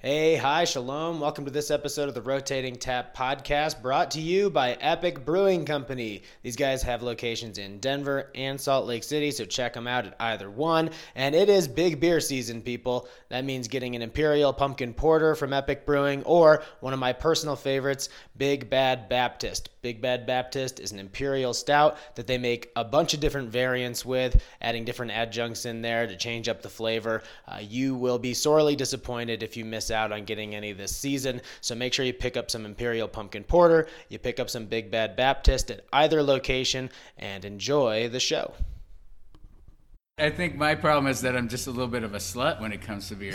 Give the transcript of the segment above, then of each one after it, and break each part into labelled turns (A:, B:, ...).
A: Hey, hi, shalom. Welcome to this episode of the Rotating Tap podcast brought to you by Epic Brewing Company. These guys have locations in Denver and Salt Lake City, so check them out at either one. And it is big beer season, people. That means getting an Imperial Pumpkin Porter from Epic Brewing or one of my personal favorites, Big Bad Baptist. Big Bad Baptist is an Imperial stout that they make a bunch of different variants with, adding different adjuncts in there to change up the flavor. Uh, you will be sorely disappointed if you miss out on getting any this season. So make sure you pick up some Imperial Pumpkin Porter, you pick up some Big Bad Baptist at either location, and enjoy the show.
B: I think my problem is that I'm just a little bit of a slut when it comes to beer.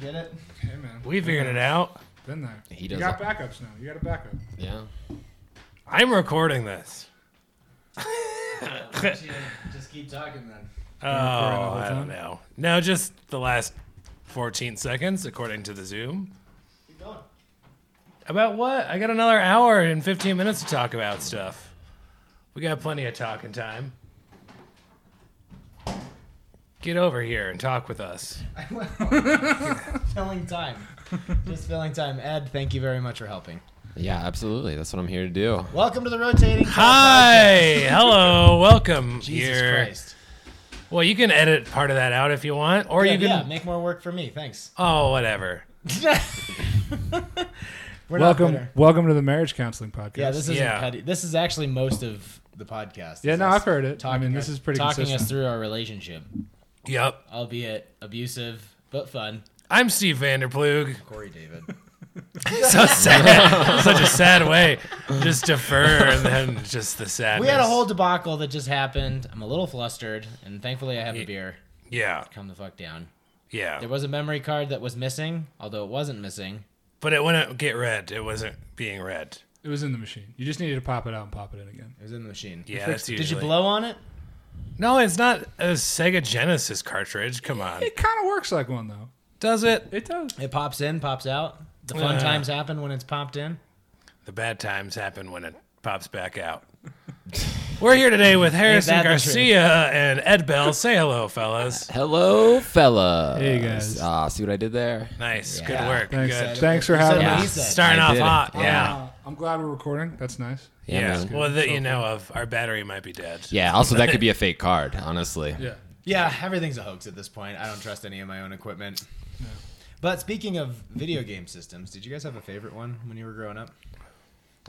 C: Get it? Hey man.
D: We figured it out.
C: Been there.
A: He
C: You
A: does
C: got
A: it.
C: backups now. You got a backup.
A: Yeah.
D: I'm recording this.
A: Just keep talking then.
D: Oh, I don't know. No, just the last 14 seconds, according to the Zoom.
A: Keep going.
D: About what? I got another hour and 15 minutes to talk about stuff. We got plenty of talking time. Get over here and talk with us.
A: Filling time. Just filling time. Ed, thank you very much for helping.
E: Yeah, absolutely. That's what I'm here to do.
A: Welcome to the rotating.
D: Hi, hello, welcome
A: Jesus
D: here.
A: Christ.
D: Well, you can edit part of that out if you want, or
A: Yeah,
D: you can.
A: yeah, make more work for me. Thanks.
D: Oh, whatever.
A: We're not
C: Welcome,
A: bitter.
C: welcome to the marriage counseling podcast.
A: Yeah, this is
D: Yeah.
A: petty. This is actually most of the podcast.
C: Yeah,
A: Is
C: no,
A: us
C: I've heard it. I
A: Talking
C: mean, this is pretty
A: talking us
C: consistent.
A: through our relationship,
D: Yep.
A: albeit abusive but fun.
D: I'm Steve Vanderplug.
A: Corey David.
D: so sad, such a sad way. Just defer and then just the sadness.
A: we had a whole debacle that just happened. I'm a little flustered, and thankfully I have a beer.
D: yeah,
A: Come the fuck down. There
D: yeah.
A: was a memory card that was missing, although it wasn't missing.
D: But it wouldn't get read. It wasn't being read.
C: It was in the machine. You just needed to pop it out and pop it in again.
A: It was in the machine.
D: Yeah, that's
A: Did you
D: usually-
A: blow on it?
D: No, it's not a Sega Genesis cartridge. Come on,
C: It kind of works like one though.
D: does it?
C: It does.
A: It pops in, pops out. The fun
D: Uh.
A: times happen when it's popped in.
D: The bad times happen when it pops back out. We're here today with Harrison
A: that the truth?
D: Garcia and Ed Bell. Say hello, fellas.
E: Hello,
A: Uh,
E: fella.
C: Hey, guys.
E: Ah, see what I did there?
D: Nice,
E: Yeah.
D: good work.
C: Thanks.
D: Good.
C: Thanks for
A: Said
C: having
A: what
C: us.
A: he said.
D: Starting
E: I
D: off
E: did it.
D: hot.
E: Wow.
D: Yeah.
C: Uh, I'm glad we're recording. That's nice.
E: Yeah.
D: Yeah.
E: man.
D: Well, that you know of, our battery might be dead.
E: Yeah, also, that could be a fake card, honestly.
C: Yeah.
A: Yeah, everything's a hoax at this point. I don't trust any of my own equipment. But speaking of video game systems, did you guys have a favorite one when you were growing up?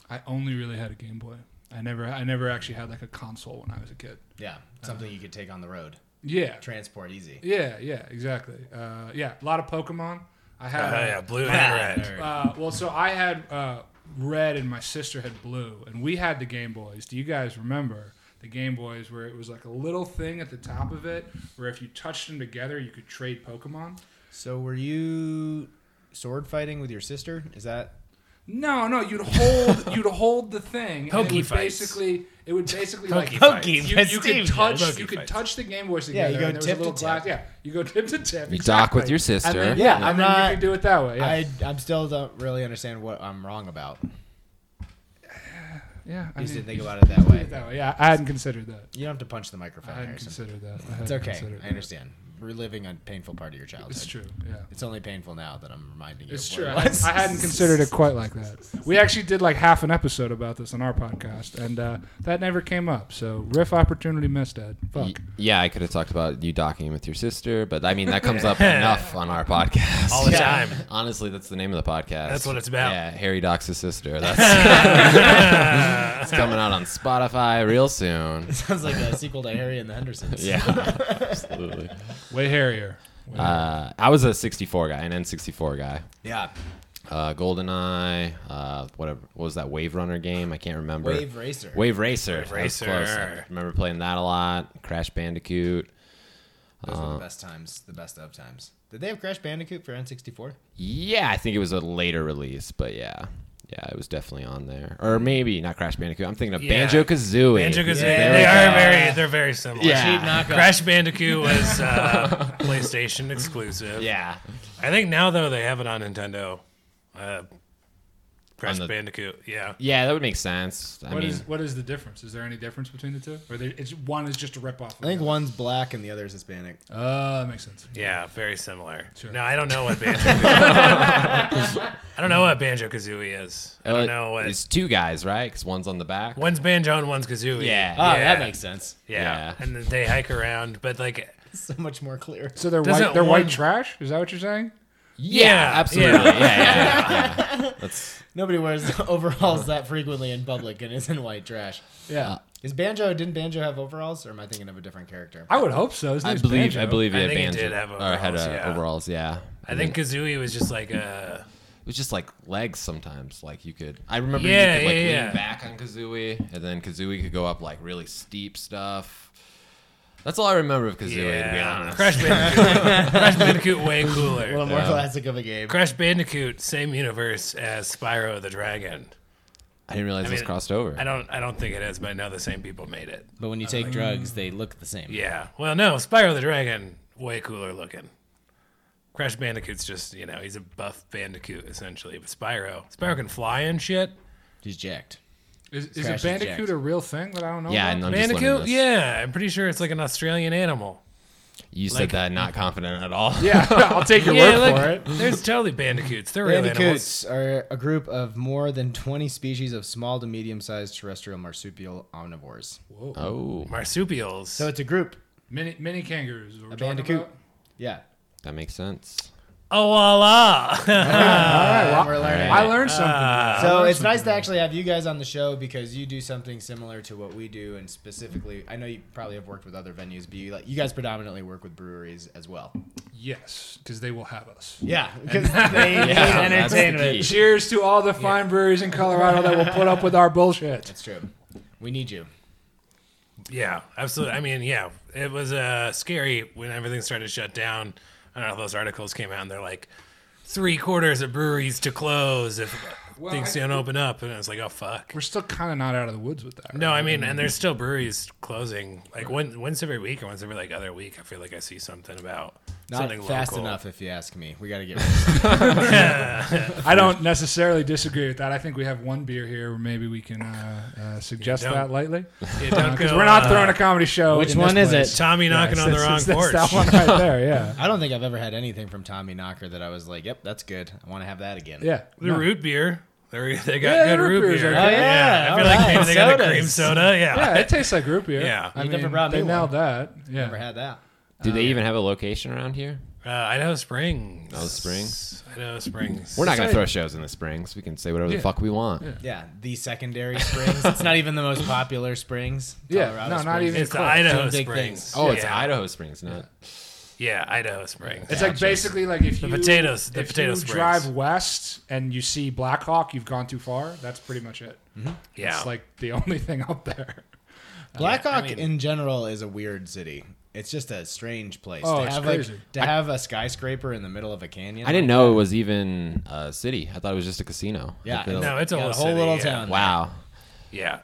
C: I only really had a Game Boy. I never, I never actually had like a console when I was a kid.
A: Yeah, something you could take on the road,
C: Yeah.
A: transport easy.
C: Yeah. Yeah. Exactly. Uh, yeah. A lot of Pokemon. I
D: Oh
C: had. uh,
D: yeah, blue and red.
A: nerd.
C: Uh, well, so I had uh, red and my sister had blue, and we had the Game Boys. Do you guys remember the Game Boys where it was like a little thing at the top of it where if you touched them together, you could trade Pokemon?
A: So were you sword fighting with your sister? Is that
C: No, no, you'd hold you'd hold the thing. and
D: Poke
C: it would
D: fights.
C: basically it would basically like
D: Poke
A: fights.
C: you,
A: That's
C: you
A: Steve
C: could touch
D: does.
C: you
D: Poke
C: could
D: fights.
C: touch the Game Boys
A: Yeah,
C: together.
A: you go
C: and there was
A: tip
C: a little
A: to
C: glass.
A: tip.
C: Yeah, you go tip to tip.
E: You dock with
C: exactly.
E: your sister.
C: And then,
A: Yeah,
C: yeah, and
A: I'm
C: then
A: not-
C: you can do it that way. Yeah,
A: I? I'm still don't really understand what I'm wrong about.
C: yeah. I
A: You just
C: mean,
A: didn't think about it that way.
C: it that way. Yeah, I hadn't considered that.
A: You don't have to punch the
C: I
A: microphone,
C: hadn't
A: Harrison.
C: considered that. I
A: It's
C: hadn't
A: okay.
C: considered
A: I
C: that.
A: understand. We're living a painful part of your childhood.
C: It's true. Yeah.
A: It's only painful now that I'm reminding you.
C: It's
A: of
C: true.
A: what
C: I,
A: it was.
C: I hadn't considered it quite like that. We actually did like half an episode about this on our podcast, and uh, that never came up. So riff opportunity missed, Ed. Fuck.
E: Y- yeah, I could have talked about you docking with your sister, but I mean, that comes up enough on our podcast.
D: All the
E: Yeah.
D: time.
E: Honestly, that's the name of the podcast.
D: That's what it's about.
E: Yeah, Harry docks his sister. That's it's coming out on Spotify real soon.
A: Sounds like a sequel to Harry and the Hendersons.
E: Yeah, absolutely.
C: Way hairier.
E: Uh, I was a 64 guy, an N64 guy.
A: Yeah.
E: uh, GoldenEye, uh, whatever what was that Wave Runner game? I can't remember.
A: Wave Racer.
E: Wave Racer. Wave
D: Racer.
E: I remember playing that a lot. Crash Bandicoot.
A: Those
F: uh,
A: were the best times, the best of times. Did they have Crash Bandicoot for N64?
E: Yeah, I think it was a later release, but yeah. Yeah, it was definitely on there. Or maybe not Crash Bandicoot. I'm thinking of
D: Yeah.
E: Banjo Kazooie.
D: Banjo Kazooie.
E: Yeah.
D: They are very. They're very similar.
E: Yeah.
G: Cheap knockoff.
D: Crash Bandicoot was uh, PlayStation exclusive.
E: Yeah.
D: I think now though they have it on Nintendo. Uh, Crash
E: the-
D: Bandicoot. Yeah.
E: Yeah, that would make sense. I
C: What
E: mean,
C: is what is the difference? Is there any difference between the two? Or there, it's, one is just a ripoff. Of
A: I think
C: the
A: one's black and the other is Hispanic.
C: other? Uh, that makes sense.
D: Yeah, very similar. No, I don't know what Banjo. I don't know what Banjo Kazooie is.
E: Oh,
D: I don't know what.
E: uh, It's two guys, right? Because one's on the back.
D: One's banjo and one's kazooie.
E: Yeah.
A: Oh,
D: yeah.
A: that makes sense.
D: yeah.
E: yeah.
D: And then they hike around, but like,
A: So much more clear.
C: So they're
D: Doesn't
C: white. They're
D: one-
C: white trash. Is that what you're saying?
E: Yeah,
D: Yeah,
E: absolutely. Yeah, yeah, yeah. That's
A: Nobody wears overalls that frequently in public and isn't white trash.
C: Yeah.
A: Is Banjo, didn't Banjo have overalls or am I thinking of a different character?
C: I would hope so. His
E: I
C: name's
E: believe
C: Banjo.
E: I believe
D: I
E: it
D: think it
E: banjo,
D: did have
E: or had
D: overalls,
E: uh,
D: yeah.
E: overalls. Yeah,
D: I think kazooie was just like a.
E: it was just like legs sometimes. Like you could, I remember
D: Yeah,
E: you could like
D: yeah,
E: lean
D: yeah.
E: back on Kazooie, and then Kazooie could go up like really steep stuff. That's all I remember of Kazooie, to be
D: Yeah.
E: honest.
D: Crash Bandicoot. Crash Bandicoot way
A: a little
D: cooler.
A: more classic of a game.
D: Crash Bandicoot, same universe as Spyro the Dragon.
E: I didn't realize this
D: mean,
E: crossed over.
D: I don't I don't think it is, but I know the same people made it.
F: But when you take drugs, they look the same.
D: Yeah. Well, no, Spyro the Dragon, way cooler looking. Crash Bandicoot's just, you know, he's a buff bandicoot essentially, but Spyro, Spyro can fly and shit.
F: He's jacked.
C: Is,
F: Crash
C: is a
F: is
C: bandicoot
F: jacked.
C: a real thing that I don't know?
E: yeah,
C: about?
E: and I'm just learning
D: Bandicoot?
E: this.
D: Yeah, I'm pretty sure it's like an Australian animal.
E: You said
D: Like-
E: that not confident at all.
C: yeah. I'll take your
D: yeah,
C: word
D: look,
C: for it.
D: there's totally bandicoots. They're real animals.
A: Bandicoots are a group of more than 20 species of small to medium sized terrestrial marsupial omnivores.
E: Oh,
D: Marsupials.
A: So it's a group.
C: Mini mini kangaroos. is what we're
A: A
C: talking
A: bandicoot.
C: about?
A: Yeah.
E: that makes sense.
D: oh, voila.
A: And we're learning.
C: I learned something.
A: So it's nice to actually have you guys on the show because you do something similar to what we do, and specifically, I know you probably have worked with other venues, but you, like, you guys predominantly work with breweries as well.
C: yes, because they will have us.
A: Yeah, because they need
E: that's the
A: entertainment.
E: key.
C: Cheers to all the fine breweries in Colorado that will put up with our bullshit.
A: That's true. We need you.
D: Yeah, absolutely. I mean, yeah, it was uh, scary when everything started to shut down. I don't know if those articles came out and they're like three quarters of breweries to close if things
C: I-
D: don't open up, and I was like, oh fuck.
C: We're still kind of not out of the woods with that.
D: No, I mean, and there's still breweries closing like one, once every week or once every like other week. I feel like I see something about
A: Not
D: something
A: fast
D: local.
A: enough, if you ask me. We got to get. Rid of
C: I don't necessarily disagree with that. I think we have one beer here where maybe we can uh, uh, suggest
D: Yeah, don't-
C: that lightly.
D: Yeah, don't
C: Because
D: go,
C: we're not
D: uh,
C: throwing a comedy show.
F: Which
C: in this
F: one is
C: place.
F: it?
D: Tommy knocking on the
C: It's-
D: wrong
C: it's- it's
D: porch.
C: That one right there, yeah.
A: I don't think I've ever had anything from Tommy Knocker that I was like, "Yep, that's good. I want to have that again."
C: Yeah.
D: The root beer. They're, they got
C: Yeah,
D: good
C: root
D: root
C: beers
D: beer.
C: are good. Oh,
A: yeah,
D: I feel
A: all
D: like maybe
A: right.
D: they got a
A: Sodas.
D: cream soda.
C: Yeah, it tastes like root beer.
D: Yeah.
C: I
A: You never
C: mean,
A: brought me
C: they
A: one.
C: nailed that. Yeah.
A: Never had that.
E: Do they even have a location around here?
D: Uh, Idaho Springs.
E: Idaho Springs?
D: Idaho Springs.
E: We're not gonna
C: Sorry.
E: throw shows in the springs. We can say whatever
C: Yeah.
E: the fuck we want.
A: Yeah, the secondary springs. it's not even the most popular springs.
C: Yeah,
A: Colorado
C: no, not
A: springs.
C: even
D: It's
C: close.
D: Idaho
A: Some big
D: Springs.
A: things.
E: Oh, it's
D: yeah.
E: Idaho Springs, not.
D: Yeah, Idaho Springs.
C: It's like basically like if you
D: potatoes- the
C: if
D: potato
C: you
D: springs.
C: drive west and you see Black Hawk, you've gone too far. That's pretty much it.
D: yeah.
C: It's like the only thing out there.
A: Blackhawk
D: I mean-
A: in general is a weird city. It's just a strange place
C: Oh,
A: to
C: it's
A: have
C: crazy.
A: like to have a skyscraper in the middle of a canyon.
E: I didn't know it was even a city. I thought it was just a casino.
A: Yeah,
E: Like, they-
D: no, it's a
A: Got
D: whole,
A: a whole
D: city,
A: little
D: yeah.
A: town.
E: Wow.
D: Yeah.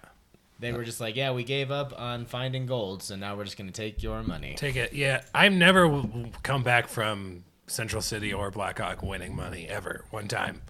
A: They were just like, yeah, we gave up on finding gold, so now we're just gonna take your money.
D: Take it. Yeah. I've never w- w- come back from Central City or Blackhawk winning money ever. One time.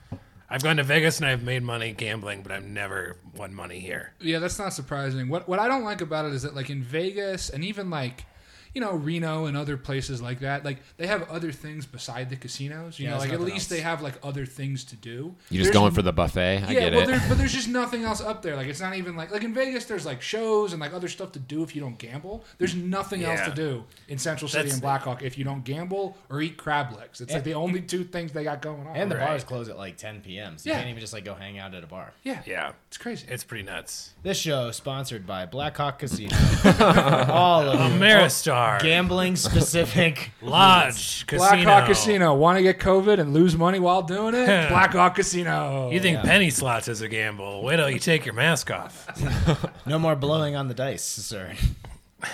D: I've gone to Vegas and I've made money gambling, but I've never won money here.
C: Yeah, that's not surprising. What what I don't like about it is that like in Vegas and even like you know Reno and other places like that, like they have other things beside the casinos. You know,
A: there's
C: like at
A: nothing
C: least
A: else.
C: they have like other things to do.
E: You just
C: There's
E: going for the buffet? I
C: yeah,
E: get
C: well,
E: it.
C: There, but there's just nothing else up there. Like it's not even like like in Vegas, there's like shows and like other stuff to do if you don't gamble. There's nothing else
D: Yeah.
C: to do in Central City
D: That's-
C: and Blackhawk if you don't gamble or eat crab legs. It's like the only two things they got going on.
A: And the
D: Right.
A: bars close at like 10 p.m., so you
C: Yeah.
A: can't even just like go hang out at a bar.
C: yeah,
D: Yeah.
C: it's crazy.
D: It's pretty nuts.
A: This show is sponsored by Blackhawk Casino. All of you.
D: Ameristar. bar,
A: Gambling specific.
D: lodge, casino.
C: Black Hawk Casino. Want to get COVID and lose money while doing it? Black Hawk Casino.
D: You think penny slots is a gamble? Wait till you take your mask off.
A: no more blowing on the dice, sir.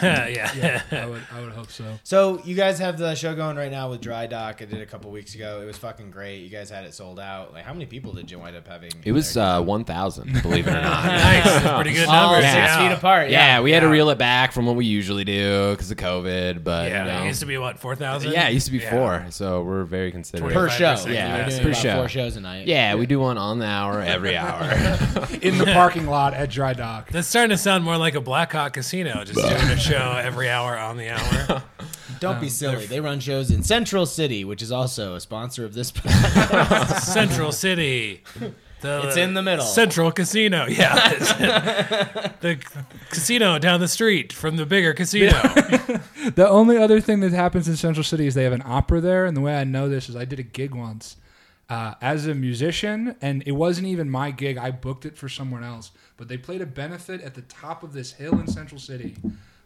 D: yeah.
C: I would, I would hope so.
H: So you guys have the show going right now with Dry Dock. I did a couple weeks ago. It was fucking great. You guys had it sold out. Like, how many people did you wind up having?
E: It was uh, 1,000, believe it or not.
D: nice. That's pretty good
A: All
D: numbers.
A: six
D: yeah.
A: feet apart. Yeah.
E: Yeah, we had to reel it back from what we usually do because of COVID, but
D: Yeah,
E: you know.
D: it used to be what four thousand.
E: yeah, it used to be four, so we're very considerate.
A: Per show.
D: 25%,
A: Yeah.
D: yes.
A: We're doing
E: Per
A: about
E: show.
A: four shows a night.
E: Yeah, we do one on the hour every hour.
C: In the parking lot at Dry Dock.
D: That's starting to sound more like a Black Hawk Casino, just doing a show every hour on the hour.
A: Don't be silly. They run shows in Central City, which is also a sponsor of this podcast.
D: Central City. The,
A: It's in the middle.
D: Central Casino, yeah. the casino down the street from the bigger casino.
C: The only other thing that happens in Central City is they have an opera there. And the way I know this is I did a gig once uh, as a musician, and it wasn't even my gig. I booked it for someone else. But they played a benefit at the top of this hill in Central City.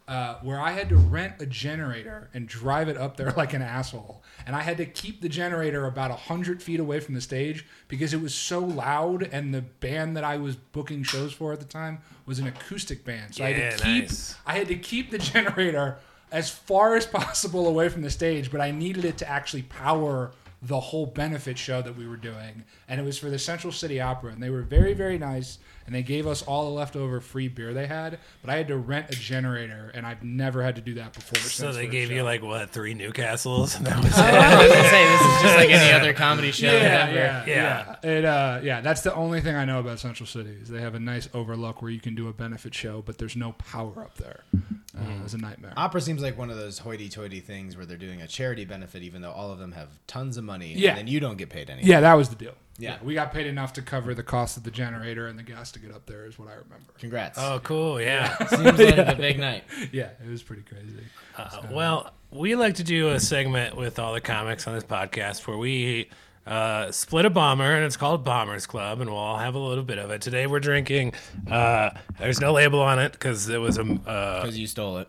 C: Uh, where I had to rent a generator and drive it up there like an asshole. And I had to keep the generator about 100 feet away from the stage because it was so loud. And the band that I was booking shows for at the time was an acoustic band. So I had to
D: Yeah,
C: keep
D: nice.
C: I had to keep the generator as far as possible away from the stage, but I needed it to actually power the whole benefit show that we were doing. And it was for the Central City Opera, and they were very, very nice, and they gave us all the leftover free beer they had, but I had to rent a generator, and I've never had to do that before.
D: so
C: since
D: they
C: the
D: gave
C: show.
D: you like what three Newcastles, and that was
A: I was gonna say this is just like any other comedy show.
C: yeah,
A: ever.
C: yeah,
D: Yeah.
C: yeah, It, uh, yeah. That's the only thing I know about Central City is they have a nice overlook where you can do a benefit show, but there's no power up there. Uh,
D: Mm-hmm.
C: It was a nightmare.
H: Opera seems like one of those hoity-toity things where they're doing a charity benefit, even though all of them have tons of money,
C: Yeah.
H: and then you don't get paid anything.
C: Yeah, that was the deal.
H: Yeah.
C: we got paid enough to cover the cost of the generator and the gas to get up there, is what I remember.
H: Congrats.
D: oh cool, yeah.
A: Seems like a big night.
C: Yeah, it was pretty crazy.
D: Uh, well, we like to do a segment with all the comics on this podcast where we uh, split a bomber, and it's called Bombers Club, and we'll all have a little bit of it. Today we're drinking. Uh, there's no label on it because it was a uh,
A: Because you stole it.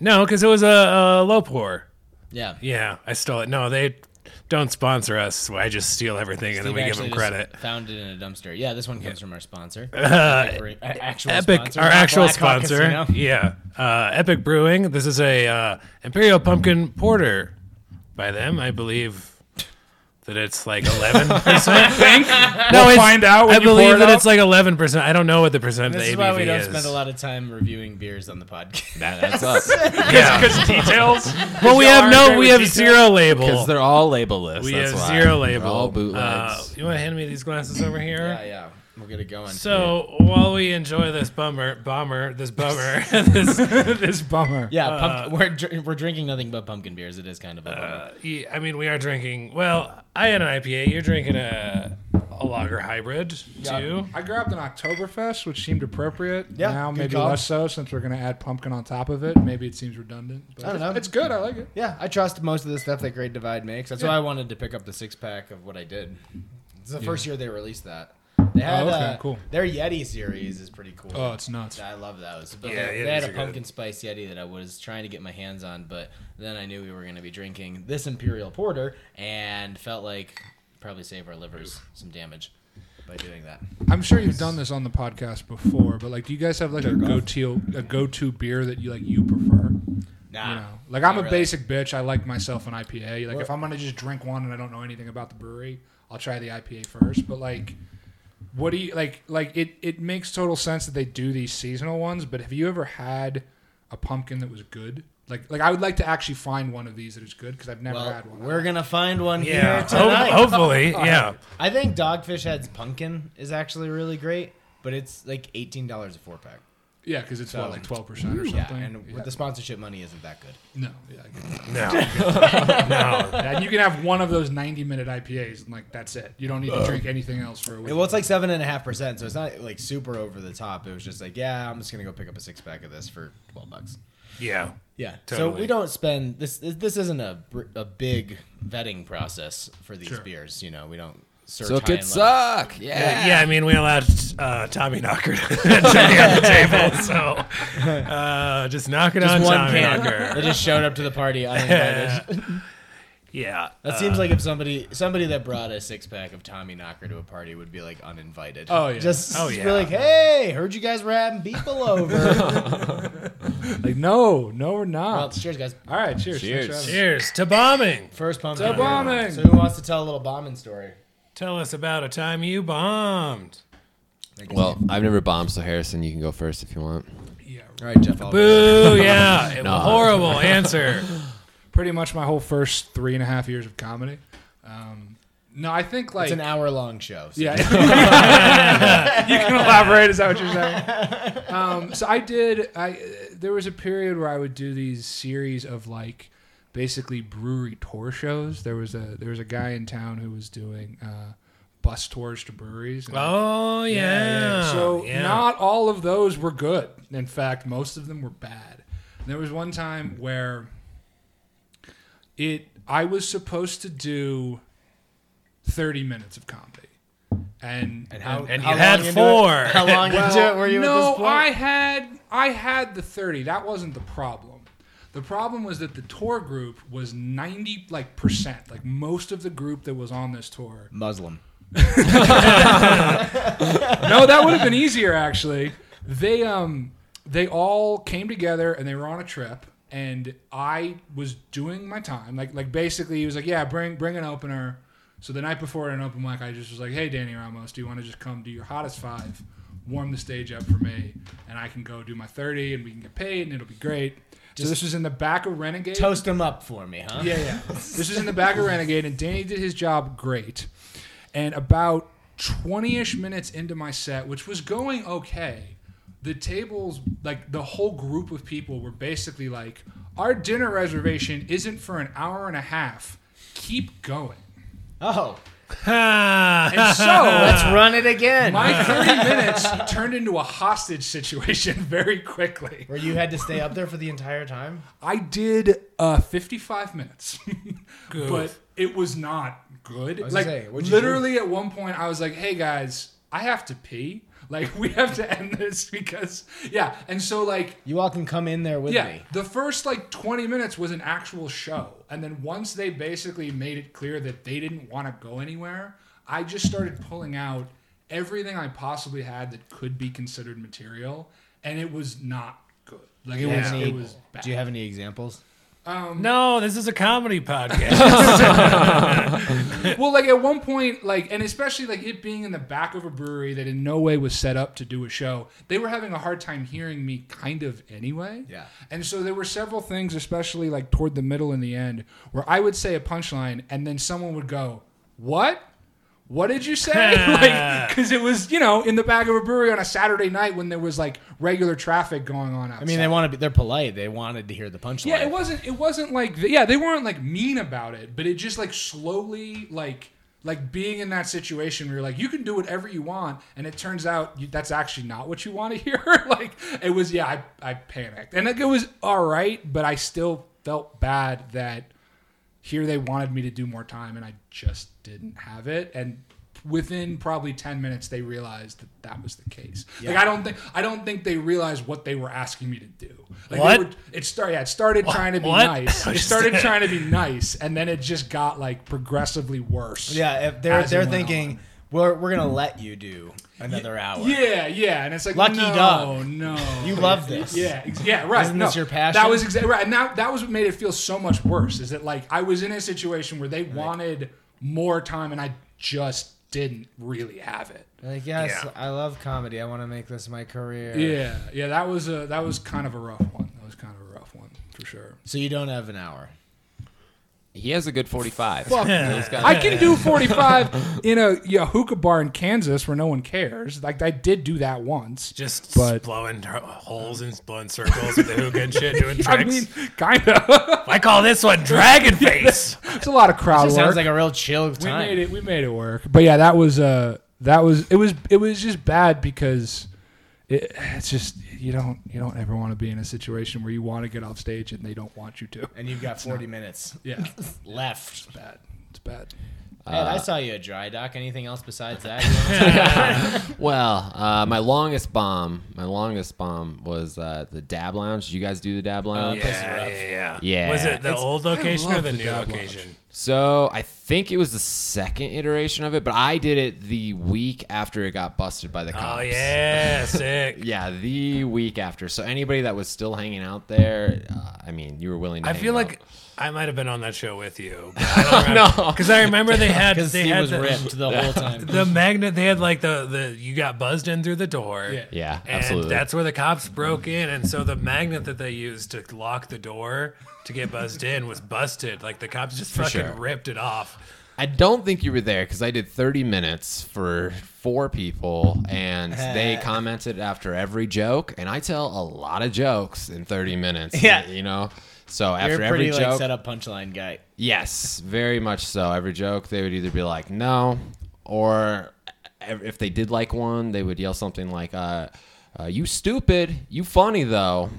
D: no, because it was a, a low pour.
A: Yeah.
D: Yeah, I stole it. No, they don't sponsor us. so I just steal everything and then we give
A: Actually
D: them
A: just
D: credit.
A: Found it in a dumpster. Yeah, this one comes from our sponsor. Our actual
D: Epic,
A: sponsor,
D: our
A: not
D: actual
A: Black Hawk
D: sponsor.
A: Casino.
D: Yeah. Uh, Epic Brewing. This is a uh, Imperial Pumpkin Porter by them. I believe that it's like 11%. think? No,
C: We'll
D: it's-
C: find out when
D: I
C: you pour
D: believe
C: it
D: that
C: up.
D: it's like 11%. I don't know what the percent of
A: This
D: the
A: is
D: ABV
A: why we don't
D: is.
A: spend a lot of time reviewing beers on the podcast.
E: That's us.
D: yeah.
C: Because details.
D: Well, we have no,
C: very
D: we have
C: detailed.
D: zero label.
E: Because they're all labelless.
D: We
E: that's
D: have
E: why.
D: zero
E: They're
D: label.
E: all
D: Uh,
E: bootlegs.
D: you want to hand me these glasses over here?
H: yeah, yeah. We'll get it going.
D: So while we enjoy this bummer, bomber, this bummer, this,
C: this bummer.
A: Yeah,
D: uh,
A: pump, we're dr- we're drinking nothing but pumpkin beers. It is kind of a bummer.
D: yeah, Uh, I mean, we are drinking. Well, I had an IPA. You're drinking a a lager hybrid too.
C: I grabbed an Oktoberfest, which seemed appropriate.
H: Yeah,
C: now
H: good
C: maybe
H: call.
C: less so since we're gonna add pumpkin on top of it. Maybe it seems redundant. But
H: I don't know.
C: It's good. I like it.
H: yeah, I trust most of the stuff that Great Divide makes. That's
A: so
H: why
A: I wanted to pick up the six pack of what I did.
H: it's the first year they released that. They had
C: Oh, okay,
H: uh,
C: cool.
H: Their Yeti series is pretty cool.
C: Oh, it's nuts.
H: I love those. But
D: Yeah,
H: they,
D: yeah,
H: they had
D: these
H: a
D: are
H: pumpkin spice yeti that I was trying to get my hands on, but then I knew we were going to be drinking this imperial porter and felt like probably save our livers some damage by doing that.
C: I'm sure you've done this on the podcast before, but like, do you guys have like a go to a go to beer that you like you prefer?
H: Nah.
C: You know, like I'm a
H: Not really.
C: basic bitch. I like myself an IPA. Like if I'm gonna just drink one and I don't know anything about the brewery, I'll try the IPA first. But like, what do you like? Like it it makes total sense that they do these seasonal ones. But have you ever had a pumpkin that was good? Like like I would like to actually find one of these that is good because I've never
H: Well,
C: had one.
A: We're gonna find one
D: Yeah,
A: here
D: Ho-
A: tonight.
D: hopefully, yeah.
H: I think Dogfish Head's pumpkin is actually really great, but it's like $18 a four pack.
C: yeah, because it's
H: So-
C: what, like twelve percent or something.
H: Yeah, and
C: Yeah.
H: with the sponsorship money isn't that good.
C: no, yeah, I get it.
D: No, no.
C: and you can have one of those ninety minute IPAs and like that's it. You don't need to drink anything else for a week.
H: Well, it's like seven and a half percent, so it's not like super over the top. It was just like, yeah, I'm just gonna go pick up a six pack of this for twelve bucks.
D: Yeah,
H: Yeah. So
D: Totally.
H: we don't spend this. This isn't a br- a big vetting process for these
C: Sure.
H: beers. You know, we don't
A: Sir
E: So it
A: Tie
E: could
A: and Love.
E: suck.
D: Yeah.
E: Yeah.
D: I mean, we allowed uh, Tommy Knocker to be on the table, so uh, just knock it on
A: Just one
D: Tommy
A: can.
D: Knocker.
A: They just showed up to the party uninvited.
D: Yeah,
A: that seems like if somebody somebody that brought a six pack of Tommy Knocker to a party would be like uninvited.
C: Oh, yeah.
A: Just
D: Oh,
A: be
D: yeah.
A: like, hey, heard you guys were having people over.
C: Like, no, no, we're
A: well,
C: not.
A: cheers, guys.
C: All right, cheers.
E: Cheers.
C: Thanks for having me.
D: cheers to bombing.
A: First
C: The
A: pumpkin.
C: bombing.
A: So who wants to tell a little bombing story?
D: Tell us about a time you bombed.
E: Well, I've never bombed, so Harrison, you can go first if you want.
A: All right, Jeff. I'll
D: Boo! Yeah, it was a horrible answer.
C: Pretty much my whole first three and a half years of comedy. Um, no, I think like
A: It's an hour long show. So
C: Yeah. you can elaborate. Is that what you're saying? Um, so I did. I uh, there was a period where I would do these series of like basically brewery tour shows. There was a there was a guy in town who was doing uh, bus tours to breweries. And-
D: Oh yeah.
C: so
D: yeah.
C: not all of those were good. In fact, most of them were bad. And there was one time where it I was supposed to do 30 minutes of comedy. And
D: and you
A: how
D: had
A: long into it-
D: four.
A: How long into it were you
C: no,
A: at this point?
C: I had I had the 30. That wasn't the problem. The problem was that the tour group was 90 like percent, like most of the group that was on this tour
A: Muslim.
C: no, that would have been easier actually. They um they all came together and they were on a trip and I was doing my time. Like like basically he was like, Yeah, bring bring an opener. So the night before an open mic, I just was like, Hey Danny Ramos, do you want to just come do your hottest five, warm the stage up for me, and I can go do my thirty and we can get paid and it'll be great. so this was in the back of Renegade.
A: Toast them up for me, huh?
C: Yeah, yeah. this is in the back of Renegade, and Danny did his job great. And about 20 ish minutes into my set, which was going okay, the tables, like the whole group of people were basically like, Our dinner reservation isn't for an hour and a half. Keep going.
A: Oh,
C: And so
A: let's run it again.
C: my 30 minutes turned into a hostage situation very quickly.
A: Where you had to stay up there for the entire time?
C: I did uh, 55 minutes, but it was not good.
A: was
C: like
A: gonna say, what'd you
C: literally at one point, I was like, "Hey guys, I have to pee. Like we have to end this because yeah." And so like
A: You all can come in there with
C: yeah,
A: me.
C: the first like 20 minutes was an actual show, and then once they basically made it clear that they didn't want to go anywhere, I just started pulling out everything I possibly had that could be considered material, and it was not good. Like it was,
A: Any-
C: it was bad.
A: Do you have any examples?
D: no, this is a comedy podcast.
C: well, like at one point, like and especially like it being in the back of a brewery that in no way was set up to do a show, they were having a hard time hearing me kind of anyway.
A: Yeah.
C: And so there were several things, especially like toward the middle and the end, where I would say a punchline and then someone would go, What? What did you say? like, because it was, you know, in the back of a brewery on a Saturday night when there was like regular traffic going on outside.
A: I mean, they want to be, they're polite. They wanted to hear the punchline.
C: Yeah, it wasn't. It wasn't like. Yeah, they weren't like mean about it, but it just like slowly like like being in that situation where you're like you can do whatever you want, and it turns out you, that's actually not what you want to hear. like it was. Yeah, I I panicked, and like it was all right, but I still felt bad that here they wanted me to do more time, and I just didn't have it, and. Within probably ten minutes, they realized that that was the case. Like I don't think I don't think they realized what they were asking me to do. Like
D: What?
C: They were, it started. Yeah, it started trying to be
D: What?
C: nice. It started trying to be nice, and then it just got like progressively worse.
A: Yeah, if they're
C: As it
A: they're
C: went
A: thinking we're we're gonna let you do another hour.
C: Yeah, yeah, and it's like
A: Lucky
C: no,
A: dog.
C: No,
A: You love this.
C: Yeah, ex- yeah, right.
A: Isn't
C: no.
A: this your passion?
C: That was exactly right, and that that was what made it feel so much worse. Is that like I was in a situation where they wanted more time, and I just didn't really have it.
A: Like yes,
D: Yeah.
A: I love comedy. I want to make this my career.
C: Yeah, yeah, that was a that was kind of a rough one. That was kind of a rough one for sure.
A: So you don't have an hour.
E: He has a good 45. He's got-
C: I can do 45 in a you know, hookah bar in Kansas where no one cares. Like I did do that once.
D: just
C: But-
D: blowing ho- holes and blowing circles with the hookah and shit, doing tricks.
C: I mean, kind of.
D: I call this one Dragon Face.
C: it's a lot of crowd
A: This
C: work.
A: sounds like a real chill
C: we
A: time.
C: made it. We made it work. But yeah, that was uh, that was it was it was just bad because it, it's just you don't you don't ever want to be in a situation where you want to get off stage and they don't want you to.
A: And you've got forty minutes
C: Yeah,
A: left.
C: bad. It's bad.
A: Ed, I saw you at dry dock. Anything else besides that? you wanna talk
E: Well, uh, my longest bomb, my longest bomb was uh, the Dab Lounge. Did you guys do the Dab Lounge?
D: Oh, Yeah, yeah, yeah.
E: Yeah.
D: Was it the
E: It's-
D: old location or
C: love
D: the
C: the
D: new
C: Dab
D: location?
E: So I think it was the second iteration of it, but I did it the week after it got busted by the
D: Oh
E: cops.
D: yeah, sick.
E: Yeah, the week after. So anybody that was still hanging out there, uh, I mean, you were willing to
D: I
E: hang
D: feel
E: out.
D: like I might have been on that show with you. but I don't no, because I remember they had
A: Because
D: they
A: he
D: had
A: was
D: the,
A: ripped the whole time.
D: the magnet. They had like the the you got buzzed in through the door.
C: Yeah.
E: Yeah,
D: And
E: absolutely.
D: that's where the cops broke in, and so the magnet that they used to lock the door to get buzzed in was busted. Like the cops just fucking
E: sure.
D: ripped it off.
E: I don't think you were there because I did 30 minutes for four people, and they commented after every joke, and I tell a lot of jokes in 30 minutes.
A: Yeah.
E: you know. So
A: You're
E: after
A: a
E: every
A: pretty like
E: joke,
A: set up punchline guy.
E: Yes, very much so. Every joke, they would either be like, no, or if they did like one, they would yell something like, uh, uh, you stupid, you funny though.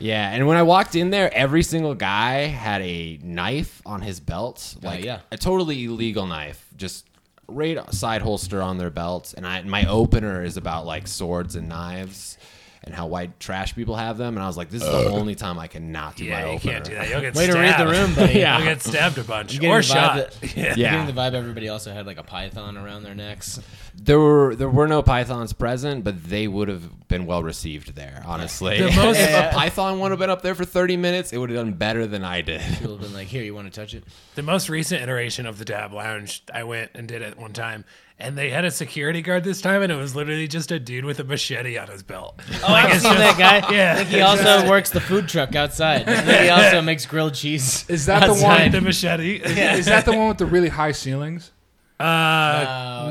E: yeah, and when I walked in there, every single guy had a knife on his belt,
D: Oh,
E: like
A: yeah.
E: a totally illegal knife, just right side holster on their belt. And I, my opener is about like swords and knives. And how white trash people have them, and I was like, "This is the only time I cannot do my
D: Yeah,
E: opener."
D: you can't do that. You'll get
A: Way to read the
D: stabbed.
A: room, buddy.
D: yeah, you'll get stabbed a bunch
A: Getting
D: or
A: the vibe
D: shot.
A: that-
D: yeah.
E: Yeah.
A: Getting the vibe everybody also had like a python around their necks.
E: There were there were no pythons present, but they would have been well received there. Honestly,
D: The most-
E: if a python would have been up there for thirty minutes, it would have done better than I did.
A: People have been like, here, you want to touch it?
D: The most recent iteration of the Dab Lounge, I went and did it one time, and they had a security guard this time, and it was literally just a dude with a machete on his belt.
A: Oh, I've seen that guy.
D: Yeah.
A: I think he also works the food truck outside. I think he also makes grilled cheese.
C: Is that the
A: outside.
C: one-
D: the machete.
C: Is that the one with the really high ceilings?
D: Uh,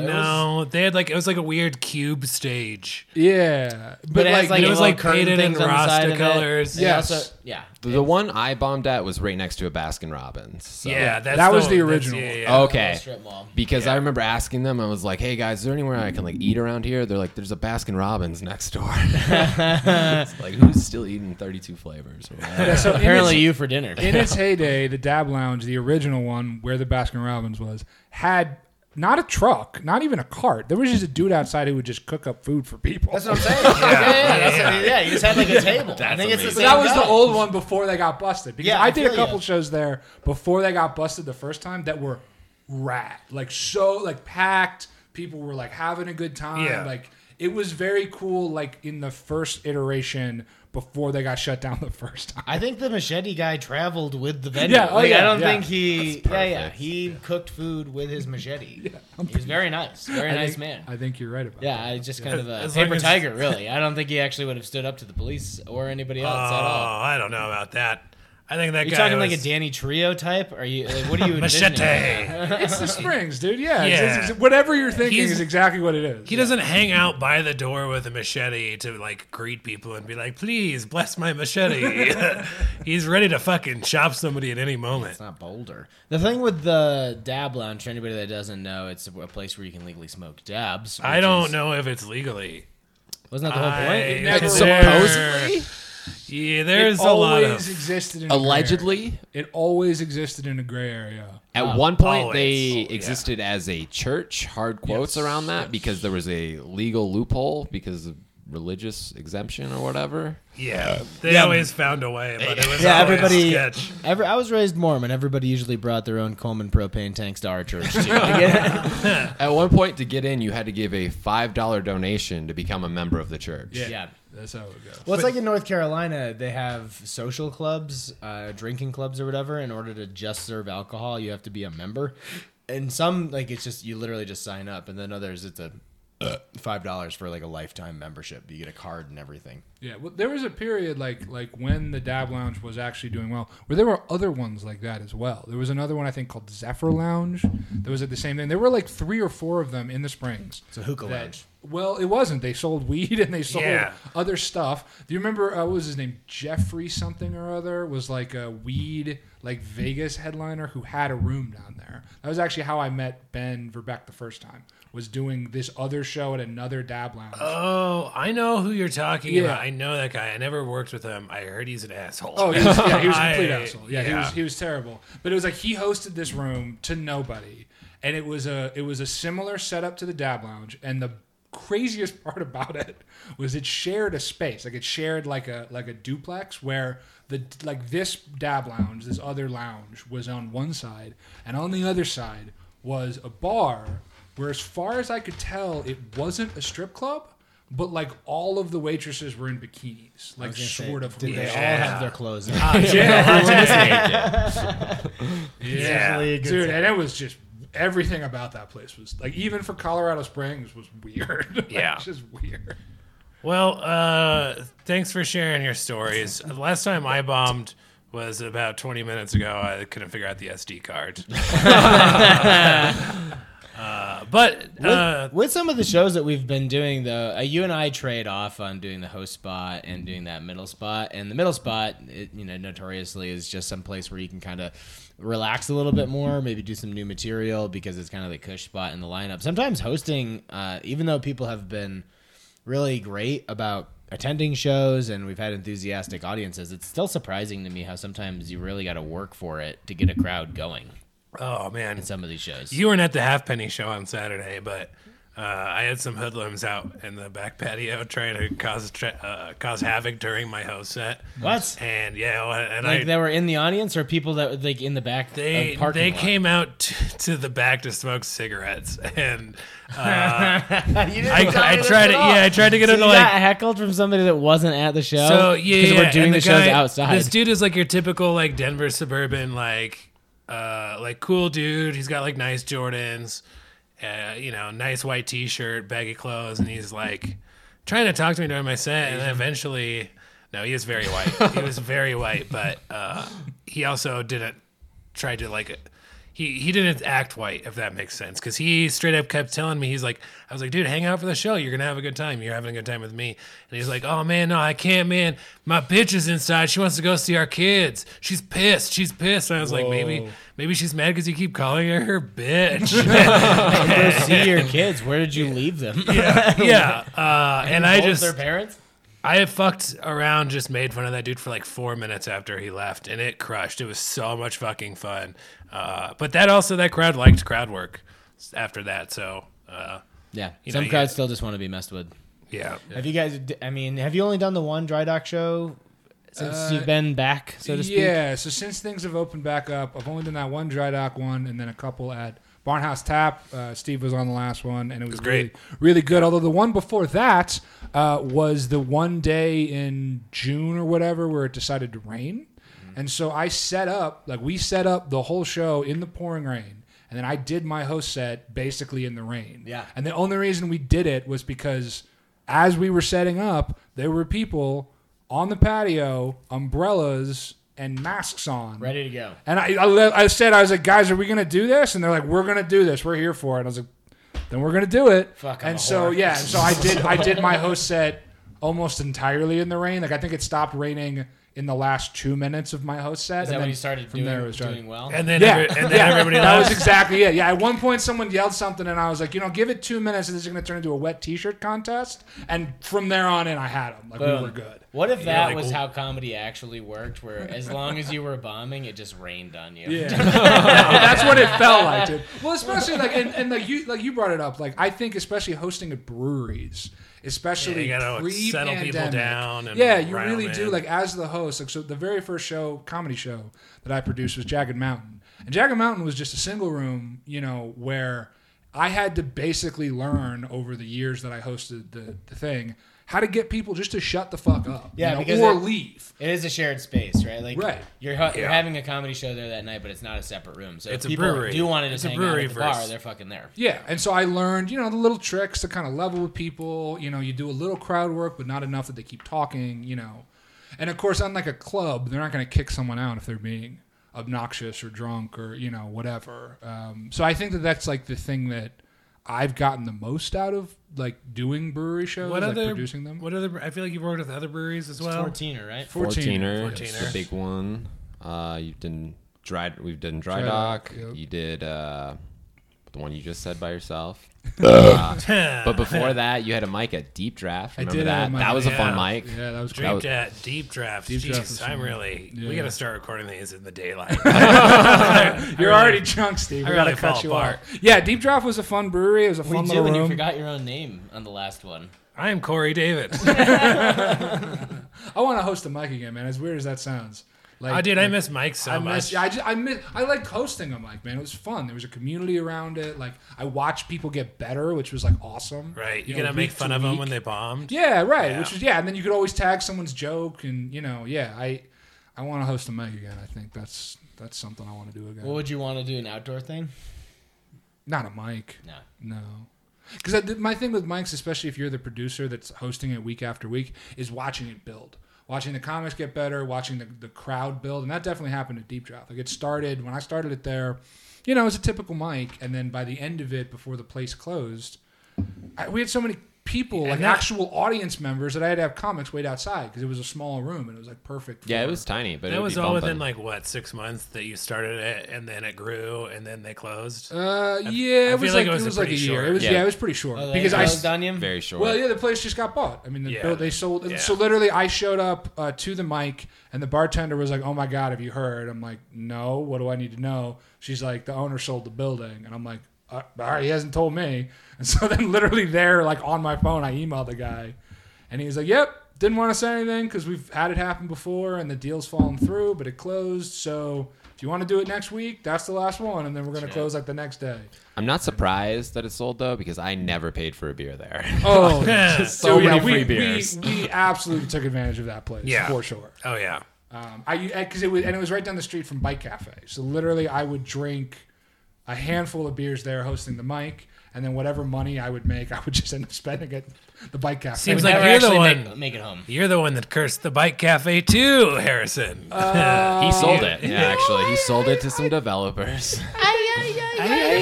A: No, it
D: no, they had like it was like a weird cube stage.
C: Yeah,
A: But it has like,
C: like,
D: it was,
A: yellow
D: like,
A: curtain
D: painted in
A: things on the side
D: Rasta
A: of it.
D: colors.
A: And it
C: Yes.
A: also- yeah.
E: The, the one I bombed at was right next to a Baskin Robbins. So.
D: yeah, that's
C: that was the
D: that's-
C: original
D: yeah,
C: one.
D: yeah.
E: Okay.
A: Strip mall.
E: Because I remember asking them, I was like, "Hey guys, is there anywhere I can like eat around here?" They're like, "There's a Baskin Robbins next door." It's like who's still eating thirty-two flavors? Or whatever?
C: so
A: Apparently, you for dinner.
C: in its heyday, the Dab Lounge, the original one where the Baskin Robbins was, had not a truck, not even a cart. There was just a dude outside who would just cook up food for people.
A: That's what I'm saying. yeah, yeah, yeah, that's what- yeah, you just had like a table. I think it's the
C: But
A: same.
C: that was the
A: guy.
C: old one before they got busted. Because
A: Yeah,
C: I
A: I
C: did a
A: feel
C: couple
A: ya.
C: shows there before they got busted the first time that were rad, like so, like packed. People were like having a good time.
D: Yeah.
C: Like it was very cool. Like in the first iteration before they got shut down the first time.
A: I think the machete guy traveled with the vendor.
C: Yeah, oh,
A: Like,
C: yeah,
A: I don't
C: yeah.
A: think he. Yeah, yeah. He cooked food with his machete. He's very nice. Very
C: I
A: nice
C: think-
A: man.
C: I think you're right about
A: yeah, I just kind of a
D: As long
A: paper
D: as-
A: tiger, really. I don't think he actually would have stood up to the police or anybody
D: Oh,
A: else at all.
D: I don't know about that. I think that
A: Are you
D: guy
A: talking like a
D: was-
A: Danny Trio type? Are you? Like, what are you envisioning?
D: machete.
C: that. It's the Springs, dude. Yeah. It's-
D: Yeah.
C: it's- it's- whatever you're thinking
D: He's-
C: is exactly what it is.
D: He doesn't hang out by the door with a machete to like greet people and be like, "Please bless my machete." He's ready to fucking chop somebody at any moment.
A: It's not Boulder. The thing with the dab lounge, for anybody that doesn't know, it's a place where you can legally smoke dabs.
D: I
A: which
D: don't
A: is-
D: know if it's legally.
A: Wasn't that the whole
D: I-
A: point?
C: never
D: Supposedly? Yeah, there's
C: it
D: a lot
C: always
D: of.
C: existed in a gray area.
E: Allegedly,
C: It always existed in a gray area.
E: At one point,
D: always. Oh,
E: they
D: yeah.
E: existed as a church. Hard quotes around that because there was a legal loophole because of religious exemption or whatever.
D: Yeah, they always found a way, but it was
A: Yeah,
D: always
A: everybody.
D: sketch.
A: Every, I was raised Mormon. Everybody usually brought their own Coleman propane tanks to our church. Too.
E: At one point, to get in, you had to give a five dollar donation to become a member of the church.
A: Yeah.
C: That's how it goes.
A: Well, it's like in North Carolina, they have social clubs, uh, drinking clubs, or whatever. In order to just serve alcohol, you have to be a member. And some, like, it's just you literally just sign up, and then others, it's a uh, five dollars for like a lifetime membership. You get a card and everything.
C: Yeah, well, there was a period like like when the Dab Lounge was actually doing well, where there were other ones like that as well. There was another one I think called Zephyr Lounge that was at the same thing. There were like three or four of them in the Springs.
A: It's a hookah
C: that-
A: lounge.
C: Well, it wasn't. They sold weed and they sold
D: Yeah.
C: other stuff. Do you remember uh, what was his name? Jeffrey something or other was like a weed like Vegas headliner who had a room down there. That was actually how I met Ben Verbeck the first time. was doing this other show at another dab lounge.
D: Oh, I know who you're talking
C: Yeah.
D: about. I know that guy. I never worked with him. I heard he's an asshole.
C: Oh, he was, yeah, he was a
D: I-
C: complete asshole. Yeah, he
D: yeah.
C: was he was terrible. But it was like he hosted this room to nobody, and it was a it was a similar setup to the Dab Lounge. And the craziest part about it was it shared a space, like it shared like a like a duplex where the like this Dab Lounge, this other lounge, was on one side, and on the other side was a bar. Where, as far as I could tell, it wasn't a strip club. But like all of the waitresses were in bikinis, like sort of.
A: Did they all
D: Yeah.
A: have their clothes?
D: yeah.
C: dude, and it was just everything about that place was like even for Colorado Springs was weird. Like,
D: Yeah.
C: just weird.
D: Well, uh, thanks for sharing your stories. The last time I bombed was about 20 minutes ago. I couldn't figure out the SD card. uh, but uh,
A: With some of the shows that we've been doing, though, uh, you and I trade off on doing the host spot and doing that middle spot. And the middle spot, it, you know, notoriously is just some place where you can kind of relax a little bit more, maybe do some new material because it's kind of the cush spot in the lineup. Sometimes hosting, uh, even though people have been really great about attending shows and we've had enthusiastic audiences, it's still surprising to me how sometimes you really got to work for it to get a crowd going
D: oh man,
A: in some of these shows.
D: you weren't at the halfpenny show on Saturday, but uh, I had some hoodlums out in the back patio trying to cause tra- uh, cause havoc during my host set.
A: What?
D: And yeah, well, and
A: like
D: I
A: that were in the audience or people that were like in the back
D: they
A: of parking
D: they
A: lot?
D: came out t- to the back to smoke cigarettes, and uh, I, I tried to yeah I tried to get
A: so
D: into
A: you got
D: like.
A: heckled from somebody that wasn't at the show
D: So yeah, yeah,
A: we're doing
D: and
A: the, shows
D: guy-
A: outside
D: This dude is like your typical like Denver suburban like uh like cool dude. He's got like nice Jordans, uh, you know, nice white t-shirt, baggy clothes, and he's like trying to talk to me during my set, and then eventually, no, he is very white. he was very white, but uh, he also didn't try to like. He, he didn't act white, if that makes sense, because he straight up kept telling me he's like, I was like, dude, hang out for the show. You're gonna have a good time. You're having a good time with me. And he's like, oh man, no, I can't, man. My bitch is inside. She wants to go see our kids. She's pissed. She's pissed. And I was like, maybe maybe she's mad because you keep calling her her bitch.
A: go see your kids where did you leave them
D: yeah. Uh, and I
A: Both
D: just
A: their parents
D: I fucked around, just made fun of that dude for like four minutes after he left, and it crushed. It was so much fucking fun. Uh, but that also, that crowd liked crowd work after that. So, uh,
A: yeah
D: You know,
A: some
D: yeah.
A: crowds still just want to be messed with
D: yeah.
A: have you guys d- i mean have you only done the one dry dock show since
C: Uh,
A: you've been back so to speak
C: Yeah. So since things have opened back up, I've only done that one dry dock one, and then a couple at Barnhouse Tap. Uh, Steve was on the last one, and it was,
D: great.
C: really, really good. Although the one before that uh, was the one day in June or whatever where it decided to rain, and so I set up like we set up the whole show in the pouring rain. And then I did my host set basically in the rain.
A: Yeah.
C: And the only reason we did it was because as we were setting up, there were people on the patio, umbrellas and masks on.
A: ready to go
C: And I, I, le- I said, I was like, guys, are we going to do this? And they're like, we're going to do this. We're here for it. And I was like, then we're going to do it.
A: Fuck, I'm
C: and
A: a
C: so,
A: whore.
C: yeah. And so I did, I did my host set almost entirely in the rain. Like, I think it stopped raining in the last two minutes of my host set.
A: is that when you started
C: from
A: doing,
C: there it was dry.
A: doing well
D: And then,
C: Yeah.
D: every, and then everybody
C: That was
D: left.
C: exactly it. Yeah, at one point someone yelled something, and I was like, you know, give it two minutes, and this is going to turn into a wet T-shirt contest. And from there on in, I had them. Like
A: Boom.
C: we were good.
A: what if that
D: like,
A: was
D: oh.
A: how comedy actually worked where as long as you were bombing it just rained on you
C: that's what it felt like, dude. Well, especially like and, and like you like you brought it up. Like I think especially hosting at breweries, especially
D: Yeah, you gotta, like,
C: pre-pandemic,
D: settle people down and
C: yeah, you
D: round
C: really do.
D: in.
C: Like as the host, like so the very first show comedy show that I produced was Jagged Mountain, and Jagged Mountain was just a single room, you know, where I had to basically learn over the years that I hosted the, the thing how to get people just to shut the fuck up,
A: Yeah,
C: you know,
A: because
C: or
A: it-
C: leave.
A: It is a shared space, right? Like
C: Right.
A: You're, ho- you're
D: Yeah.
A: having a comedy show there that night, but it's not a separate room. So
D: It's a
A: if people
D: brewery.
A: do want to just
D: It's a
A: hang out
D: brewery
A: at the bar,
D: verse.
A: they're fucking there.
C: Yeah, and so I learned, you know, the little tricks to kind of level with people. You know, you do a little crowd work, but not enough that they keep talking. You know, and of course, unlike a club, they're not going to kick someone out if they're being obnoxious or drunk or you know whatever. Um, so I think that that's like the thing that I've gotten the most out of like doing brewery shows,
D: What
C: like
D: other,
C: producing them.
D: What other, I feel like you've worked with other breweries as well.
A: 14er, right?
E: 14er,
D: 14er.
E: is the big one. Uh, you've done dry. We've done dry,
C: Dry
E: dock.
C: dock, yep.
E: You did uh, the one you just said by yourself. Uh, but before that, you had a mic at Deep Draft.
C: I
E: Remember
C: did have
E: that?
C: a mic
E: That was a fun
D: Yeah.
E: mic.
C: Yeah, that was great.
D: Deep,
E: was-
D: da- deep draft.
C: Deep draft
D: Jesus,
C: is
D: I'm
C: fun.
D: really. We
C: Yeah.
D: got to start recording these in the daylight.
C: You're already drunk, Steve. We
D: I
C: gotta
D: really
C: cut
D: fall
C: you
D: apart.
C: off. Yeah, Deep Drop was a fun brewery. It was a
A: We
C: fun
A: do,
C: little
A: and you
C: room.
A: forgot your own name on the last one.
D: I'm Corey David.
C: I want to host a mic again, man. As weird as that sounds. Like,
D: Oh, dude, I miss Mike so
C: I
D: much.
C: miss, I just, I miss, I liked hosting a mic, man. It was fun. There was a community around it. Like, I watched people get better, which was like awesome.
D: Right, you,
C: know,
D: gonna make
C: week
D: fun
C: to
D: of them
C: week.
D: when they bombed.
C: Yeah, right.
D: Yeah.
C: Which is yeah, and then you could always tag someone's joke, and you know, yeah, I, I want to host a mic again. I think that's that's something I want to do again.
A: What would you want to do? An outdoor thing?
C: Not a mic.
A: No.
C: No. Because my thing with mics, especially if you're the producer that's hosting it week after week, is watching it build. Watching the comics get better, watching the, the crowd build. And that definitely happened at Deep Drop. Like it started, when I started it there, you know, it was a typical mic. And then by the end of it, before the place closed, I, we had so many people, like
D: that-
C: actual audience members, that I had to have comics wait outside because it was a small room and it was like perfect.
E: Yeah, it
C: for-
E: was tiny, but
D: That
E: it
D: was
E: be
D: all
E: bumping.
D: within like what six months that you started it, and then it grew, and then they closed.
C: Uh, yeah,
D: I
C: it was
D: feel
C: like,
D: like it was
C: it
D: a
C: was like a
D: pretty
C: year.
D: short-
C: It was
E: Yeah.
C: yeah, it was pretty short
A: Oh, they
C: because I
A: closed on you?
E: very short.
C: Well, yeah, the place just got bought. I mean, the
D: Yeah.
C: built- they sold.
D: Yeah.
C: So literally, I showed up uh, to the mic, and the bartender was like, "Oh my god, have you heard?" I'm like, "No. What do I need to know?" She's like, "The owner sold the building," and I'm like, uh, "All right, he hasn't told me." And so then, literally there, like on my phone, I emailed the guy, and he was like, "Yep." Didn't want to say anything because we've had it happen before and the deal's fallen through, but it closed. So if you want to do it next week, that's the last one, and then we're gonna close like the next day.
E: I'm not surprised that it sold though because I never paid for a beer there.
C: Oh,
E: so
C: yeah,
E: many
C: we,
E: free
C: we-
E: beers.
C: We, absolutely took advantage of that place,
D: Yeah.
C: for sure.
D: oh yeah,
C: Um, I because it was and it was right down the street from Bike Cafe, so literally I would drink a handful of beers there, hosting the mic, and then whatever money I would make, I would just end up spending at the Bike Cafe.
D: Seems
A: Would
D: like
A: never
D: you're the
A: actually
D: one.
A: Make, make it home.
D: You're the one that cursed the bike cafe too, Harrison.
E: he sold it. Yeah, actually, he sold it to some developers.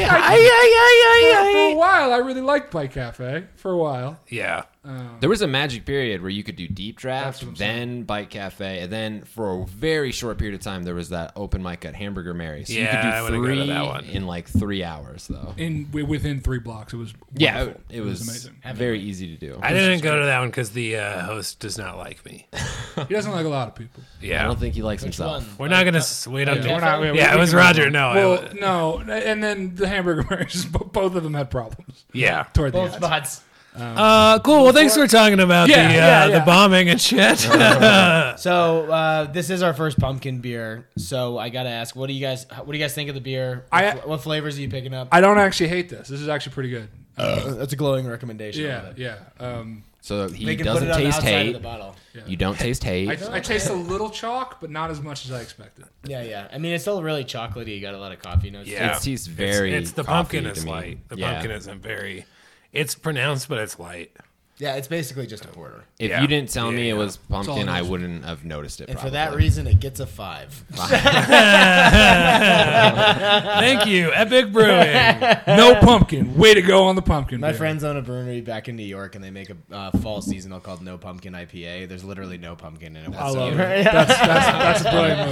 C: for a while, I really liked Bike Cafe. For a while,
D: yeah,
E: There was a magic period where you could do deep
C: That's
E: draft,
C: what I'm
E: then bike cafe, and then for a very short period of time there was that open mic at Hamburger Mary's. So
D: Yeah, I
E: you could
D: wanna
E: do
D: go to
E: three
D: that one.
E: in like three hours though.
C: in wi- within three blocks, it was
E: yeah, it,
C: wonderful.
E: it was,
C: amazing.
E: very easy to do.
D: I didn't go to that one because the uh, host does not like me.
C: He doesn't like a lot of people.
E: I
D: Yeah,
E: don't think he likes himself.
A: One.
D: we're not gonna. s- We don't.
C: Yeah,
D: do-
C: we're not- we- we-
D: Yeah, it
C: we
D: was
C: can-
D: Roger. No, I,
C: Well,
D: w-
C: no, and then the hamburger Mary's, both of them had problems
D: yeah.
C: toward the
A: Both
C: end.
A: spots.
D: Uh, cool. Well, thanks for talking about
C: Yeah,
D: the uh,
C: yeah, yeah.
D: the bombing and shit.
A: So uh, this is our first pumpkin beer. So I gotta ask, what do you guys? What do you guys think of the beer?
C: I-
A: what, what flavors are you picking up? Uh,
C: I don't actually hate this. This is actually pretty good.
A: That's a glowing recommendation. I
C: Yeah,
A: love it.
C: yeah. Um,
E: So he
A: They can put
E: doesn't
A: it on the
E: taste
A: outside of
E: hate.
A: the bottle.
E: You don't taste hate.
C: I, I taste a little chalk, but not as much as I expected.
A: Yeah, yeah. I mean, it's still really chocolatey. You got a lot of coffee notes.
D: Yeah.
E: It tastes very
D: It's, it's the
E: coffee
D: pumpkin
E: to
D: is
E: me.
D: light. The
E: Yeah.
D: pumpkin isn't very. It's pronounced, but it's light.
A: yeah. It's basically just a quarter.
E: If
D: Yeah.
E: you didn't tell me
D: Yeah.
E: it was pumpkin,
C: all
E: I
C: those-
E: wouldn't have noticed it.
A: And
E: probably.
A: for that reason, it gets a five.
D: Thank you, Epic Brewing.
C: No pumpkin. Way to go on the pumpkin.
A: My
C: beer.
A: friends own a brewery back in New York, and they make a uh, fall seasonal called No Pumpkin IPA. There's literally no pumpkin in it
C: I
A: whatsoever.
C: love it. That's, that's, that's a brilliant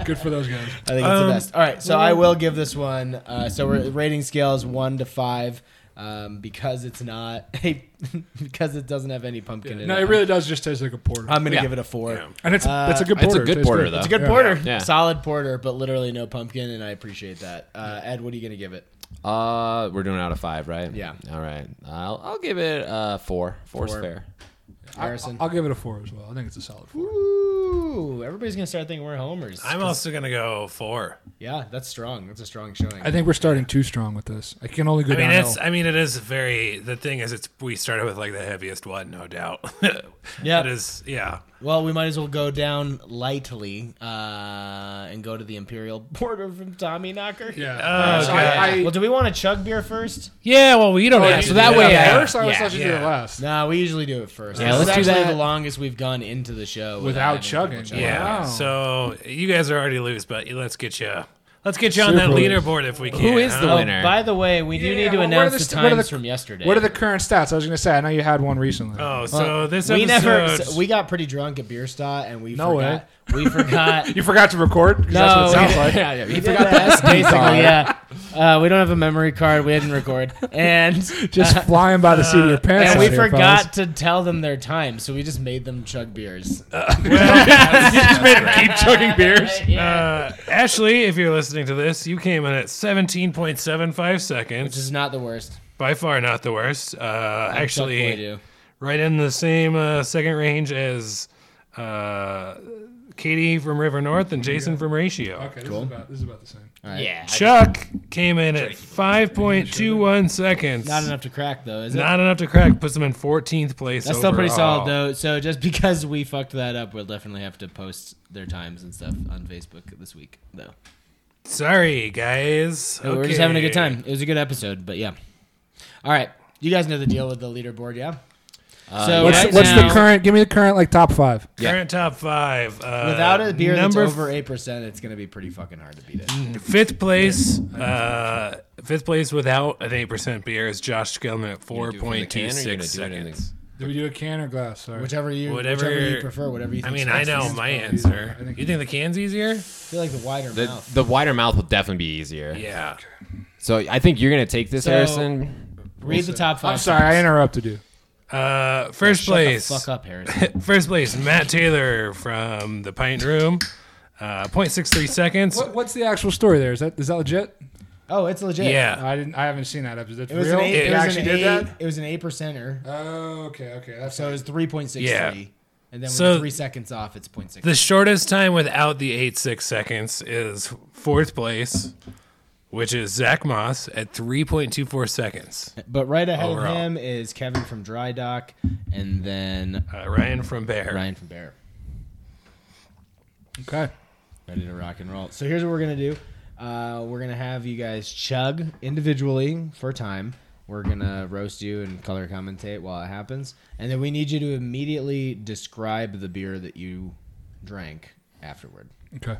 C: move. Good for those guys.
A: I think it's the best. All right, so I will give this one. Uh, so we're rating scales one to five um, because it's not a, because it doesn't have any pumpkin in
C: No,
A: it.
C: it really does just taste like a porter.
A: I'm gonna
E: Yeah.
A: give it a four.
D: Yeah.
C: and it's
A: Uh,
C: that's a good
E: It's a
C: porter.
E: good
C: tastes
E: porter,
C: good.
E: though.
C: It's
A: It's
C: a
A: a
C: good
A: good porter,
E: Yeah.
A: solid porter, but literally no pumpkin, and I appreciate that. Uh, Ed, what are you gonna give it?
E: Uh, we're doing out of five, right?
A: Yeah.
E: All right. I'll I'll give it uh four. Four's
A: Four.
E: fair.
A: Harrison.
C: I'll give it a four as well. I think it's a solid four.
A: Ooh, everybody's gonna start thinking we're homers.
D: I'm also gonna go four.
A: yeah, that's strong. That's a strong showing.
C: I think we're starting too strong with this. I can only go
D: I mean,
C: downhill.
D: it's. I mean, it is very. The thing is, it's. We started with like the heaviest one, no doubt.
A: Yeah.
D: It is. Yeah.
A: Well, we might as well go down lightly uh, and go to the imperial porter from Tommy Knocker.
C: yeah.
D: Oh,
C: So
D: God.
C: I, I,
A: Well, do we want to chug beer first?
D: Yeah. Well, you
C: Oh,
D: don't have
E: so
D: to
E: that
D: do
E: way- yeah,
C: first I was
E: yeah,
C: supposed to do it
D: yeah.
C: last.
A: No, we usually do it first.
E: Yeah,
A: This
E: let's
A: is
E: do
A: actually
E: that.
A: The longest we've gone into the show having
C: Without
A: people
C: chugging.
A: chug.
D: Yeah.
C: Wow.
D: So you guys are already loose, but let's get you. Let's get you on that leaderboard if we can.
E: Who is the
D: huh?
E: winner?
A: Oh, By the way, we do
C: Yeah,
A: need to
C: well, what are
A: announce
C: the
A: the,
C: st- what are
A: times
C: the-
A: from yesterday.
C: What are the current stats? I was going to say, I know you had one recently.
D: Oh, so
A: Well,
D: this episode.
A: we never so we got pretty drunk at beer stop and we
C: No
A: forgot we forgot
C: you forgot to record? 'Cause
A: no
C: that's what it sounds like.
A: yeah, yeah, he forgot that basically yeah uh, we don't have a memory card we didn't record and
C: Just flying by the seat of your pants.
A: and
C: out
A: we
C: here, fellas.
A: forgot to tell them their time so we just made them chug beers
D: keep chugging beers.
A: yeah,
D: Uh, Ashley, if you're listening to this, you came in at 17.75
A: which
D: seconds.
A: is not the worst
D: By far not the worst. Uh,
A: Chuck Boy
D: actually,
A: do.
D: right in the same uh, second range as uh, Katie from River North and Jason from Ratio.
C: Okay, this, is about, this is about the same.
A: yeah
D: Chuck came in at 5.21 seconds.
A: not enough to crack though is it
D: Not enough to crack. Puts them in 14th place.
A: that's still pretty
D: overall.
A: solid though so just because we fucked that up we'll definitely have to post their times and stuff on facebook this week though
D: Sorry, guys.
A: But We're just having a good
D: Okay.
A: time. It was a good episode, but yeah. All right, you guys know the deal with the leaderboard, yeah. so
C: What's,
A: right
C: what's
A: now,
C: the current? Give me the current, like top five.
E: Yeah.
D: Current top five. Uh,
A: Without a beer that's
D: number f- Mm.
A: over eight percent, it's gonna be pretty fucking hard to beat it.
D: Fifth place, uh, fifth place without an eight percent beer is Josh Gilman at four
E: You're gonna do it
D: point
E: from
D: two
E: the can or you're gonna
D: six
E: do it in the-
D: seconds.
C: Did we do a can or glass? Sorry.
A: Whichever you,
D: Whatever-
A: whichever you prefer, whatever you.
D: I
A: Think
D: mean, I know my answer. You think the can's easier?
A: I feel like the wider
E: The,
A: mouth.
E: the wider mouth will definitely be easier.
D: Yeah.
E: So I think you're gonna take this,
A: So-
E: Harrison.
A: Read the top five.
C: I'm sorry, I interrupted you.
D: Uh, first
A: Shut
D: place,
A: The fuck up, Harrison.
D: first place, Matt Taylor from the Pint Room, uh, 0.63 seconds.
C: What, what's the actual story there? Is that is that legit?
A: Oh, it's legit.
D: Yeah.
C: I didn't. I haven't seen that episode. That's
A: It was
C: real.
A: an eight.
C: They
A: It, was
C: actually
A: an
C: did
A: eight
C: that.
A: it was an eight percenter.
C: Oh, okay, okay. That's
A: So it was three point six
D: Yeah.
A: three, and then with
D: So-
A: three seconds off, it's point six.
D: The shortest time without the eight six seconds is fourth place, which is Zach Moss at 3.24 seconds.
A: But right ahead
D: Overall.
A: of him is Kevin from Dry Dock, and then
D: Uh, Ryan from Bear.
A: Ryan from Bear.
C: okay.
A: Ready to rock and roll. So here's what we're gonna do. Uh, we're gonna have you guys chug individually for time. We're gonna roast you and color commentate while it happens, and then we need you to immediately describe the beer that you drank afterward.
C: Okay.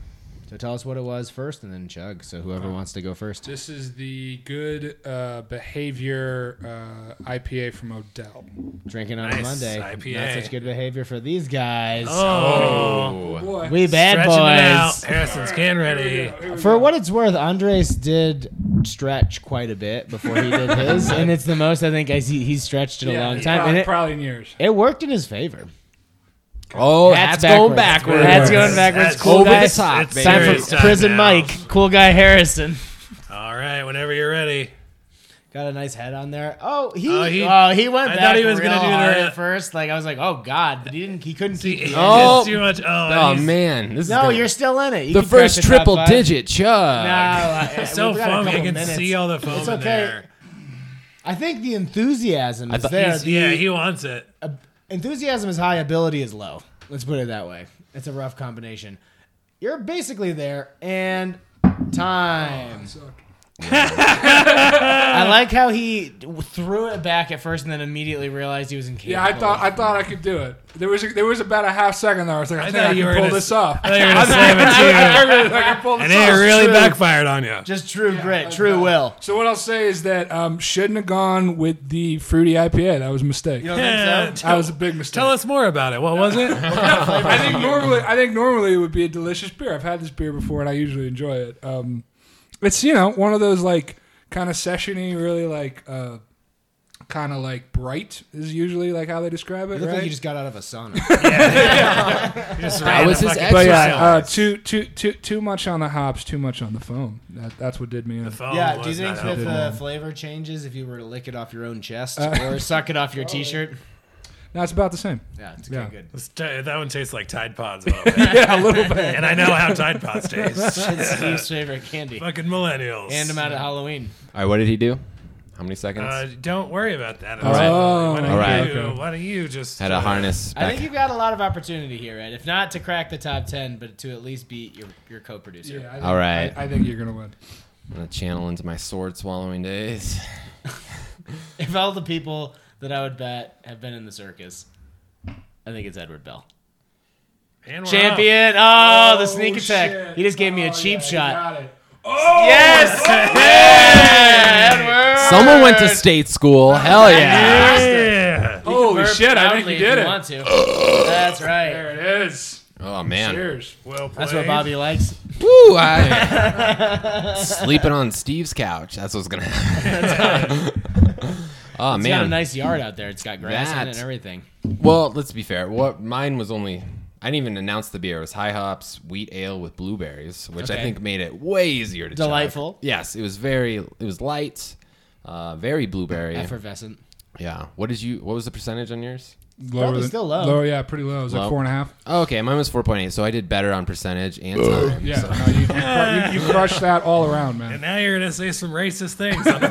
A: So tell us what it was first, and then chug. So whoever wants to go first.
C: This is the good uh, behavior uh, IPA from Odell.
A: Drinking on a
D: Nice
A: Monday. Not
D: IPA.
A: such good behavior for these guys.
D: Oh,
C: Boy.
A: we bad
D: stretching it out.
A: boys.
D: Harrison's can ready.
A: For what it's worth, Andres did stretch quite a bit before he did his, and it's the most I think I see he's stretched in a long time, and
C: Probably,
A: it,
C: probably in years.
A: it worked in his favor.
E: Oh,
A: Hats backwards. Hats going backwards.
D: That's
A: cool
E: over
A: guy.
E: the top,
D: It's
E: baby.
A: Time
D: serious
A: for prison
D: now.
A: Mike, cool guy Harrison.
D: All right, whenever you're ready.
A: Got a nice head on there. Oh, he
D: Oh,
A: oh,
D: he-
A: he, went
D: I
A: back
D: thought he was
A: real
D: gonna do
A: hard
D: that.
A: at first. Like I was like, oh god, but he didn't. He couldn't keep. the-
E: Oh.
D: Oh, too much. Oh,
E: Oh
D: he's
E: man, this is
A: no,
E: gonna-
A: you're still in it. You
E: the
A: can crack
E: first
A: top
E: triple
A: five.
E: digit chug.
A: No, I- I-
D: so
A: we've got a
D: foamy. I
A: couple
D: can
A: minutes.
D: see all the foam
A: It's
D: in
A: okay.
D: there.
A: I think the enthusiasm is
E: thought-
A: there.
D: He's- yeah, he wants it.
A: Ab- enthusiasm is high, ability is low. Let's put it that way. It's a rough combination. You're basically there, and time.
D: Ah.
A: I like how he w- threw it back at first, and then immediately realized he was incapable.
C: Yeah, I thought I thought I could do it. There was a, there was about a half second there. I was like, I, think
D: thought
C: I
D: you were
C: can pull
D: gonna-
C: this off.
D: I thought you were gonna slam it
C: I
D: too.
C: really think I can pull this
D: And
C: off.
D: it really
C: True.
D: backfired on you.
A: just true
C: I
A: grit,
C: was
A: true
C: bad.
A: will.
C: So what I'll say is that um, shouldn't have gone with the fruity IPA. That was a mistake.
D: Yeah,
C: that
D: tell,
C: was a big mistake.
D: tell us more about it. What was it?
C: I think normally, I think normally it would be a delicious beer. I've had this beer before, and I usually enjoy it. Um, it's you know one of those like kind of sessiony, really like uh, kind of like bright is usually like how they describe it.
A: You look
C: right?
A: like you just got out of a sauna.
D: Just
E: That
D: ran
E: was
D: the
E: his
D: fucking-
C: but
E: exercise.
C: yeah, uh, too too too too much on the hops, too much on the foam. That, that's what did me in.
D: Foam
A: yeah,
D: Oh, was
A: do you think
D: not
A: that
D: helpful.
A: the flavor changes if you were to lick it off your own chest or suck it off your T-shirt?
C: No, it's about the same.
A: Yeah, it's
C: Yeah.
A: okay, good.
D: Let's tell- that one tastes like Tide Pods a little bit.
C: yeah, a little bit.
D: and I know how Tide Pods taste.
A: It's Steve's favorite candy.
D: Fucking millennials.
A: Hand him out at Halloween.
E: All right, what did he do? How many seconds?
D: Uh, don't worry about that.
C: right.
D: Why don't,
E: All right.
D: you, why don't you just
E: Had a
D: uh,
E: harness.
A: I
E: Back.
A: think you've got a lot of opportunity here, Ed. If not to crack the top ten, but to at least beat your, your co-producer.
C: Yeah, I think-
E: All right.
C: I, I think you're gonna win.
E: I'm gonna channel into my sword swallowing days.
A: If all the people that I would bet have been in the circus, I think it's Edward Bell.
D: and we're off.
A: Champion! Oh, the sneak
C: Oh,
A: attack!
C: shit.
A: He just gave me a
C: Oh,
A: cheap
C: yeah,
A: shot.
C: he got it.
D: Oh!
H: Yes!
E: Someone went to state school. Hell yeah.
D: Yeah.
C: Holy shit, I think you did it.
A: Want to. That's right.
C: There it is.
E: Oh man.
C: Cheers.
D: Well played.
A: That's what Bobby likes.
E: Woo! I sleeping on Steve's couch. That's what's gonna happen. oh
A: It's got a
E: man.
A: nice yard out there. It's got grass in it
E: That-
A: and everything.
E: Well, let's be fair. What mine was only I didn't even announce the beer. It was High Hops Wheat Ale with blueberries, which I
A: Okay.
E: think made it way easier to chug.
A: Delightful.
E: Yes, it was very. It was light, uh, very blueberry.
A: Effervescent.
E: yeah. What did you? What was the percentage on yours?
C: Lower
A: Probably
C: than-
A: still low.
C: Lower, yeah, pretty low. It was
E: Low.
C: like four and a half.
E: Oh, okay, mine was four point eight, so I did better on percentage and time.
C: Yeah, no, you, you, cru- you, you crushed that all around,
D: And
C: man.
D: now you're gonna say some racist things. On the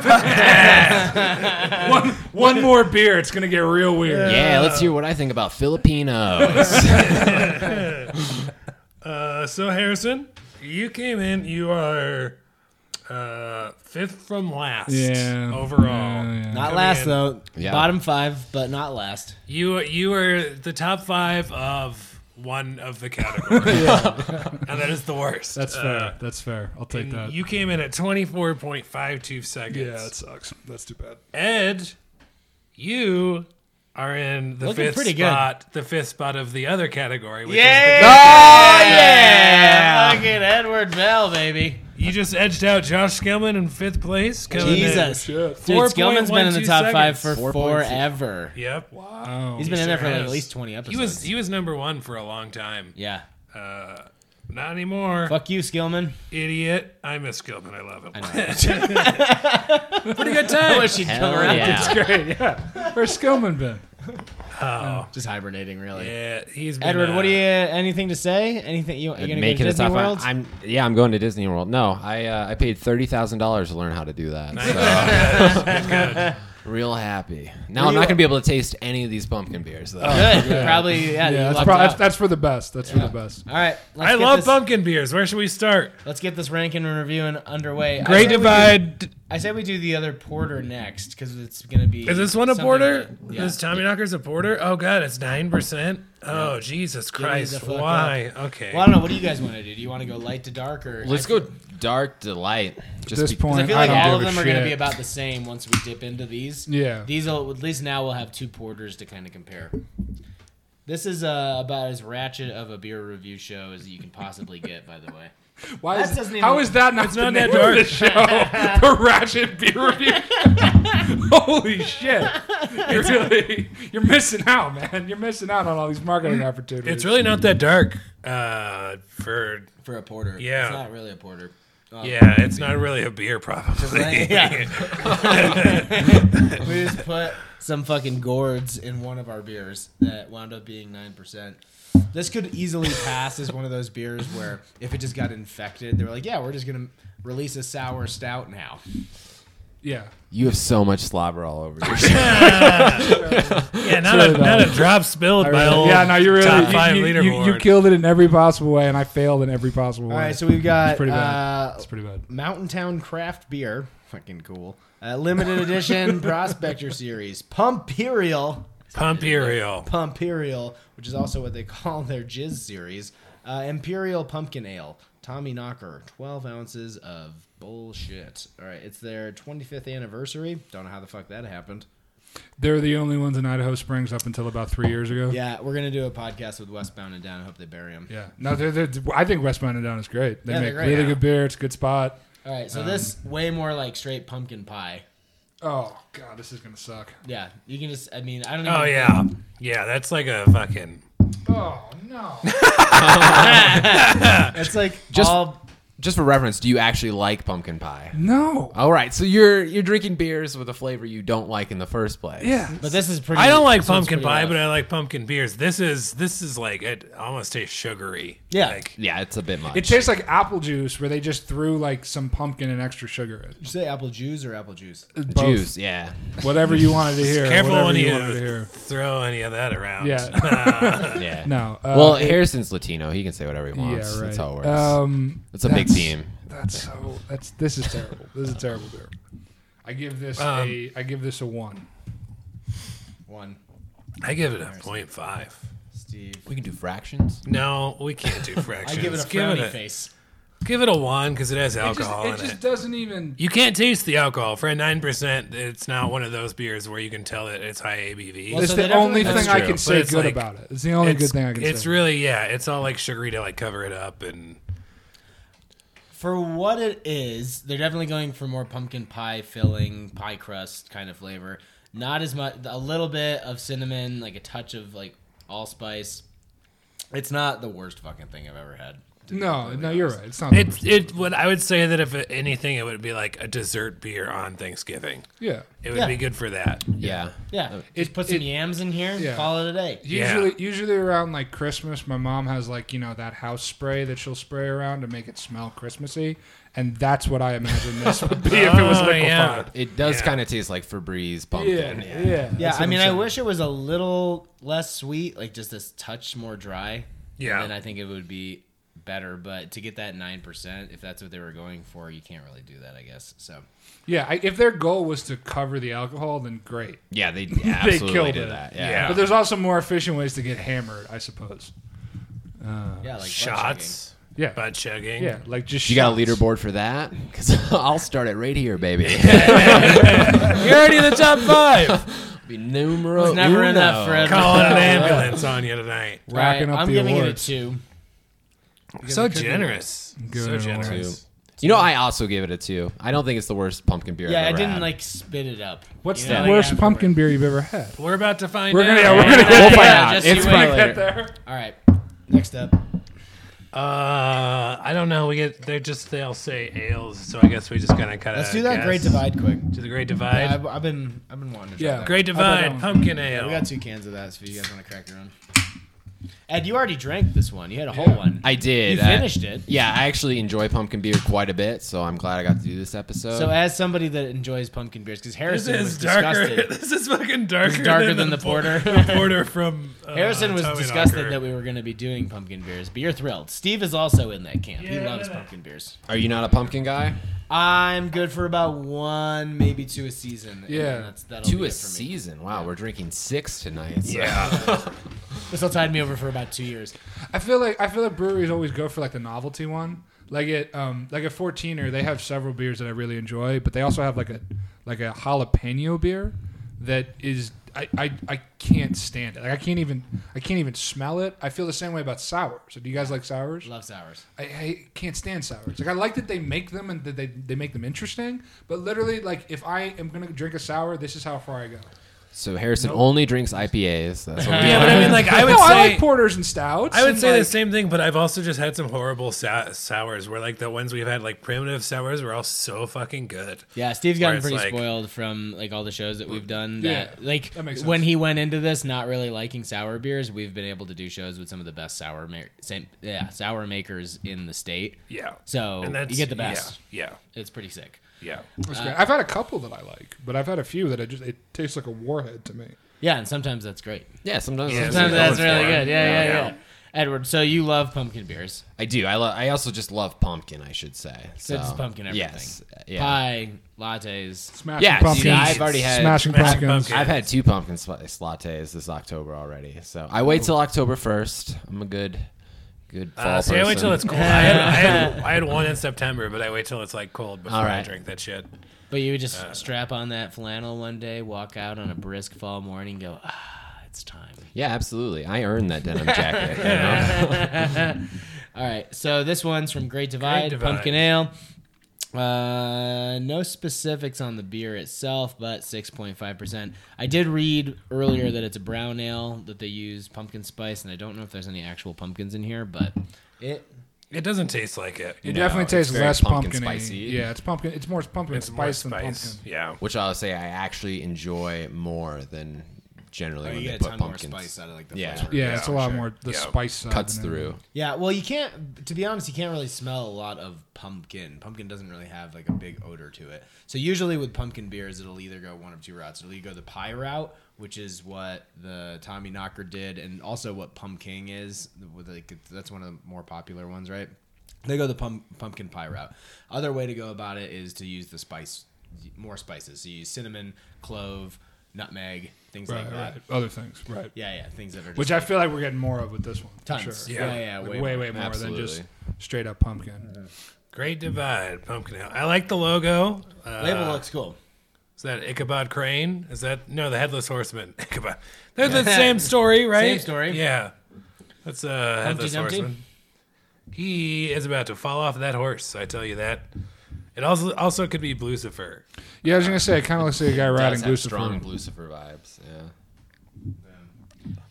C: One, one more beer, it's gonna get real weird.
E: Yeah, let's hear what I think about Filipinos.
D: uh, so Harrison, you came in. You are uh, fifth from last.
C: Yeah.
D: Overall,
C: Yeah, yeah.
A: Not last
D: in.
A: though.
E: Yeah.
A: Bottom five, but not last.
D: you you are the top five of one of the categories, and that is the worst. Uh,
C: That's fair. That's fair. I'll take that.
D: You came in at 24.52 seconds.
C: yeah, that sucks. That's too bad.
D: Ed, you are in the
A: Looking
D: fifth
A: pretty good.
D: spot, the fifth spot of the other category. Which
A: Yeah! Oh yeah! Fucking Edward Bell, baby.
D: is the, you just edged out Josh Skillman in fifth place. coming in-
A: Jesus. Dude,
C: Shit.
A: Skillman's been in the
D: 4.12
A: top five for
D: seconds.
A: forever.
D: Yep.
C: Wow.
A: He's been in there for
D: sure
A: like
D: has.
A: at least 20 episodes.
D: He was he was number one for a long time.
A: yeah.
D: Not anymore,
A: Fuck you, Skillman.
D: idiot. I miss Skillman. I love him.
A: Pretty good time. I wish he'd come around.
E: yeah.
C: great. Yeah. Where's Skillman been?
A: Just hibernating, really.
D: yeah, he's been,
A: Edward,
D: uh,
A: what do you? Anything to say? Anything you? Are you gonna go to
E: Making a
A: Disney
E: top
A: World?
E: five. I'm yeah, I'm going to Disney World. No, I uh, I paid thirty thousand dollars to learn how to do that. so- Real happy. Now I'm not gonna be able to taste any of these pumpkin beers though.
C: Oh.
A: Good. Probably. Yeah.
C: Yeah,
A: you
C: that's,
A: lucked
C: pro-
A: out.
C: that's, that's for the best. That's for the best.
A: All right. Let's
D: I
A: get
D: love
A: this,
D: pumpkin beers. Where should we start?
A: Let's get this ranking and reviewing underway. I
D: Great
A: say we do-
D: Divide.
A: I say we do the other porter next because it's gonna be.
D: Is this one a
A: something
D: porter?
A: that- Yeah.
D: Is Tommy Knocker's a porter? Oh god, it's nine percent. Oh Jesus
A: me the
D: Christ!
A: fuck up.
D: Why? Okay.
A: Well, I don't know. What do you guys want to do? Do you want to go light to dark or?
E: Let's
A: I
E: go
A: feel-
E: dark delight. Just
C: At this
E: be-
C: point,
A: I
C: I,
A: feel like
C: don't
A: all of
C: give
A: them
C: a
A: are going to
C: shit.
A: be about the same once we dip into these.
C: Yeah.
A: These will, at least now we'll have two porters to kind of compare. This is uh, about as ratchet of a beer review show as you can possibly get, by the way.
C: Why is,
A: That doesn't
C: how
A: even-
C: is that not
D: It's
C: the
D: not
C: name
D: that
C: of the show? the Ratchet Beer Review. Holy shit! You're really you're missing out, man. You're missing out on all these marketing opportunities.
D: It's really not that dark. Uh, for
A: For a porter.
D: Yeah.
A: It's not really a porter. Um,
D: yeah, it's not really a beer, probably.
A: Yeah. we just put some fucking gourds in one of our beers that wound up being 9%. This could easily pass as one of those beers where if it just got infected, they were like, yeah, we're just going to release a sour stout now.
C: yeah.
E: You have so much slobber all over you.
D: yeah, not
C: really
D: a not a
C: bad.
D: drop spilled by
C: Really-
D: old
C: yeah, no, you really
D: top
C: you-
D: five
C: you, you,
D: leaderboard.
C: you killed it in every possible way, and I failed in every possible way.
A: All right, so we've got
C: pretty bad.
A: uh,
C: It's pretty bad.
A: Mountain Town Craft Beer. Fucking cool. Uh, limited edition Prospector Series. Pumperial.
D: Pump Imperial.
A: Pumperial, which is also what they call their Jizz series. Uh, Imperial Pumpkin Ale. Tommy Knocker. 12 ounces of bullshit. All right, it's their 25th anniversary. Don't know how the fuck that happened.
C: They're the only ones in Idaho Springs up until about three years ago.
A: Yeah, we're going to do a podcast with Westbound and Down. I hope they bury him.
C: Yeah. No, they're, they're, I think West Mountain Down is great. They
A: Yeah, they're
C: make
A: great,
C: really
A: yeah.
C: good beer. It's a good spot.
A: All right,
C: Um,
A: so this way more like straight pumpkin pie.
C: Oh god, this is gonna suck.
A: Yeah, you can just, I mean, I don't even
D: Oh yeah, yeah. That's like a fucking.
C: Oh no.
A: It's like
E: Just-
A: all
E: Just for reference, do you actually like pumpkin pie?
C: no.
E: All right, so you're you're drinking beers with a flavor you don't like in the first place.
C: Yeah.
A: But this is pretty.
D: I don't like
A: this one's
D: pumpkin
A: pretty
D: pie,
A: rough.
D: but I like pumpkin beers. This is this is like it almost tastes sugary.
A: Yeah.
D: Like,
E: yeah, it's a bit much.
C: It tastes like apple juice where they just threw like some pumpkin and extra sugar in.
A: Did you say apple juice or apple juice?
C: it. Both.
E: juice. Yeah,
C: Whatever you wanted to hear.
D: careful
C: whatever
D: when
C: you,
D: you,
C: wanted to hear.
D: throw any of that around.
C: Yeah.
E: yeah.
C: no. Uh,
E: Well, Harrison's Latino. He can say whatever he
C: yeah,
E: wants.
C: right.
E: That's how it works.
C: Um,
E: it's a big
C: that's-
E: team.
C: That's so. That's this is terrible. This is a terrible beer. I give this
D: Um,
C: a. I give this a one.
A: One,
D: I give it a point five.
A: Steve.
E: We can do fractions.
D: No, we can't do
A: I
D: fractions.
A: give it a frowny face.
D: Give it a one because it has
C: It just,
D: alcohol
C: it
D: in
C: just
D: it.
C: doesn't even.
D: You can't taste the alcohol. For a nine percent, it's not one of those beers where you can tell that it's high ABV.
C: It's
A: So they
C: the
A: never
C: only
A: really-
C: thing
D: That's
C: I
D: true,
C: can
D: but
C: say
D: it's
C: good
D: like-
C: about it. It's the only
D: it's,
C: good thing I can
D: it's
C: say.
D: really yeah. It's all like sugary to like cover it up and
A: For what it is, they're definitely going for more pumpkin pie filling, pie crust kind of flavor. Not as much, a little bit of cinnamon, like a touch of like allspice. It's not the worst fucking thing I've ever had. to be
C: no,
A: completely
C: no, you're
A: honest.
C: right. It's not.
D: it it. What I would say that if it, anything, it would be like a dessert beer on Thanksgiving.
C: yeah.
D: It would
A: Yeah.
D: be good for that.
E: Yeah.
A: Yeah, just
C: It-
A: put some
C: it-
A: yams in here.
C: yeah.
A: and Call it a day.
D: Yeah.
C: Usually, usually around like Christmas, my mom has like you know that house spray that she'll spray around to make it smell Christmassy, and that's what I imagine this would be if it was
D: Oh,
C: liquefied.
D: yeah.
E: It does
D: Yeah.
E: kind of taste like Febreze
C: Yeah,
E: pumpkin.
C: yeah.
A: Yeah,
C: that's what
A: I
C: I'm
A: mean, I
C: saying.
A: wish it was a little less sweet, like just this touch more dry.
D: Yeah.
A: And I think it would be better, but to get that 9%, if that's what they were going for, you can't really do that, I guess. So,
C: Yeah, I, if their goal was to cover the alcohol, then great.
E: Yeah, they yeah,
C: They
E: absolutely
C: killed
E: did
C: it.
E: that. Yeah.
D: Yeah.
C: But there's also more efficient ways to get hammered, I suppose.
A: yeah, like butt
D: Shots,
C: Yeah,
D: butt chugging.
C: yeah, like just
E: You got a
C: shots.
E: leaderboard for that? Because I'll start it right here, baby.
D: You're already in the top five.
E: Be
C: Oh,
E: numero
A: It's never
E: uno.
A: enough for everyone.
D: Calling an ambulance on you tonight.
A: chugging. Right,
C: Racking up
A: I'm
C: the
A: giving
C: awards.
A: it a two.
D: So generous.
C: Good
D: So
C: old
E: Two.
D: generous.
E: You know, I also gave it a two. I don't think it's the worst pumpkin beer.
A: Yeah,
E: I've
A: I
E: ever
A: didn't
E: had.
A: like spit it up.
C: What's
A: You
C: the
A: know, like,
C: worst
A: I'm-
C: pumpkin beer you've ever had?
D: We're about to find
C: We're gonna,
D: out.
C: yeah, we're gonna
E: We'll find
A: Yeah,
E: out.
A: just
E: It's
A: you wait.
E: probably later.
A: All right, next up.
D: Uh, I don't know. We get they just they all say ales, so I guess we just gonna kind of
A: Let's do that Great Divide quick.
D: To the great divide.
A: I've, I've been I've been wanting to try
C: Yeah.
A: that.
D: great divide.
C: one.
D: Pumpkin
A: um, Yeah,
D: ale.
A: we got two cans of that, so if you guys want to crack your own. Ed, you already drank this one. You had a whole
C: Yeah.
A: one.
E: I did.
A: You
E: I-
A: finished it.
E: yeah, I actually enjoy pumpkin beer quite a bit, so I'm glad I got to do this episode.
A: So as somebody that enjoys pumpkin beers, because
D: this
A: Harrison was
D: is darker.
A: disgusted.
D: This is fucking darker.
A: darker
D: than,
A: than the
D: por-
A: porter.
D: the porter from uh,
A: Harrison was
D: Tommy
A: disgusted
D: Knocker.
A: that we were going to be doing pumpkin beers, but you're thrilled. Steve is also in that camp. He
D: Yeah.
A: loves pumpkin beers.
E: Are you not a pumpkin guy?
A: I'm good for about one, maybe two a season. and
C: Yeah.
A: that's that'll
E: Two
A: be
E: a
A: it for me.
E: season. Wow, we're drinking six tonight. so-
D: Yeah.
A: This will tide me over for about two years.
C: I feel like I feel like breweries always go for like the novelty one. Like it, um, like a fourteener, they have several beers that I really enjoy, but they also have like a like a jalapeno beer that is I, I, I can't stand it. Like I can't even I can't even smell it. I feel the same way about sours. So do you guys like sours?
A: Love sours.
C: I, I can't stand sours. Like I like that they make them and that they, they make them interesting, but literally like if I am gonna drink a sour, this is how far I go.
E: So Harrison only drinks IPAs. That's what
D: yeah, but I mean, like, I would
C: no,
D: say.
C: I like porters and stouts.
D: I would
C: and,
D: say the
C: like,
D: same thing, but I've also just had some horrible sou- sours where, like, the ones we've had, like primitive sours, were all so fucking good.
A: Yeah, Steve's
D: Where
A: gotten
D: it's
A: pretty
D: like-
A: spoiled from like all the shows that we've done.
C: Yeah,
A: That like
C: that makes
A: when
C: sense.
A: he went into this, not really liking sour beers, we've been able to do shows with some of the best sour, ma- same, yeah, sour makers in the state.
D: Yeah.
A: So
D: And that's
A: you get the best.
D: Yeah.
A: It's pretty sick.
D: Yeah.
C: That's good. I've had a couple that I like, but I've had a few that I just it tastes like a warhead to me.
A: Yeah, and sometimes that's great.
E: Yeah, sometimes.
D: Yeah,
E: sometimes
A: Sometimes that's
D: going
A: really
D: for it.
A: good. Yeah, yeah,
D: Yeah.
A: yeah, Edward, so you love pumpkin beers,
E: I do. I lo- I also just love pumpkin. I should say. So,
A: it's pumpkin everything.
E: Yes. Yeah.
A: pie, lattes.
C: Smashing
E: Yeah, see,
C: pumpkins.
E: I've already had-
C: smashing
D: Smashing
C: pumpkins.
D: pumpkins.
E: I've had two pumpkin spice lattes this October already, so I wait till October first. I'm a good, good fall
D: Uh, see, I wait
E: person.
D: till it's cold. I had, I, had, I had one in September, but I wait till it's like cold before
E: All
D: I
E: right.
D: drink that shit.
A: But you would just strap on that flannel one day, walk out on a brisk fall morning, go, ah, it's time.
E: yeah, absolutely. I earned that denim jacket. You know?
A: All right, so this one's from Great Divide,
D: Divide.
A: Pumpkin Ale. Uh, no specifics on the beer itself, but 6.5%. I did read earlier that it's a brown ale that they use pumpkin spice, and I don't know if there's any actual pumpkins in here, but it
D: It doesn't taste like it.
C: It
E: No,
C: definitely
E: it's
C: tastes
E: very
C: less
E: pumpkin
C: pumpkin
E: spicy.
C: Yeah, it's pumpkin. It's more pumpkin
D: It's more
C: spice than
D: spice.
C: pumpkin.
D: Yeah.
E: Which I'll say I actually enjoy more than generally when they
A: Oh, get a
E: put
A: ton more
E: pumpkins.
A: spice out of like the
E: Yeah.
A: flavor.
C: Yeah,
D: Yeah,
C: it's a lot
D: sure.
C: more the
D: Yeah.
C: spice side
E: Cuts
C: than it.
E: through.
A: Yeah, well, you can't. To be honest, you can't really smell a lot of pumpkin. Pumpkin doesn't really have like a big odor to it. So usually with pumpkin beers, it'll either go one of two routes. It'll either go the pie route, which is what the Tommy Knocker did, and also what pumpkin is. with, Like that's one of the more popular ones, right? They go the pum- pumpkin pie route. Other way to go about it is to use the spice, more spices. So you use cinnamon, clove, nutmeg, things
C: Right,
A: like that.
C: right. Other things, right?
A: Yeah, yeah, things that are just
C: Which I feel like we're getting more of with this one. for
A: Tons.
C: Sure.
A: Yeah, yeah,
C: Like,
A: way
C: way,
A: more.
C: way more than just
E: Absolutely.
C: straight up pumpkin.
D: Great Divide Pumpkin Ale. I like the logo. Uh,
A: Label looks cool.
D: Is that Ichabod Crane? Is that no the Headless Horseman? Ichabod. They're the same story, right?
A: Same story.
D: Yeah. That's uh, Headless
A: Dumpty.
D: Horseman. He is about to fall off that horse. I tell you that. It also also could be Lucifer.
C: Yeah, I was gonna say it kind of looks like a guy riding
E: Does have strong
C: Lucifer.
E: Lucifer vibes. Yeah.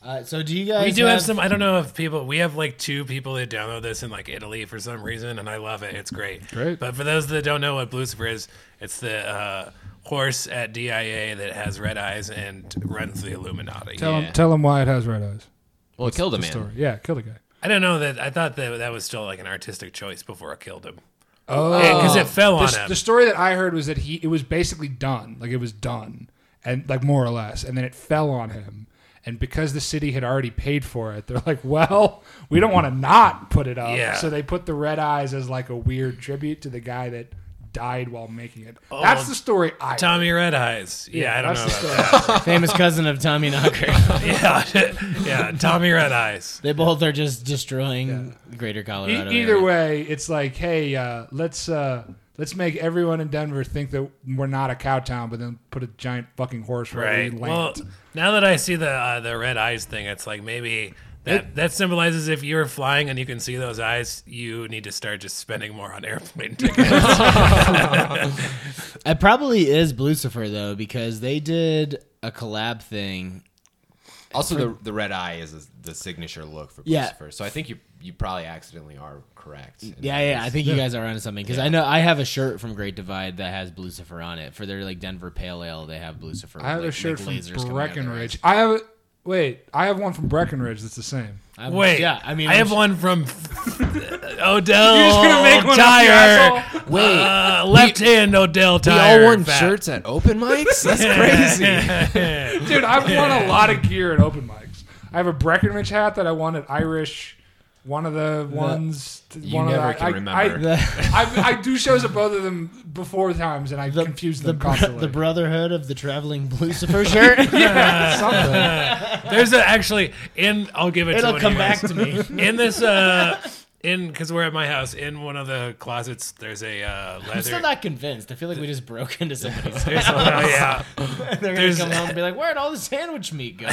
A: Uh, so do you guys?
D: We do have some. I don't know if people. We have like two people that download this in like Italy for some reason, and I love it. It's great.
C: Great.
D: But for those that don't know what Lucifer is, it's the uh, horse at DIA that has red eyes and runs the Illuminati.
C: Tell
E: Yeah.
C: him, tell him why it has red eyes.
E: Well, it killed a man.
C: Story. Yeah, kill the guy.
D: I don't know that. I thought that that was still like an artistic choice before I killed him.
C: Oh,
D: Because it fell on
C: the,
D: him.
C: the story that I heard was that he it was basically done, like it was done, and like more or less, and then it fell on him. And because the city had already paid for it, they're like, "Well, we don't want to not put it up."
D: Yeah.
C: So they put the red eyes as like a weird tribute to the guy that died while making it. that's the story I.
D: Tommy Red Eyes. Oh, Yeah, I don't know.
C: that's
D: About
C: the
D: that.
C: story.
A: famous cousin of Tommy Knocker.
D: yeah, yeah, Tommy Red Eyes.
A: they both are just destroying Greater
C: E-
A: Colorado.
C: either
A: area.
C: way, it's like, hey, uh, let's uh, let's make everyone in Denver think that we're not a cow town, but then put a giant fucking horse where
D: Right.
C: we land.
D: Well, now that I see the uh, the red eyes thing, it's like maybe that that symbolizes if you're flying and you can see those eyes, you need to start just spending more on airplane tickets.
A: It probably is Lucifer though, because they did a collab thing.
E: Also, the the red eye is a, the signature look for
A: Yeah.
E: Lucifer. So I think you you probably accidentally are correct. in
A: Yeah,
E: that
A: yeah.
E: case.
A: I think you guys are onto something because I know I have a shirt from Great Divide that has Lucifer on it for their like Denver Pale Ale. They have Lucifer.
C: I have
A: like,
C: a shirt
A: like,
C: from
A: lasers coming out of their eyes.
C: Breckenridge. I have wait, I have one from Breckenridge that's the same.
A: I have-
D: Wait,
A: yeah. I mean,
D: I
A: I'm
D: have
A: sh-
D: one from Odell
C: gonna make one up, you
D: Tire.
C: asshole.
D: Wait,
A: Ah,
D: uh, left hand Odell
E: We
D: Tire.
E: all won
D: fat.
E: shirts at open mics. That's crazy.
C: Dude, I've won a lot of gear at open mics. I have a Breckenridge hat that I won at Irish. One of the ones.
E: You
C: one
E: never
C: of the,
E: can
C: I,
E: remember.
C: I, I, I do shows at both of them before times, and I
A: The,
C: confuse
A: the,
C: them
A: br-
C: constantly.
A: the Brotherhood of the Traveling Lucifer shirt.
C: Something.
D: There's a, actually in. I'll give it. to
A: It'll
D: one
A: come
D: of you guys.
A: back to me.
D: in this uh in because we're at my house in one of the closets there's a uh leather
A: I'm still not convinced. I feel like we just broke into somebody's house.
D: there's, oh, yeah
A: They're gonna
D: There's-
A: come home and be like, "Where'd all the sandwich meat go?"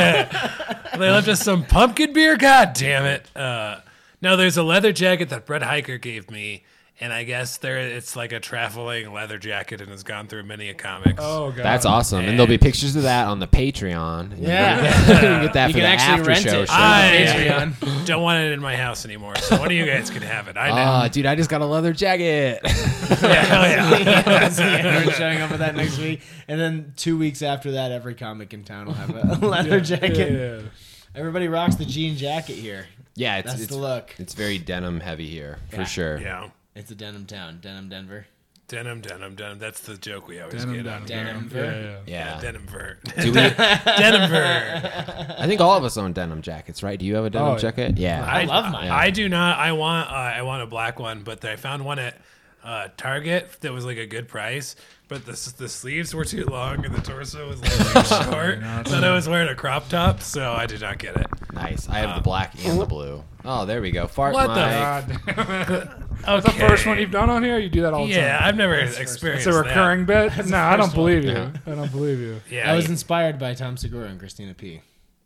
D: they left us some pumpkin beer god damn it uh no there's a leather jacket that brett hiker gave me and i guess there it's like a traveling leather jacket and has gone through many a comics
C: Oh god.
E: That's awesome. And there'll be pictures of that on the Patreon. And you
A: Yeah.
E: can- you can get that
A: You
E: for
A: can
E: the
A: actually
E: after
A: rent
E: show.
A: it.
E: show.
D: I don't want it in my house anymore so one of you guys can have it i know
E: Ah, dude, I just got a leather jacket.
D: yeah, hell yeah.
A: Everyone's showing up with that next week, and then two weeks after that, every comic in town will have a leather jacket.
C: Yeah.
A: Everybody rocks the jean jacket here.
E: yeah, it's
A: That's
E: it's,
A: the look.
E: it's very denim heavy here for
A: Yeah.
E: sure.
D: yeah
A: It's a denim town, denim Denver.
D: denim denim denim that's the joke we always
C: Denim,
D: get
C: denim,
A: Denim.
D: on
C: denim. Yeah, yeah.
E: Yeah.
D: denim fur
E: Do we, I
D: denim fur
E: think all of us own denim jackets, right? Do you have a denim
C: Oh, yeah.
E: jacket? Yeah.
A: I love mine.
D: I do not. I want. Uh, I want a black one, but I found one at uh, Target that was like a good price, but the s- the sleeves were too long and the torso was like too short. so I was wearing a crop top, so I did not get it.
E: nice. I have the black and the blue. Oh, there we go. Fart
D: What the
E: mic.
C: God damn it.
D: Oh,
C: That's the first one you've done on here. You do that all the
D: Yeah,
C: time.
D: I've never
C: It's
D: experienced.
C: a
D: that.
C: recurring bit. No, I don't believe you.
E: Yeah.
C: I don't believe you.
D: Yeah,
A: I was inspired by Tom Segura and Christina P.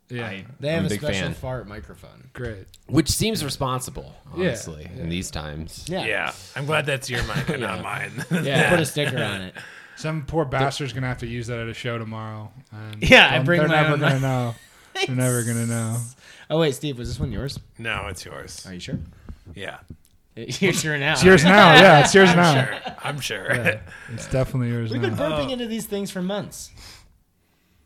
C: Yeah.
A: They have
E: I'm a
A: a
E: big
A: special
E: fan.
A: fart microphone.
C: Great.
E: Which seems responsible,
C: Yeah,
E: honestly, in these times.
A: Yeah.
D: yeah. I'm glad that's your mic and not mine.
A: Yeah, Put a sticker on it.
C: Some poor bastard's gonna have to use that at a show tomorrow. And
A: Yeah, I
C: um,
A: bring
C: They're
A: my
C: never
A: own
C: gonna know. They're never gonna know.
A: Oh wait, Steve, was this one yours?
D: no, it's yours.
A: Are you sure?
D: Yeah,
A: You're sure now.
C: It's yours now. Yeah, it's yours now.
D: sure. I'm sure.
C: It's definitely yours
A: We've been
C: now.
A: burping into these things for months.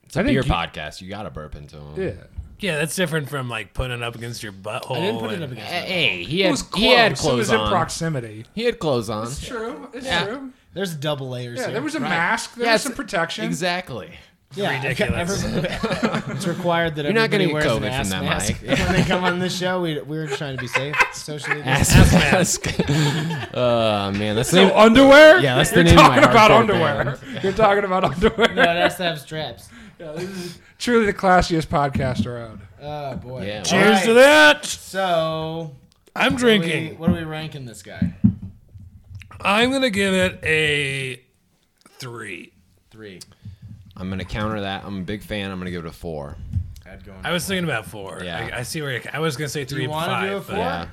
E: It's a
C: I think
E: beer
C: you-
E: podcast. You got to burp into them.
C: Yeah.
D: Yeah, that's different from like putting it up against your butthole.
A: I didn't put it
D: and-
A: up against. my-
E: Hey, he
C: It
E: had,
C: was close.
E: he had
C: it
E: clothes
C: was in
E: on.
C: proximity.
E: he had clothes on.
C: True. It's true.
E: Oh.
A: There's double layers.
C: Yeah,
A: here.
C: there was a mask. There
E: Yeah,
C: was
E: it's-
C: some protection.
E: Exactly.
A: Yeah,
D: Ridiculous.
A: everybody- it's required that
E: You're not
A: everybody
E: gonna
A: wears
E: get
A: an
E: COVID
A: ass
E: from that
A: mask
E: mic.
A: when they come on this show. We, we're trying to be safe, socially.
E: Ass,
A: distanced.
E: mask. Oh, man. That's the
C: So
E: name.
C: underwear.
E: Yeah, that's the
C: You're
E: name of my
C: talking about
E: hardcore
C: underwear. You're talking about underwear.
A: No, it has to have straps.
C: Yeah, this is truly the classiest podcast around.
A: Oh boy.
E: Yeah.
A: All
D: Cheers
A: right,
D: to that.
A: So
D: I'm drinking.
A: What are we ranking this guy?
D: I'm gonna give it a three.
A: Three.
E: I'm gonna counter that. I'm a big fan. I'm gonna give it a four.
A: I'd go.
D: I was thinking about four.
E: Yeah.
D: I, I see where you're, I was gonna say three,
A: you wanna
D: five.
A: do a
D: but-
A: four?
E: Yeah.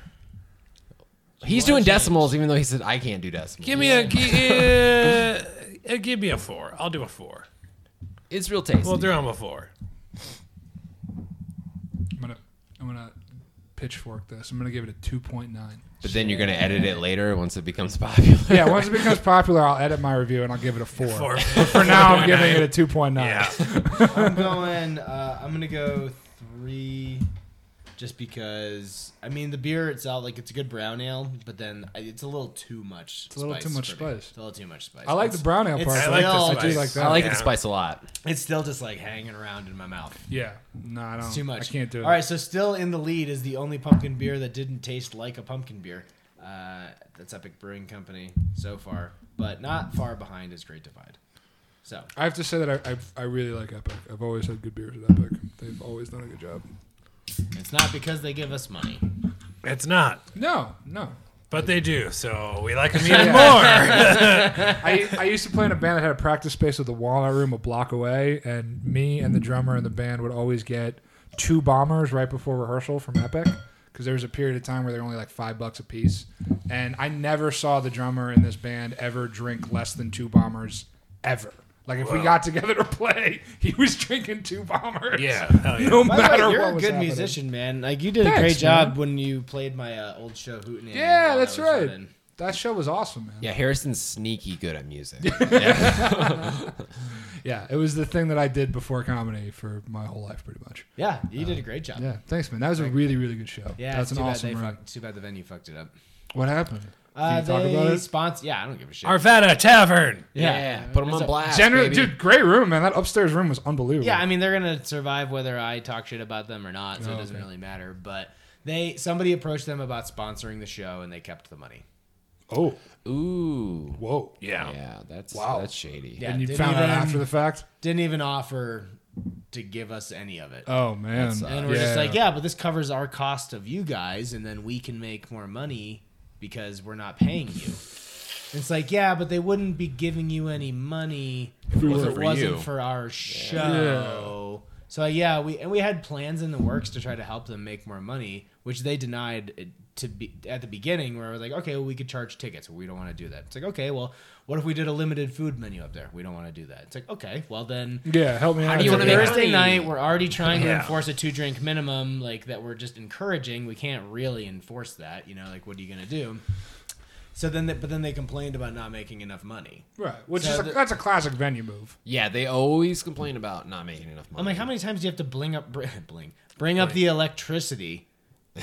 E: He's doing decimals, even though he said I can't do decimals.
D: Give me a gi- uh, uh, give me a four. I'll do a four.
E: It's real tasty.
D: We'll do him a four.
C: I'm gonna I'm gonna pitchfork this. I'm gonna give it a two point nine.
E: but then you're gonna edit it later once it becomes popular.
C: Yeah, once it becomes popular, I'll edit my review and I'll give it a four.
D: Four.
C: But for now, I'm giving it a two point nine.
D: Yeah.
A: I'm going. Uh, I'm gonna go three, just because. I mean, the beer itself, like it's a good brown ale, but then I- it's a little too much. It's
C: a little too much spice.
A: It's a little too much spice.
C: I like the
A: It's-
C: brown ale
A: it's
C: part.
D: I
C: though.
D: like the
A: still-
C: I do like
D: spice.
C: that.
E: I like
D: Yeah.
E: the spice a lot.
A: It's still just like hanging around in my mouth.
C: Yeah. No, I don't.
A: It's too much.
C: I can't do it.
A: All right, so still in the lead is the only pumpkin beer that didn't taste like a pumpkin beer. Uh, that's Epic Brewing Company so far, but not far behind is Great Divide. So
C: I have to say that I, I I really like Epic. I've always had good beers at Epic. They've always done a good job.
A: it's not because they give us money.
D: It's not,
C: No, no.
D: but they do. So we like him even more.
C: I, I used to play in a band that had a practice space with a walnut room a block away, and me and the drummer and the band would always get two bombers right before rehearsal from Epic because there was a period of time where they were only like five bucks a piece, and I never saw the drummer in this band ever drink less than two bombers ever. Like if we got together to play, he was drinking two bombers.
D: yeah. Hell yeah.
C: no
A: By the way,
C: matter
A: you're
C: what
A: a
C: was
A: good
C: happening.
A: musician, man. Like you did a
C: Thanks,
A: great
C: man.
A: job when you played my uh, old show Hootenanny.
C: Yeah,
A: while I
C: that's
A: was
C: right.
A: running.
C: That show was awesome, man.
E: Yeah, Harrison's sneaky good at music.
C: Yeah, it was the thing that I did before comedy for my whole life, pretty much.
A: Yeah, you did a great job. Yeah,
C: Yeah, thanks, man. That was a really, really good show.
A: it's
C: that's an
A: too
C: awesome
A: Bad they
C: run.
A: fucked- too bad the venue fucked it up.
C: What happened? Can
A: Uh,
C: you talk
A: they
C: about it?
A: sponsor- yeah, I don't give a shit.
D: Arvada Tavern.
A: yeah.
E: Put him on blast.
C: Generally,
E: baby.
C: dude, great room, man. That upstairs room was unbelievable.
A: Yeah, I mean they're gonna survive whether I talk shit about them or not,
C: Oh,
A: so it doesn't really matter. But they somebody approached them about sponsoring the show and they kept the money.
C: oh,
E: Ooh.
C: whoa.
D: Yeah.
E: Yeah, that's
C: Wow.
E: that's shady.
A: Yeah,
C: and you
A: didn't
C: found
A: even,
C: out after the fact?
A: didn't even offer to give us any of it.
C: Oh man.
A: and we're just like, yeah, but this covers our cost of you guys, and then we can make more money because we're not paying you. It's like, yeah, but they wouldn't be giving you any money if it
E: wasn't
A: wasn't,
E: for
A: for,
E: you.
A: our show. So yeah, we and we had plans in the works to try to help them make more money, which they denied it to be at the beginning. Where we're like, okay, well, we could charge tickets. We don't want to do that. It's like, okay, well, what if we did a limited food menu up there? We don't want to do that. It's like, okay, well then
C: Yeah, help me out.
E: do you
C: here.
E: wanna make-
A: Thursday
E: money.
A: night, we're already trying to
D: Yeah.
A: enforce a two drink minimum, like that we're just encouraging. We can't really enforce that, you know. Like, what are you gonna do? So then, they, but then they complained about not making enough money.
C: Right, which
A: So
C: is a,
A: the-
C: that's a classic venue move.
E: Yeah, they always complain about not making enough money.
A: I'm like, how many times do you have to bling up, br- bling, bring up the electricity?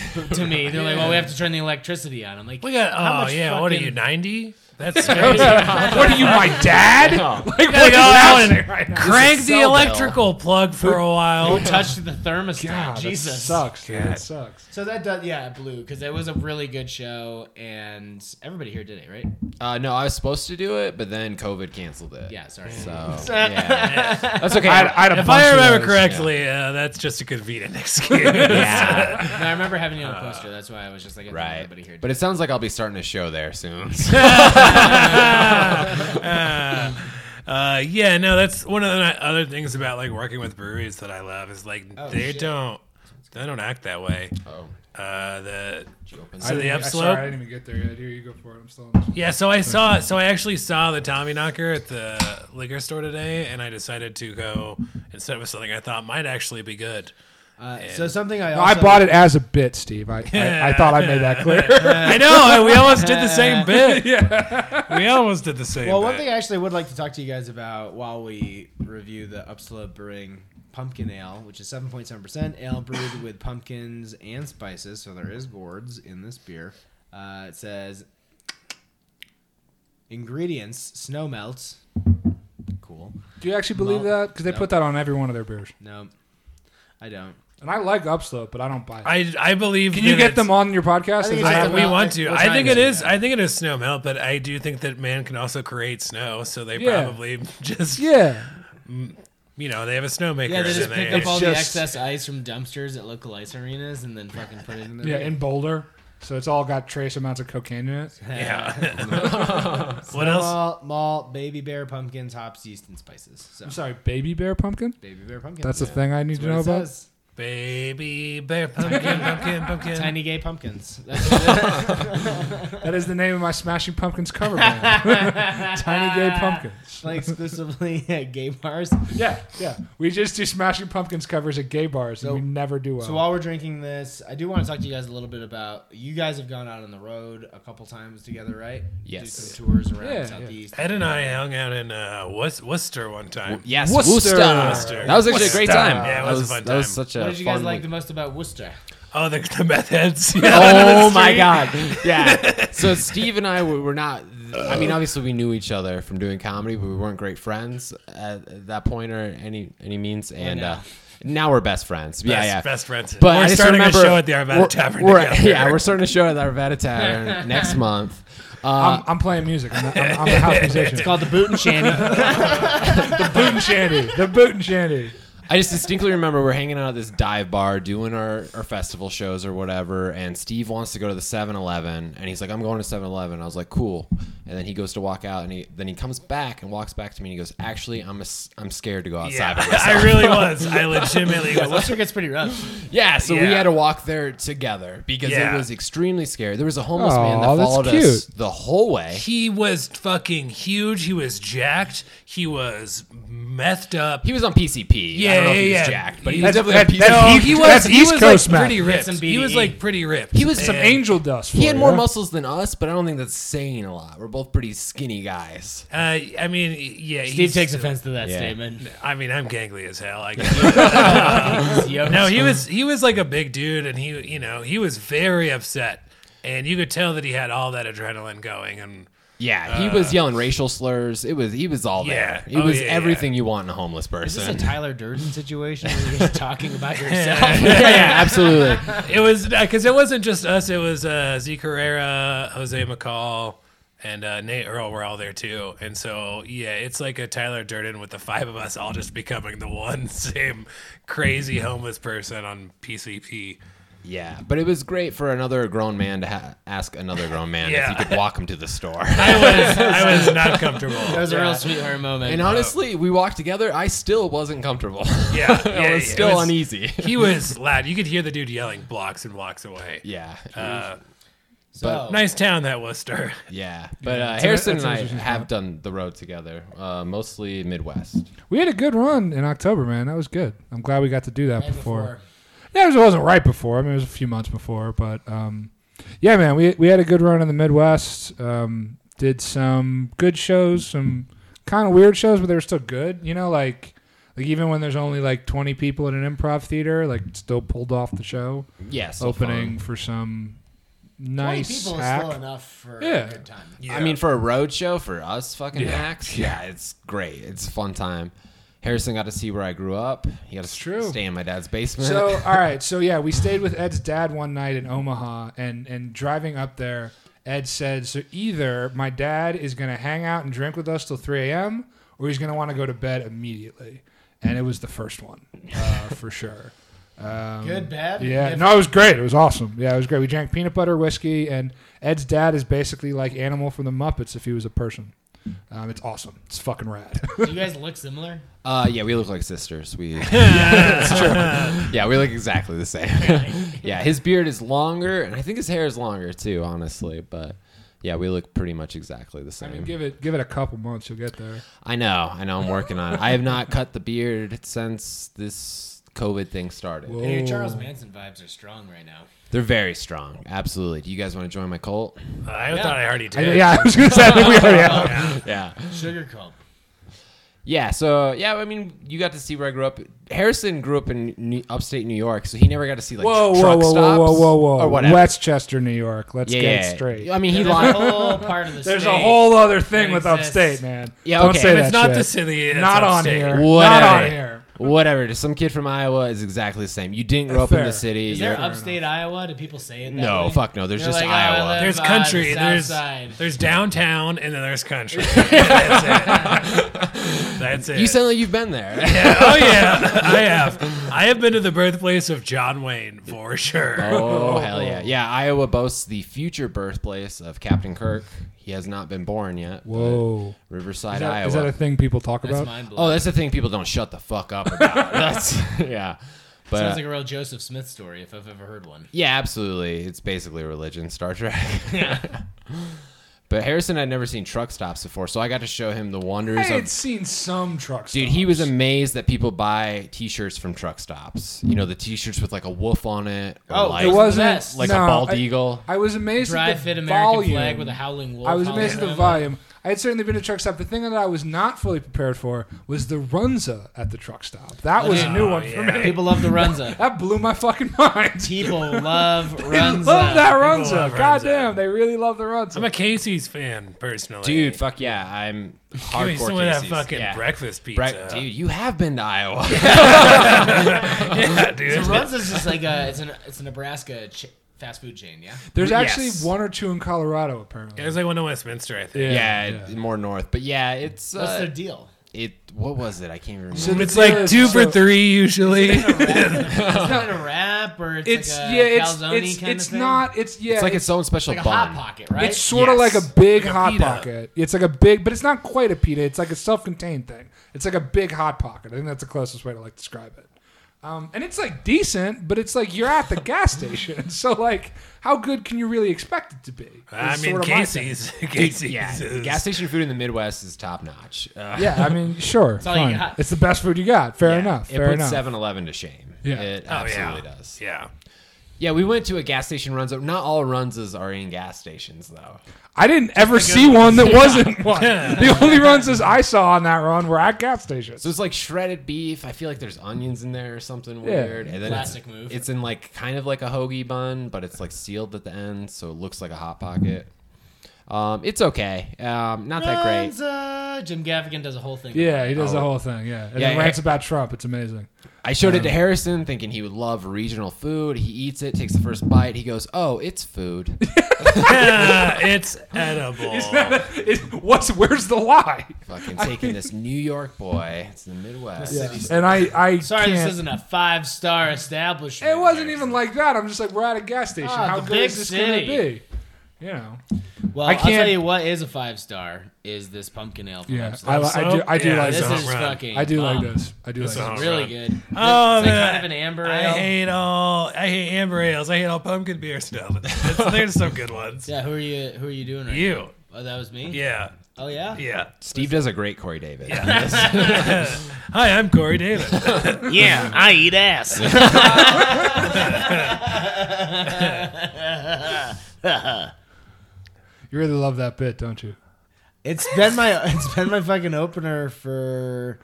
A: b- to me, they're like, well, we have to turn the electricity on. I'm like,
D: We got.
A: how
D: Oh
A: much
D: yeah. What are you?
A: fucking-
D: Ninety? That's crazy. yeah,
C: what are you, my dad? Like,
D: go
C: what
D: out
C: is
D: and
C: happening right now?
D: crank the
E: cell bell.
D: electrical plug for a while.
A: Who touched the thermostat?
C: God, that
A: Jesus,
C: sucks, dude. That sucks.
A: So that does, yeah, it blew because it was a really good show, and everybody here did it, right?
E: Uh, no, I was supposed to do it, but then COVID canceled it.
A: Yeah, sorry.
E: So yeah. that's okay.
C: I had, I had a
D: If I
C: bunch of
D: remember
C: those.
D: correctly, uh, that's just a good Vita excuse.
E: yeah.
A: No, I remember having it on a poster. That's why I was just like, I think
E: Right.
A: everybody here.
E: But it sounds like I'll be starting a show there soon.
D: Uh, yeah, no, that's one of the ni- other things about like working with breweries that I love is like
A: Oh,
D: they don't they don't act that way.
E: oh.
D: Uh, the
E: open
D: so
C: I didn't-
D: the
C: Sorry, I
D: upslope.
C: didn't even get there yet. Here you go for it. I'm still. On this.
D: Yeah, so I saw so I actually saw the Tommy Knocker at the liquor store today, and I decided to go instead of something I thought might actually be good.
A: Uh, so something I
C: I
A: also,
C: bought it as a bit, Steve. I, I, I thought I made that clear.
D: I know we almost did the same bit. we almost did the same.
A: Well, one
D: bit.
A: thing I actually would like to talk to you guys about while we review the Upslope Brewing Pumpkin Ale, which is 7.7% ale brewed with pumpkins and spices, so there is gourds in this beer. Uh, it says ingredients: snow melt. Cool.
C: Do you actually believe
A: No.
C: that? Because they
A: No.
C: put that on every one of their beers.
A: No, I don't.
C: And I like Upslope, but I don't buy it.
D: I I believe.
C: Can you
D: that
C: get
D: it's-
C: them on your podcast?
A: think
C: Is
A: it's
C: that-
D: I,
A: Well,
D: we
A: well,
D: want to.
A: what
D: I
A: time
D: think
A: is
D: it
A: it
D: is.
A: now?
D: I think it is snow melt, but I do think that man can also create snow. So they
C: Yeah.
D: probably just
C: yeah.
D: you know they have a snowmaker.
A: Yeah, they just
D: and
A: pick
D: they-
A: up all the
C: just-
A: excess ice from dumpsters at local ice arenas and then fucking put it in there.
C: Yeah, in Boulder. So it's all got trace amounts of cocaine in it.
D: Yeah. what else?
A: Malt, malt, baby bear, pumpkins, hops, yeast, and spices. So
C: I'm sorry, baby bear pumpkin.
A: baby bear pumpkin.
C: That's a thing I need to
A: what
C: know
A: it
C: about.
A: says.
D: Baby bear pumpkin pumpkin pumpkin.
A: Tiny gay pumpkins.
C: That is the name of my Smashing Pumpkins cover band. Tiny Gay Pumpkins.
A: Play exclusively at gay bars.
C: Yeah, yeah. We just do Smashing Pumpkins covers at gay bars, and
A: So-
C: we never do well.
A: So while we're drinking this, I do want to talk to you guys a little bit about. You guys have gone out on the road a couple times together, right?
E: Yes.
A: Do some tours around
C: Yeah, yeah.
A: southeast.
D: Ed and I hung out in uh, Wes- Worcester one time.
E: Yes,
C: Worcester.
E: Worcester.
D: Worcester.
E: That was actually a great
D: Worcester.
E: time.
D: Yeah, it
E: that
D: was a fun
E: That was
D: time.
E: such a
A: What did you guys
E: fun
A: like
E: week.
A: the most about Worcester?
D: Oh, the, the meth heads. Yeah,
E: Oh my god! Yeah. So Steve and I we were not. I mean, obviously we knew each other from doing comedy, but we weren't great friends at that point or any any means. And
A: now.
E: uh, now we're best friends. yeah,
D: Oh, Best-
E: yeah,
D: best friends.
E: But
D: We're
E: I just
D: starting a
E: remember-
D: show at the Arvada
E: we're-
D: Tavern
E: we're-
D: together.
E: yeah, we're starting a show at the Arvada Tavern next month.
C: I'm, I'm playing music. I'm, not, I'm, I'm a house musician.
A: It's called the Boot and Shandy.
C: the boot and shandy. The boot and shandy.
E: I just distinctly remember we're hanging out at this dive bar doing our, our festival shows or whatever, and Steve wants to go to the 7 Eleven, and he's like, I'm going to 7 Eleven. I was like, cool. And then he goes to walk out, and he, then he comes back and walks back to me, and he goes, Actually, I'm, a, I'm scared to go outside.
D: Yeah,
E: by myself."
D: I really was. I legitimately was.
A: Worcester gets pretty rough.
E: yeah, so we
D: Yeah.
E: had to walk there together because
D: Yeah.
E: it was extremely scary. There was a homeless
C: Aw,
E: man that
C: that's
E: followed us
C: cute.
E: the whole way.
D: He was fucking huge. He was jacked. He was methed up.
E: He was on PCP. I
D: Yeah,
E: don't
D: yeah,
E: know if he was
D: yeah.
E: jacked, but he was
C: That's,
E: definitely on
C: that,
E: PCP.
C: that's,
D: he
C: he
D: was-
C: that's
D: he
C: East
D: was, like,
C: Coast Matt.
D: pretty ripped.
A: some
D: He was
A: BDE.
D: like pretty ripped.
E: He was some
C: Some
D: And-
C: angel dust.
E: He
C: for
E: had
C: ya.
E: more muscles than us, but I don't think that's saying a lot. We're both pretty skinny guys.
D: Uh, I mean, yeah.
A: Steve
D: he's-
A: takes offense to that
E: Yeah.
A: statement.
D: I mean, I'm gangly as hell. I guess. no, he was he was like a big dude, and he you know he was very upset, and you could tell that he had all that adrenaline going, and
E: Yeah, he was yelling racial slurs. It was he was all
D: Uh, Yeah.
E: there. It
D: Oh,
E: was
D: yeah, yeah.
E: everything you want in a homeless
A: Is this a
E: person.
A: Tyler Durden situation where you're just talking about yourself?
E: yeah, yeah, absolutely.
D: it was because it wasn't just us. It was uh, Z Carrera, Jose McCall, and uh, Nate Earl were all there too. And so yeah, it's like a Tyler Durden with the five of us all just becoming the one same crazy homeless person on PCP.
E: Yeah, but it was great for another grown man to ha- ask another grown man
D: Yeah.
E: if he could walk him to the store.
D: I was I was not comfortable.
A: That was a real sweetheart moment.
D: uh,
E: and honestly, we walked together. I still wasn't comfortable.
D: Yeah, yeah,
E: I
D: yeah,
E: was
D: it
E: still e-
D: was-
E: uneasy.
D: He was loud. You could hear the dude yelling blocks and blocks away.
E: yeah,
D: Uh,
A: so,
D: Nice town that Worcester.
E: yeah. But uh, Harrison
C: that's
E: and
C: an
E: I
C: interesting
E: have done the road together, uh, mostly Midwest.
C: We had a good run in October, man. That was good. I'm glad we got to do that
A: Right
C: before.
A: before.
C: Yeah, it, was, not right before. I mean, it was a few months before, but um, yeah, man, we we had a good run in the Midwest. Um, did some good shows, some kind of weird shows, but they were still good. You know, like like even when there's only like 20 people in an improv theater, like still pulled off the show
E: Yes,
C: opening for some
A: 20
C: nice
A: people
C: act.
A: is still enough for
C: Yeah.
A: a good time.
E: I mean, for a road show for us fucking hacks, yeah. it's great. It's a fun time. Harrison got to see where I grew up. He got to
C: true.
E: stay in my dad's basement.
C: So all right, so yeah, we stayed with Ed's dad one night in Omaha, and and driving up there, Ed said, so either my dad is gonna hang out and drink with us till 3 a.m., or he's gonna want to go to bed immediately, and it was the first one, uh, for sure. Um,
A: Good, bad.
C: yeah,
A: indifferent.
C: no, it was great. It was awesome. Yeah, it was great. We drank peanut butter whiskey, and Ed's dad is basically like Animal from the Muppets if he was a person. Um, it's awesome. It's fucking rad.
A: Do you guys look similar?
E: uh, yeah, we look like sisters. We yeah, it's true. Yeah, we look exactly the same. yeah, his beard is longer, and I think his hair is longer too. Honestly, but yeah, we look pretty much exactly the
C: I
E: same.
C: mean, give it give it a couple months, you'll get there.
E: I know, I know. I'm working on it. I have not cut the beard since this COVID thing started.
C: Whoa.
A: And your Charles
C: Oh.
A: Manson vibes are strong right now.
E: They're very strong. Absolutely. Do you guys want to join my cult?
D: I thought I already
C: I-
D: did.
C: yeah, I was gonna say I think we already have.
E: Yeah.
A: Sugar cult.
E: Yeah, so yeah, I mean, you got to see where I grew up. Harrison grew up in New, upstate New York, so he never got to see like
C: whoa, whoa,
E: truck
C: whoa,
E: stops
C: whoa, whoa, whoa, whoa.
E: or whatever.
C: Westchester, New York. Let's
E: yeah,
C: get
E: yeah,
C: it straight.
E: I mean, he
A: There's a
E: lied.
A: whole part of the
C: There's a
A: state.
C: whole other thing
A: that
C: with
A: exists.
C: upstate, man.
E: Yeah,
C: Don't
E: okay.
C: say
E: If
C: that
D: it's not
C: shit.
D: the city. It's
C: Not on
D: upstate.
C: here. Not
E: Whatever.
C: on here.
E: whatever. Just some kid from Iowa is exactly the same. You didn't grow up in
C: Fair.
E: the city.
A: Is there
E: You're-
A: upstate Iowa? Do people say it? That
E: No,
A: way?
E: fuck no, there's
A: They're
E: just
A: "Oh, I
E: Iowa."
A: live
D: There's
A: on the
D: country.
A: south
D: There's
A: side."
D: there's downtown, and then there's country. That's it. That's it.
E: you sound like you've been there.
D: oh yeah, I have. I have been to the birthplace of John Wayne for sure.
E: oh hell yeah, yeah. Iowa boasts the future birthplace of Captain Kirk. He has not been born yet. but
C: Whoa.
E: Riverside,
C: Is that,
E: Iowa.
C: is that a thing people talk
A: That's
C: about?
A: mind blowing.
E: oh, that's the thing people don't shut the fuck up about. that's yeah. But
A: Sounds
E: uh,
A: like a real Joseph Smith story, if I've ever heard one.
E: Yeah, absolutely. It's basically religion, Star Trek. but Harrison had never seen truck stops before, so I got to show him the
C: I
E: wonders
C: had
E: of.
C: seen some trucks.
E: Dude, he was amazed that people buy T-shirts from truck stops. You know, the T-shirts with like a wolf on it. Or
A: Oh,
E: like,
C: It wasn't
A: best.
E: like
C: no,
E: a bald
C: I-
E: eagle.
C: I was amazed
A: Dry
C: at the
A: fit American
C: volume.
A: flag with a howling wolf.
C: I was
A: howling
C: amazed at the
A: around.
C: volume. I had certainly been to truck stop. The thing that I was not fully prepared for was the runza at the truck stop. That was a new one
D: Oh,
C: for me.
A: People love the Runza.
C: That blew my fucking mind.
A: People love Runza.
C: love that
D: love
C: runza.
D: runza.
C: God damn, they really love the runza.
D: I'm a Casey's fan personally.
E: Dude, fuck yeah, I'm
D: give me
E: hardcore.
D: some of that
E: Casey's.
D: fucking
E: yeah.
D: breakfast pizza.
E: Bre- dude, you have been to Iowa.
D: yeah, dude.
A: The Runza's just like a, it's an it's a Nebraska ch- fast food chain, yeah.
C: There's
E: Yes.
C: actually one or two in Colorado apparently.
D: There's like one in Westminster, I think.
E: yeah, it- more north, but yeah, it's
A: What's their
E: uh,
A: deal?
E: it. What was it? I can't remember.
C: So the
D: It's
C: deal
D: like
C: is-
D: two for
C: so-
D: three usually.
A: It's not a wrap or it's,
C: It's
A: like a
C: yeah, it's
A: calzone
C: it's
A: kind of
C: it's
A: thing?
C: not. It's yeah.
E: it's like its own special
A: like a
E: bun.
A: hot pocket, right?
C: It's sort of
D: Yes.
C: like a big
D: Like a
C: hot
D: pita.
C: pocket. It's like a big, but it's not quite a pita. It's like a self-contained thing. It's like a big hot pocket. I think that's the closest way to like describe it. Um, and it's like decent, but it's like you're at the gas station. So like, how good can you really expect it to be?
D: I
C: Is
D: mean,
C: sorta my thing.
D: Casey's. Casey's.
E: Yeah,
D: is-
E: gas station food in the Midwest is top notch. Uh,
C: Yeah, I mean, sure,
A: all you
C: fine.
A: got.
C: It's the best food you got. Fair
E: yeah,
C: enough.
E: It
C: Fair
E: puts
C: enough.
E: 7 Eleven to shame.
C: Yeah.
E: It
D: Oh, yeah.
E: absolutely does.
D: Yeah.
E: Yeah, we went to a gas station runs. Not all runzas are in gas stations, though.
C: I didn't ever see one that wasn't one. The only runs as I saw on that run were at gas stations.
E: So it's like shredded beef. I feel like there's onions in there or something weird. And then
A: Classic
E: it's,
A: move.
E: It's in like kind of like a hoagie bun, but it's like sealed at the end, so it looks like a hot pocket. Um, it's okay. Um, not that great.
A: Runza. Jim Gaffigan does a whole thing.
C: Yeah, he
A: Oh.
C: does the whole thing. Yeah, and
E: Yeah,
C: then
E: yeah.
C: rants about Trump. It's amazing.
E: I showed it to Harrison, thinking he would love regional food. He eats it, takes the first bite. He goes, "Oh, it's food."
D: Yeah, Uh, it's edible.
C: It- what's where's the lie?
E: Fucking taking this New York boy. It's the Midwest.
C: And I, I
A: Sorry,
C: can't.
A: this isn't a five star establishment.
C: it wasn't even like that. I'm just like we're at a gas station.
A: Ah,
C: How
A: the
C: good
A: big
C: is this going to
A: city.
C: be? You know.
A: Well,
C: I
A: I will
C: can't-
A: tell you what is a five star is this pumpkin ale. From
C: Yeah, I,
A: Upstate.
C: li- I do. I do
D: Yeah,
C: like
A: this
D: It's
C: this.
A: is
D: all right.
A: fucking.
C: I do like
A: bomb.
C: this. I do like
D: It's all
C: this.
D: right.
A: Really good.
D: Oh,
A: it's like
D: man.
A: kind of an amber ale.
D: I hate all. I hate amber ales. I hate all pumpkin beers now. It's- There's some good ones.
A: yeah, who are you? Who are you doing right
D: You.
A: now? Oh, that was me.
D: Yeah.
A: Oh yeah.
D: Yeah.
E: Steve does a great Corey David.
D: Hi, I'm Corey David.
A: Yeah, I eat ass.
C: You really love that bit, don't you?
A: It's been my it's been my fucking opener for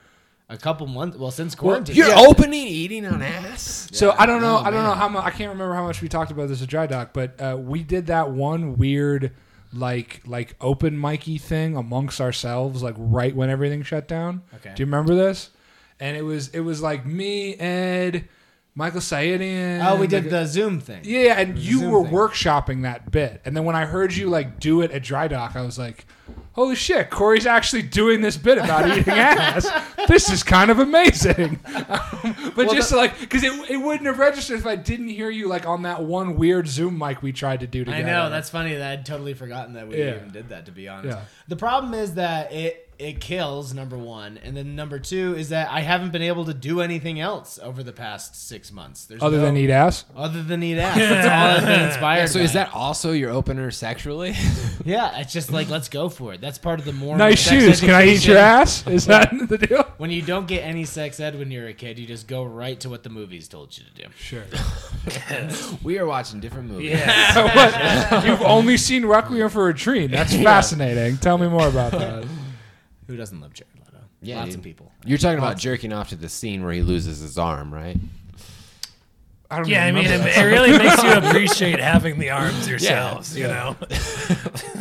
A: a couple months. Well, since quarantine.
E: You're opening eating on ass.
C: So I don't know. I don't know how much. I can't remember how much we talked about this at Dry Dock, but uh, we did that one weird, like like open micy thing amongst ourselves, like right when everything shut down.
A: Okay.
C: Do you remember this? And it was it was like me, Ed, Michael Sayedian.
A: Oh, we
C: like-
A: did the Zoom thing.
C: Yeah, and you
A: Zoom
C: were
A: thing.
C: workshopping that bit, and then when I heard you like do it at Dry Dock, I was like, "Holy shit, Corey's actually doing this bit about eating ass. This is kind of amazing." Um, but just like, because it, it wouldn't have registered if I didn't hear you like on that one weird Zoom mic we tried to do
A: I
C: together.
A: know Oh, that's funny. That I'd totally forgotten that we
C: Yeah.
A: even did that. To be honest,
C: Yeah.
A: the problem is that it it kills number one, and then number two is that I haven't been able to do anything else over the past six months. There's
C: Other
A: no-
C: than eat ass,
A: other than eat ass. That's all I've been inspired.
E: So is
A: by.
E: that also your opener sexually?
A: yeah? It's just like let's go for it. That's part of the more
C: nice shoes. Can I eat your ass? Is that the deal?
A: When you don't get any sex ed when you're a kid, you just go right to what the movies told you to do.
C: Sure.
E: we are watching different movies.
D: yeah.
C: So what? You've only seen Requiem for a Dream. That's fascinating. Tell me more about that.
A: Who doesn't love Jared Leto?
E: Yeah,
A: lots
E: dude.
A: of people.
E: You're talking about jerking off to the scene where he loses his arm, right?
C: I don't
D: Yeah, I
C: even
D: mean,
C: remember
D: it,
C: that.
D: it really makes you appreciate having the arms yourselves. You know,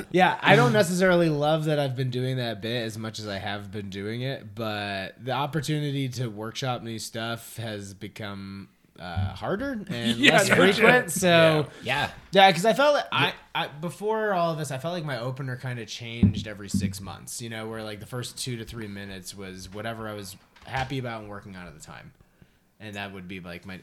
A: Yeah, I don't necessarily love that I've been doing that bit as much as I have been doing it, but the opportunity to workshop new stuff has become uh, harder and
D: Yeah,
A: less
D: no
A: frequent.
D: shit.
A: So
E: Yeah.
A: yeah, because I felt like I, I before all of this, I felt like my opener kind of changed every six months. You know, where like the first two to three minutes was whatever I was happy about and working on at the time, and that would be like my.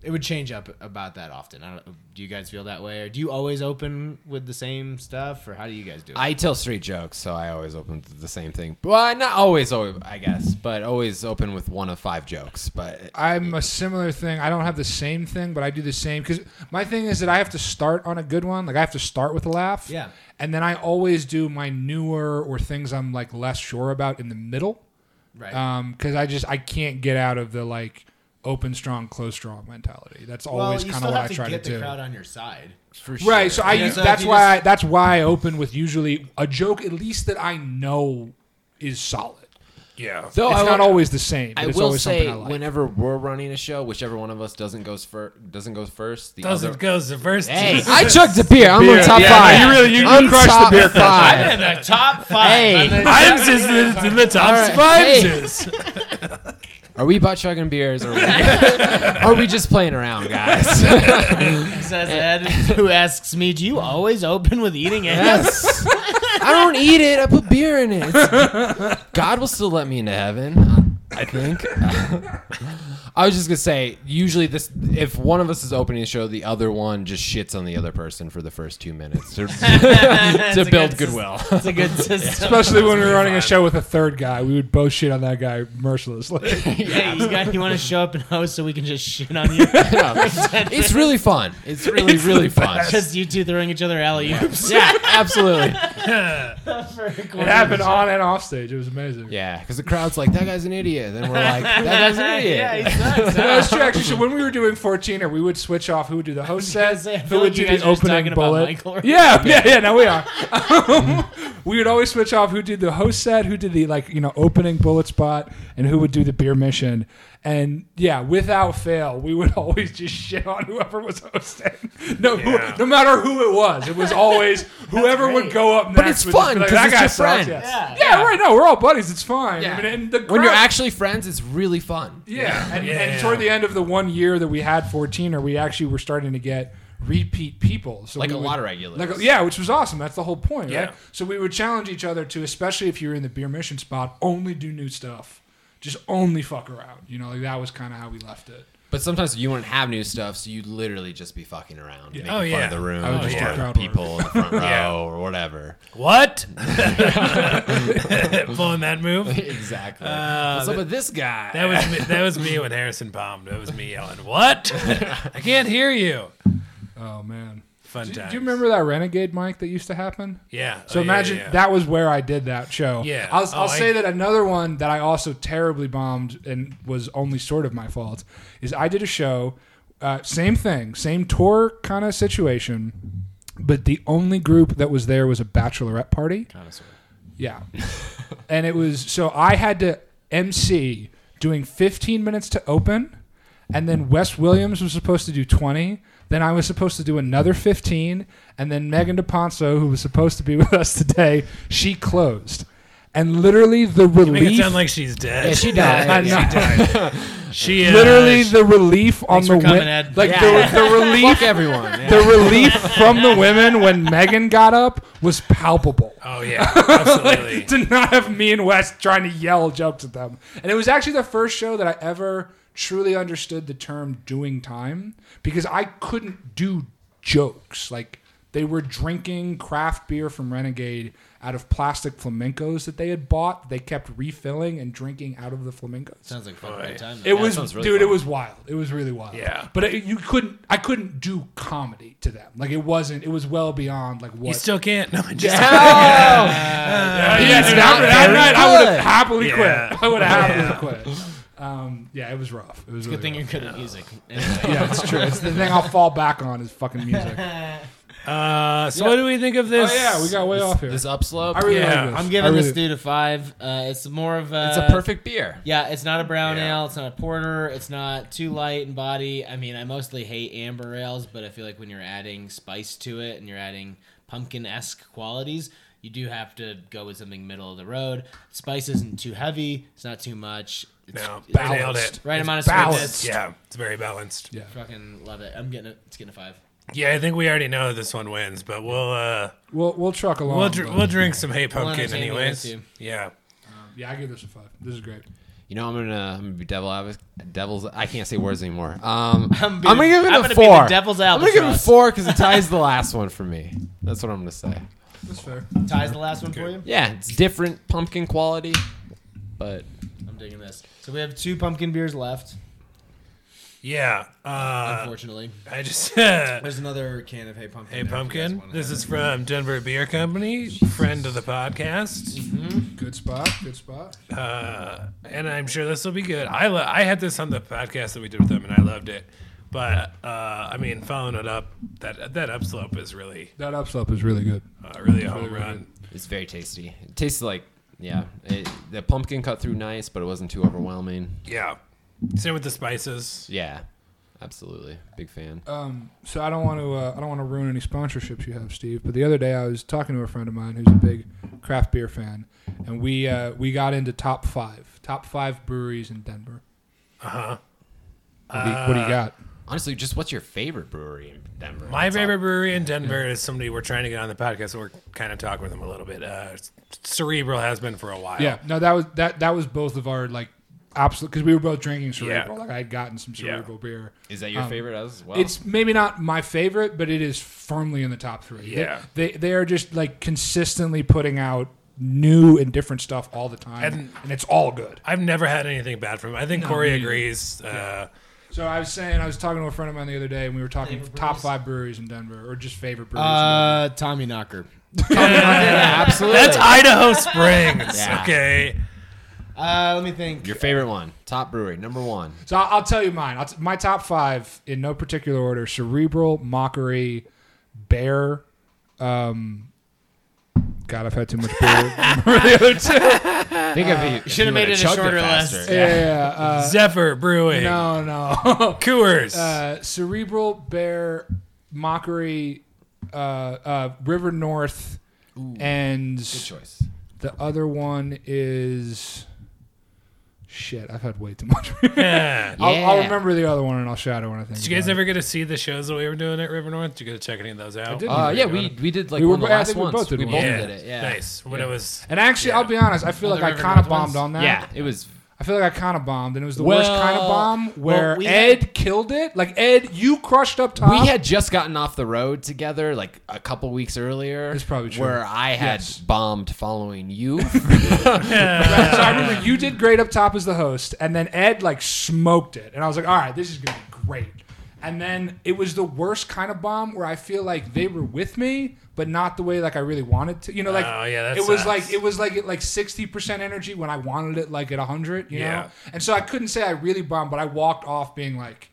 A: It would change up about that often. I don't. Do you guys feel that way, or do you always open with the same stuff, or how do you guys do it?
E: I tell street jokes, so I always open with the same thing. Well, not always, always, I guess, but always open with one of five jokes. But
C: I'm a similar thing. I don't have the same thing, but I do the same because my thing is that I have to start on a good one. Like I have to start with a laugh.
A: Yeah.
C: And then I always do my newer or things I'm like less sure about in the middle.
A: right.
C: Um, because I just I can't get out of the like open strong, close strong mentality. That's always kind of what I try
A: get
C: to
A: the
C: do.
A: crowd on your side.
C: Right. So I
A: Yeah.
C: use
A: So if
C: that's
A: you
C: why I, that's why I open with usually a joke at least that I know is solid.
D: yeah.
E: though
C: it's
E: I
C: not
E: will,
C: always the same. But
E: I
C: it's
E: will
C: always
E: say,
C: something I like.
E: whenever we're running a show, whichever one of us doesn't goes first, doesn't go first. The
D: Those
E: other,
D: it goes the first.
E: Hey,
D: two.
E: I chugged a beer. I'm on top
D: Yeah,
E: five.
D: you really- you- you
E: I'm
D: crushed the
E: top
D: beer
E: five.
A: in the top five.
E: Hey,
D: I'm just in, in the top
E: right.
D: five.
E: Hey.
D: just.
E: are we butt chugging beers or are we just playing around, guys?
A: says Ed, who asks me, "Do you always open with eating ass?"
E: Yes. I don't eat it. I put beer in it. It's- God will still let me into heaven. I think. I was just gonna say, usually this, if one of us is opening a show, the other one just shits on the other person for the first two minutes to, to build goodwill.
A: It's a good system.
C: Especially when we were running a show with a third guy, we would both shit on that guy mercilessly.
A: Hey, you, got- you want to show up and host so we can just shit on you
E: it's really fun. It's really really fun.
A: because you two throwing each other alley oops.
E: yeah, absolutely.
C: it happened on and off stage. It was amazing.
E: Yeah, because the crowd's like, "That guy's an idiot." Then we're like, "That guy's an idiot."
C: No, that's true. Actually, so when we were doing 14er, we would switch off who would do the host set,
A: say, I feel
C: who would
A: like you
C: do the
A: guys are just talking
C: opening
A: about
C: bullet.
A: Michael right Mm-hmm.
C: Yeah, yeah, yeah. Now we are. we would always switch off who did the host set, who did the like you know opening bullet spot, and who would do the beer mission. And yeah, without fail, we would always just shit on whoever was hosting. No, who-
D: Yeah.
C: no matter who it was, it was always whoever would go up next.
E: But it's
C: would just be
E: fun,
C: like,
E: 'cause
C: "That
E: it's
C: guy
E: your
C: sucks,
E: friend."
C: yes." Yeah, right. No, we're all buddies. It's fine. I mean, and the
E: When you're
C: crowd-
E: actually friends, it's really fun.
C: yeah, and,
D: Yeah.
C: and toward the end of the one year that we had 14, or we actually were starting to get repeat people. So
E: Like
C: we
E: a lot of regulars.
C: Like a- yeah, which was awesome. That's the whole point,
D: Yeah.
C: right? So we would challenge each other to, especially if you're in the beer mission spot, only do new stuff. Just only fuck around. You know, like that was kind of how we left it.
E: But sometimes you wouldn't have new stuff, so you'd literally just be fucking around, making
D: Oh,
E: fun
D: yeah.
E: of the room,
C: I would
E: or
C: just do crowd
E: the people in the front row,
D: Yeah.
E: or whatever.
D: What? Pulling that move.
E: Exactly.
D: Uh,
E: What's up with this guy?
D: That was me, that was me when Harrison bombed. That was me yelling, "What? I can't hear you!"
C: Oh man.
D: Fun
C: Do, do
D: times.
C: you remember that renegade mic that used to happen?
D: Yeah.
C: So
D: Oh, yeah,
C: imagine
D: yeah, yeah.
C: that was where I did that show.
D: Yeah.
C: I'll, I'll
D: Oh, I-
C: say that another one that I also terribly bombed and was only sort of my fault is I did a show, uh, same thing, same tour kind of situation, but the only group that was there was a bachelorette party. Yeah. and it was so I had to MC doing 15 minutes to open, and then Wes Williams was supposed to do 20. Then I was supposed to do another 15, and then Megan DePonso, who was supposed to be with us today, she closed. And literally the
D: Make it
C: relief,
D: sound like she's dead.
E: yeah, she died.
C: I know.
D: She uh,
C: literally
D: she-
C: the relief on the
A: for coming,
C: win-
A: Ed.
C: like
E: Yeah.
C: the, the relief,
E: Fuck everyone. yeah.
C: the relief from the women when Megan got up was palpable.
D: oh yeah, absolutely.
C: to not have me and Wes trying to yell jokes at them. And it was actually the first show that I ever truly understood the term doing time because I couldn't do jokes. Like they were drinking craft beer from Renegade out of plastic flamencos that they had bought. They kept refilling and drinking out of the flamencos.
A: Sounds like fun
D: Boy.
A: time.
C: It was,
E: sounds really
C: dude. It
E: fun.
C: was wild. It was really wild.
D: Yeah.
C: but it, you couldn't. I couldn't do comedy to them. Like it wasn't. It was well beyond like what
D: you still can't. No, I just Uh,
C: yeah,
E: He's
C: dude,
E: not
C: I, would- that
E: very
C: night, I would
E: good.
C: have happily
D: Yeah.
C: quit. I would have happily quit. Um, yeah, it was rough. It was
A: Good
C: really
A: thing you're
C: rough.
A: good at music. Anyway,
C: Yeah, it's true. It's the thing I'll fall back on is fucking music.
D: Uh, so what do we think of this?
C: Oh yeah, we got way off here.
E: This upslope.
C: I really
D: Yeah,
C: like this.
A: I'm
C: I
A: giving
C: really,
A: this dude a five. Uh, it's more of a.
E: it's
D: uh,
E: a perfect beer.
A: Yeah, it's not a brown
D: Yeah.
A: ale. It's not a porter. It's not too light in body. I mean, I mostly hate amber ales, but I feel like when you're adding spice to it and you're adding pumpkin esque qualities, you do have to go with something middle of the road. Spice isn't too heavy. It's not too much. It's,
D: No,
A: it's
D: I nailed it.
A: Right
D: It's
A: amount of
D: balanced.
A: sweetness.
D: Yeah, it's very balanced.
C: Yeah.
A: Fucking love it. I'm getting it. It's getting a five.
D: Yeah, I think we already know this one wins, but we'll uh,
C: We'll we'll truck along.
D: we'll dr-
C: but-
D: we'll drink some hay pumpkin
A: entertain you
D: anyways.
A: with you.
D: Yeah,
C: yeah, I give this a five. This is great.
E: You know, I'm gonna I'm gonna be devil advo- devil's. I can't say words anymore. Um,
A: be
E: I'm,
A: the-
E: gonna give it
A: I'm
E: a
A: gonna be the
E: four.
A: devil's
E: I'm gonna give it a
A: albatross.
E: four because it ties the last one for me. That's what I'm gonna say.
C: That's fair.
A: Ties the last one for you.
E: Yeah, it's different pumpkin quality, but
A: I'm digging this. So we have two pumpkin beers left.
D: yeah. Uh,
A: Unfortunately,
D: I just uh,
A: there's another can of hay pumpkin.
D: hey
A: there if you guys
D: pumpkin.
A: wanna
D: This
A: have
D: is
A: it.
D: from Denver Beer Company, friend of the podcast,
C: Good spot. Good spot.
A: Mm-hmm.
D: uh, and I'm sure this will be good. I lo- I had this on the podcast that we did with them, and I loved it. But uh, I mean, following it up, that that upslope is really
C: That upslope is really good.
D: uh, really a home run.
E: it's very tasty. It tastes like yeah, it, the pumpkin cut through nice, but it wasn't too overwhelming.
D: Yeah. Same with the spices.
E: Yeah, absolutely, big fan.
C: Um, so I don't want to uh, I don't want to ruin any sponsorships you have, Steve. But the other day I was talking to a friend of mine who's a big craft beer fan, and we uh, we got into top five top five breweries in Denver.
D: Uh-huh.
C: Uh huh. What do you got?
E: Honestly, just what's your favorite brewery in Denver?
D: My
E: That's all.
D: favorite brewery in Denver is somebody we're trying to get on the podcast. We're kind of talking with them a little bit. Uh, Cerebral has been for a while.
C: Yeah, no, that was that that was both of our like absolute because we were both drinking cerebral. Like I had gotten some
D: Yeah.
C: cerebral beer.
E: Is that your favorite as well?
C: It's maybe not my favorite, but it is firmly in the top three. They-
D: Yeah.
C: they they, are just like consistently putting out new and different stuff all the time,
D: And-
C: and, it's all good.
D: I've never had anything bad from them. I think Corey agrees. Uh,
C: So I was saying, I was talking to a friend of mine the other day, and we were talking top five breweries in Denver, or just favorite breweries.
A: uh, Tommy Knocker.
E: yeah, absolutely.
D: That's Idaho Springs.
E: Yeah.
D: Okay.
A: Uh, let me think.
E: your favorite one, top brewery, number one.
C: so I'll, I'll tell you mine. I'll t- my top five in no particular order: Cerebral, Mockery, Bear. Um, God, I've had too much beer.
E: Think of it.
A: should have made it a shorter list.
C: yeah, yeah, yeah. Uh,
D: Zephyr Brewing. Oh,
C: no, no.
D: Coors.
C: uh, cerebral bear mockery uh, uh, river north and
E: choice.
C: the other one is shit i've had way too much
D: yeah.
C: I'll, I'll
E: Yeah.
C: remember the other one and i'll shout it when i think
D: Did you guys
C: about it.
D: ever get to see the shows that we were doing at River North? Did you get to check any of those out?
C: I didn't.
E: Uh, yeah, we, we did like
C: We were-
E: one of the
C: I
E: last
C: think we
E: ones.
C: both did
E: we
C: one.
E: both
D: Yeah.
E: did it. Yeah.
D: Nice. When it was.
C: and actually i'll be honest i feel
A: Oh,
C: like
A: the
C: i
A: River
C: kind of
A: North
C: bombed
A: ones?
C: on that
E: Yeah, it was.
C: I feel like I kind of bombed, and it was the worst
E: Well-
C: kind of bomb where
A: well, we
C: Ed killed it. Like Ed, you crushed up top.
E: We had just gotten off the road together like a couple weeks earlier.
C: It's probably true.
E: Where I had
C: Yes.
E: bombed following you.
C: so I remember you did great up top as the host, and then Ed like smoked it, and I was like, all right, this is gonna be great. And then it was the worst kind of bomb where I feel like they were with me, but not the way like I really wanted to. You know, like
D: Oh, yeah, that
C: it was
D: sucks.
C: like it was like at like sixty percent energy when I wanted it like at hundred. You
D: Yeah.
C: know, and so I couldn't say I really bombed, but I walked off being like.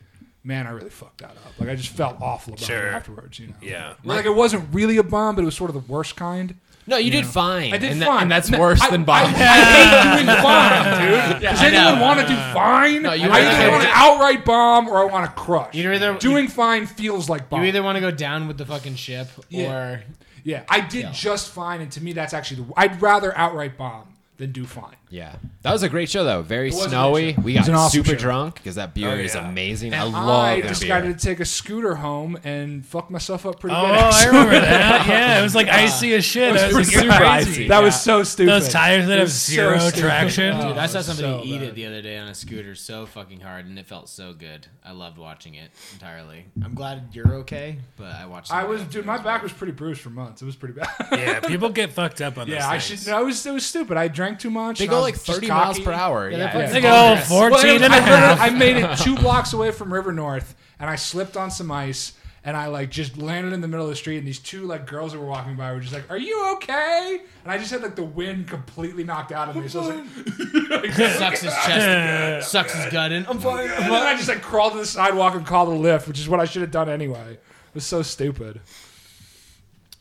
C: Man, I really fucked that up. Like I just felt awful about
D: Sure.
C: it afterwards, you know.
D: Yeah.
C: Where, like it wasn't really a bomb, but it was sort of the worst kind.
E: No, you did fine.
C: I did
E: and tha-
C: fine.
E: and that's
C: No,
E: worse
C: I-
E: than
C: I, I
E: bombing.
C: hate doing fine, dude. Does anyone want to do fine?
E: No, you
C: I
E: either
C: either
E: have
C: want
E: to-
C: to outright bomb or I want to crush.
A: You either-
C: doing fine feels like
A: You
C: bomb.
A: either want to go down with the fucking ship
C: Yeah.
A: or
C: yeah, I did just fine, and to me, that's actually the. I'd rather outright bomb than do fine.
E: Yeah, that was a great show though. Very
C: was a great
E: snowy.
C: show.
E: We
C: It was
E: got
C: an awesome
E: super
C: show. Oh,
E: drunk because that beer is
D: yeah.
E: amazing. I
C: And
E: love
C: I
E: that
C: decided
E: beer.
C: to take a scooter home and fuck myself up pretty
D: Oh,
C: good.
D: I
C: actually.
D: remember that. Yeah, it was like icy as shit. That was like,
C: Super
D: crazy.
C: That was so stupid.
D: Those tires that
C: It
D: have
C: was so
D: zero
C: stupid.
D: traction.
C: Oh,
A: Dude, I saw
C: it was
A: somebody
C: so
A: eat
C: bad.
A: it the other day on a scooter so fucking hard, and it felt so good. I loved watching it entirely. I'm glad you're okay, but I watched.
C: I
A: somebody
C: was,
A: else
C: dude.
A: do
C: My
A: it.
C: back was pretty bruised for months. It was pretty bad.
D: Yeah, people get fucked up on
C: yeah, I
D: those things.
C: should. No, it was, it was stupid. I drank too much.
E: They
C: and
E: go
C: I was
E: like
C: just
E: 30 miles
C: cocky.
E: per hour. Yeah,
A: they're
D: They go 14
C: Well,
D: oh, and
C: I,
D: a
C: heard-
D: half.
C: I made it two blocks away from River North, and I slipped on some ice, and I like just landed in the middle of the street, and these two like girls that were walking by were just like, "Are you okay?" And I just had like the wind completely knocked out of me, so I was like,
A: Sucks his chest. sucks his gut in. I'm fine.
C: and then I just like crawled to the sidewalk and called a lift, which is what I should have done anyway. It was so stupid.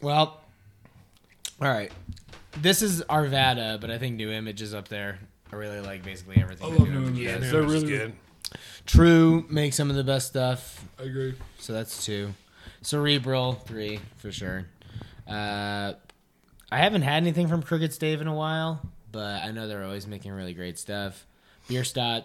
A: Well, all right. This is Arvada, but I think New Image is up there. I really like basically everything. that
C: love
A: New
C: New
A: Image
C: Image.
D: Yeah,
A: does.
D: no,
C: they're
D: which is
C: really-
D: good.
A: True makes some of the best stuff,
C: I agree. Oh,
A: so that's two. Cerebral three for sure. Uh, I haven't had anything from Crooked Stave in a while, but I know they're always making really great stuff. Bierstadt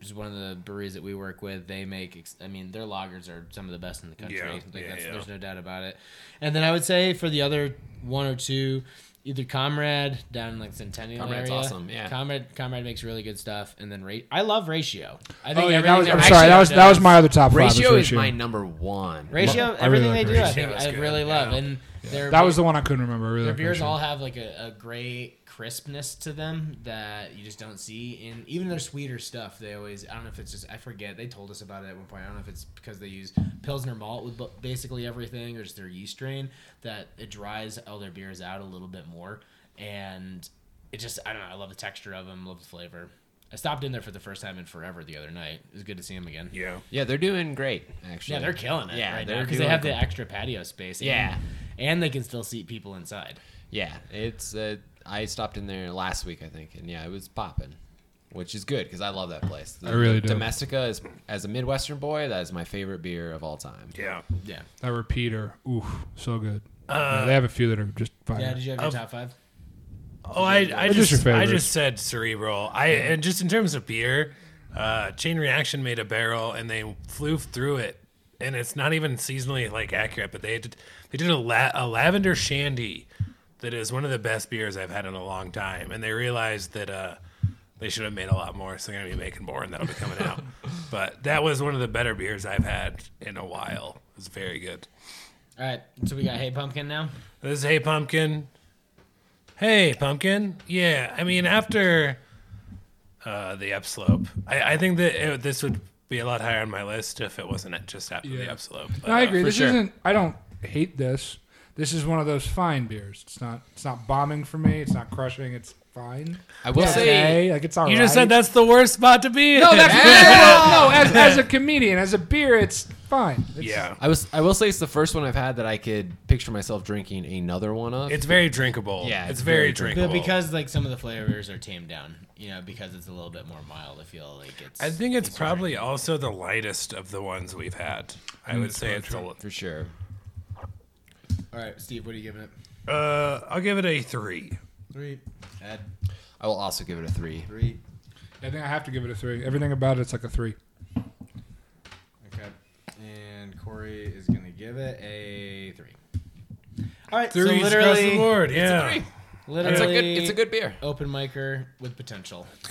A: is one of the breweries that we work with. They make, ex- I mean, their lagers are some of the best in the country.
D: Yeah,
A: Like,
D: yeah,
A: that's-
D: yeah.
A: There's no doubt about it. And then I would say for the other one or two, either Comrade down in like Centennial
E: Comrade's
A: area.
E: awesome, yeah.
A: Comrade, Comrade makes really good stuff. And then Ra- I love Ratio. I
C: Oh yeah,
A: everything
C: that was, I'm
A: that
C: sorry. That was that
A: does-
C: was my other top five.
E: Ratio is
C: Ratio.
E: my number one.
A: Ratio,
C: I really
A: everything
C: like
A: they do, I
C: Ratio.
A: think
D: That's
A: I
D: good,
A: really
D: yeah.
A: love, and their
C: That was the one I couldn't remember. I Really,
A: their
C: like
A: beers
C: Ratio.
A: all have like a, a great crispness to them that you just don't see in even their sweeter stuff. They always I don't know if it's just I forget they told us about it at one point. I don't know if it's because they use pilsner malt with bu- basically everything or just their yeast strain that it dries all their beers out a little bit more, and it just I don't know. I love the texture of them, love the flavor. I stopped in there for the first time in forever the other night. It was good to see them again.
D: Yeah.
E: Yeah, they're doing great actually.
A: Yeah, they're killing it
E: Yeah,
A: right
E: they're
A: now because they
E: doing
A: have the extra patio space. and-
E: Yeah.
A: and they can still seat people inside.
E: Yeah, it's. Uh, I stopped in there last week, I think, and yeah, it was popping, which is good because I love that place. The-
C: I really
E: the
C: do.
E: Domestica is, as a Midwestern boy, that is my favorite beer of all time.
D: Yeah.
A: Yeah.
C: That repeater, oof, so good. Yeah, they have a few that are just fire.
A: Uh, Yeah. Did you have your
D: Of-
A: top five?
D: Oh, I, I
C: Which is
D: just,
C: your
D: I
C: favorite?
D: just said cerebral. I and just in terms of beer, uh, Chain Reaction made a barrel and they flew through it, and it's not even seasonally like accurate, but they did, they did a, la- a lavender shandy that is one of the best beers I've had in a long time, and they realized that uh, they should have made a lot more, so they're gonna be making more, and that'll be coming out. But that was one of the better beers I've had in a while. It was very good.
A: All right. So we got Hey Pumpkin now.
D: This is Hey Pumpkin. Hey Pumpkin. Yeah, I mean after uh, the upslope, I, I think that it, this would be a lot higher on my list if it wasn't at- just after the
C: Yeah.
D: upslope. But,
C: No, I
D: uh,
C: agree.
D: for
C: This
D: sure.
C: isn't. I don't hate this. This is one of those fine beers. It's not. It's not bombing for me. It's not crushing. It's fine.
E: I will say,
C: Okay, like it's all
D: You just said that's the worst spot to be. in.
C: No, that's well, no. As, as a comedian, as a beer, it's fine. It's,
D: yeah.
E: I was. I will say it's the first one I've had that I could picture myself drinking another one of.
D: It's very drinkable.
E: Yeah,
D: it's,
E: it's
D: very
E: very
D: drinkable.
A: But because like some of the flavors are tamed down, you know, because it's a little bit more mild, I feel like it's.
D: I think it's probably also the lightest of the ones we've had. I
C: Mm,
D: would say it's the,
E: for sure.
A: All right, Steve, what are you giving it?
D: uh, I'll give it a three.
A: Three. Ed,
E: I will also give it a three.
A: three.
C: I think I have to give it a three. Everything about it's like a three.
A: Okay. And Corey is gonna give it a three. All right.
D: Three
A: so
D: across the
A: literally,
D: board. Yeah.
E: three.
A: literally,
E: It's a good. It's a good beer.
A: open micer with potential.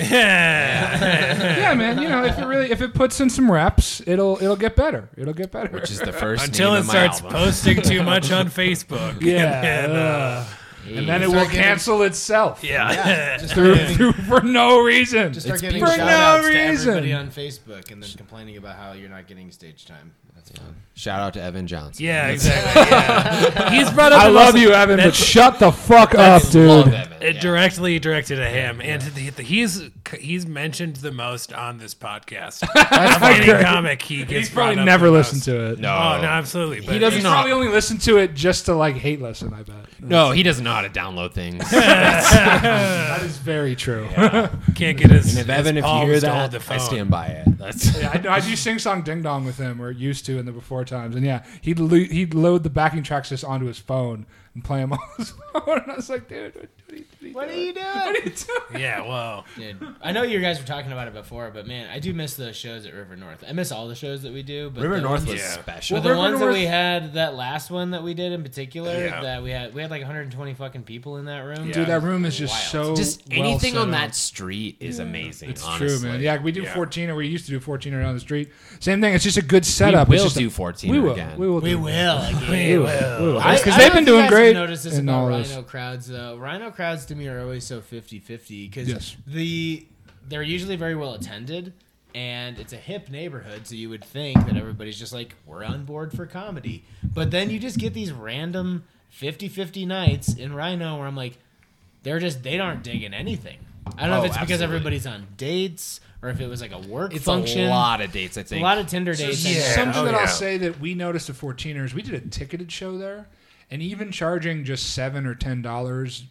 C: yeah, man. You know, if it really, if it puts in some reps, it'll it'll get better. It'll get better.
E: Which is the first
D: Until
E: name
D: it
E: of my
D: starts
E: album.
D: posting too much on Facebook.
C: yeah.
D: And, uh,
C: ugh. and then it will cancel itself
D: yeah.
C: through, through for no reason.
A: Just start
E: It's
A: giving
E: for
A: shout
C: no
A: outs to
C: reason.
A: everybody on Facebook and then complaining about how you're not getting stage time. That's fun.
E: Shout out to Evan Johnson.
D: Yeah, exactly. Yeah. He's brought up.
C: Uh, I
D: the
C: love
D: most-
C: you, Evan, but
D: that's-
C: shut the fuck up,
E: Love
C: dude.
E: Evan,
D: It
E: yeah.
D: directly directed at him, and to the, the, he's he's mentioned the most on this podcast. of any
C: great.
D: comic he gets.
C: He's probably
D: brought up
C: never
D: the
C: listened
D: most.
C: to it.
D: Oh no, absolutely. But he doesn't.
C: He's probably only listened to it just to like hate listen. I bet
E: No, he doesn't know how to download things.
C: that is very true.
D: Can't get his.
E: If Evan,
D: his
E: if you
D: palms
E: hear
D: to hold
E: that,
D: the
E: I
D: phone.
E: stand by it. That's
C: Yeah, I, know- I do sing song ding dong with him, or used to in the before times, and yeah, he'd lo- he'd load the backing tracks just onto his phone and play them on his phone, and I was like, dude, what, what, are, you, what, are, you
A: What are
C: doing?
A: you doing?
C: what are you doing?
D: Yeah. Well.
A: Dude, I know you guys were talking about it before, but man, I do miss those shows at River North. I miss all the shows that we do. But
E: River
A: the
E: North
A: ones-
E: was
D: Yeah.
E: special.
A: But the
C: River
A: ones that we
C: North-
A: had, that last one that we did in particular,
D: Yeah.
A: that we had, we had like 120 fucking people in that room.
D: Yeah.
C: Dude, that room is just so
E: just
C: well
E: anything
C: set
E: on
C: up.
E: that street is amazing.
C: It's true,
E: honestly.
C: man. Yeah, we do
D: Yeah.
C: 14, or we used to do 14 around the street. Same thing. It's just a good
E: we
C: setup. It's
E: will
C: just a-
E: do fourteen
C: we will.
E: again.
C: We will.
A: We
C: do that.
A: will
C: We
A: again.
C: will. We will.
A: I-
C: Because
A: I
C: they've
A: don't
C: been
A: know if you
C: doing
A: guys
C: great.
A: have noticed this
C: in
A: about
C: all
A: Rhino
C: this.
A: crowds, though. Rhino crowds to me are always so 50-50 because
C: Yes.
A: the they're usually very well attended, and it's a hip neighborhood, so you would think that everybody's just like we're on board for comedy, but then you just get these random 50-50 nights in Rhino where I'm like, they're just they aren't digging anything. I don't know
E: Oh,
A: if it's because
E: absolutely.
A: everybody's on dates or if it was like a work
E: It's
A: function.
E: a lot of dates. I think
A: a lot of Tinder dates.
C: So
A: and-
C: Something
D: Oh,
C: that
D: yeah.
C: I'll say that we noticed at 14ers, we did a ticketed show there, and even charging just seven or ten dollars,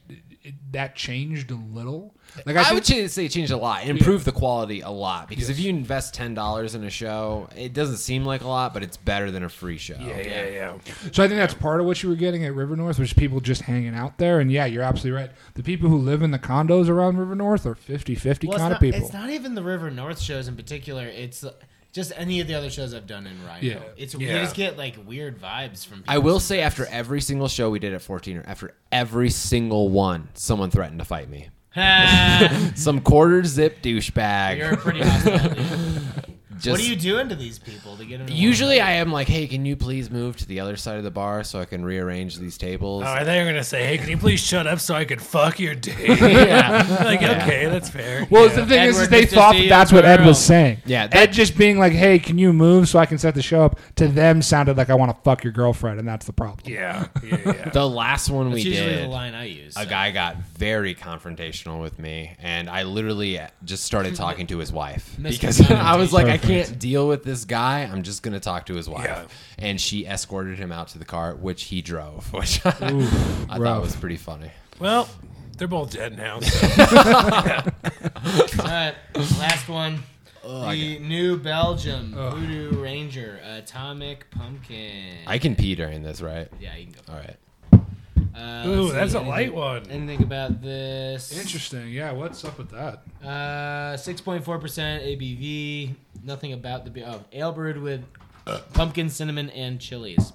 C: that changed a little. Like
E: I,
C: think-
E: would cha- say change a lot, improve the quality a lot because if you invest ten dollars in a show, it doesn't seem like a lot, but it's better than a free show.
D: Yeah, yeah, yeah.
C: So I think that's part of what you were getting at River North, which is people just hanging out there. And yeah, you're absolutely right. The people who live in the condos around River North are 50-50
A: Well, it's
C: kind
A: not,
C: of people.
A: It's not even the River North shows in particular. It's uh, just any of the other shows I've done in Rhino.
C: Yeah.
A: It's
D: Yeah.
A: we just get like weird vibes from. people.
E: I will say after every single show we did at fourteen, or after every single one, someone threatened to fight me.
A: Ha!
E: Some quarter zip
A: You're
E: douchebag.
A: pretty hostile. dude.
E: Just,
A: what are you doing to these people to get them? to want-
E: Usually I am like, hey, can you please move to the other side of the bar so I can rearrange these tables?
D: Oh, I thought you were gonna say, "Hey, can you please shut up so I could fuck your dick?"
E: yeah.
D: like, okay, that's fair.
C: well, the thing is, is
A: Edward
C: they
A: gets to
C: thought
A: see
C: that
A: you,
C: that's what Ed
A: girl.
C: was saying.
E: Yeah,
C: Ed
E: that-
C: just being like, "Hey, can you move so I can set the show up?" To them, sounded like I want to fuck your girlfriend, and that's the problem.
D: yeah, yeah, yeah.
E: The last one
A: That's
E: we
A: usually
E: did.
A: the line I use.
E: a guy got very confrontational with me and i literally just started
A: Mm-hmm.
E: talking to his wife because i was like i can't deal with this guy i'm just going to talk to his wife
D: Yeah.
E: and she escorted him out to the car which he drove which i, I
C: rough.
E: thought was pretty funny
D: Well, they're both dead now. so-
A: All right, last one. the New Belgium Voodoo Ranger Atomic Pumpkin.
E: i can pee during this right
A: yeah, you can go.
E: all right
A: Uh,
D: Ooh,
A: let's see,
D: that's a
A: anything-
D: light one.
A: Anything about this?
C: Interesting. Yeah, what's up with that?
A: Uh, six point four percent ABV. Nothing about the beer. Oh, ale brewed with pumpkin, cinnamon, and chilies.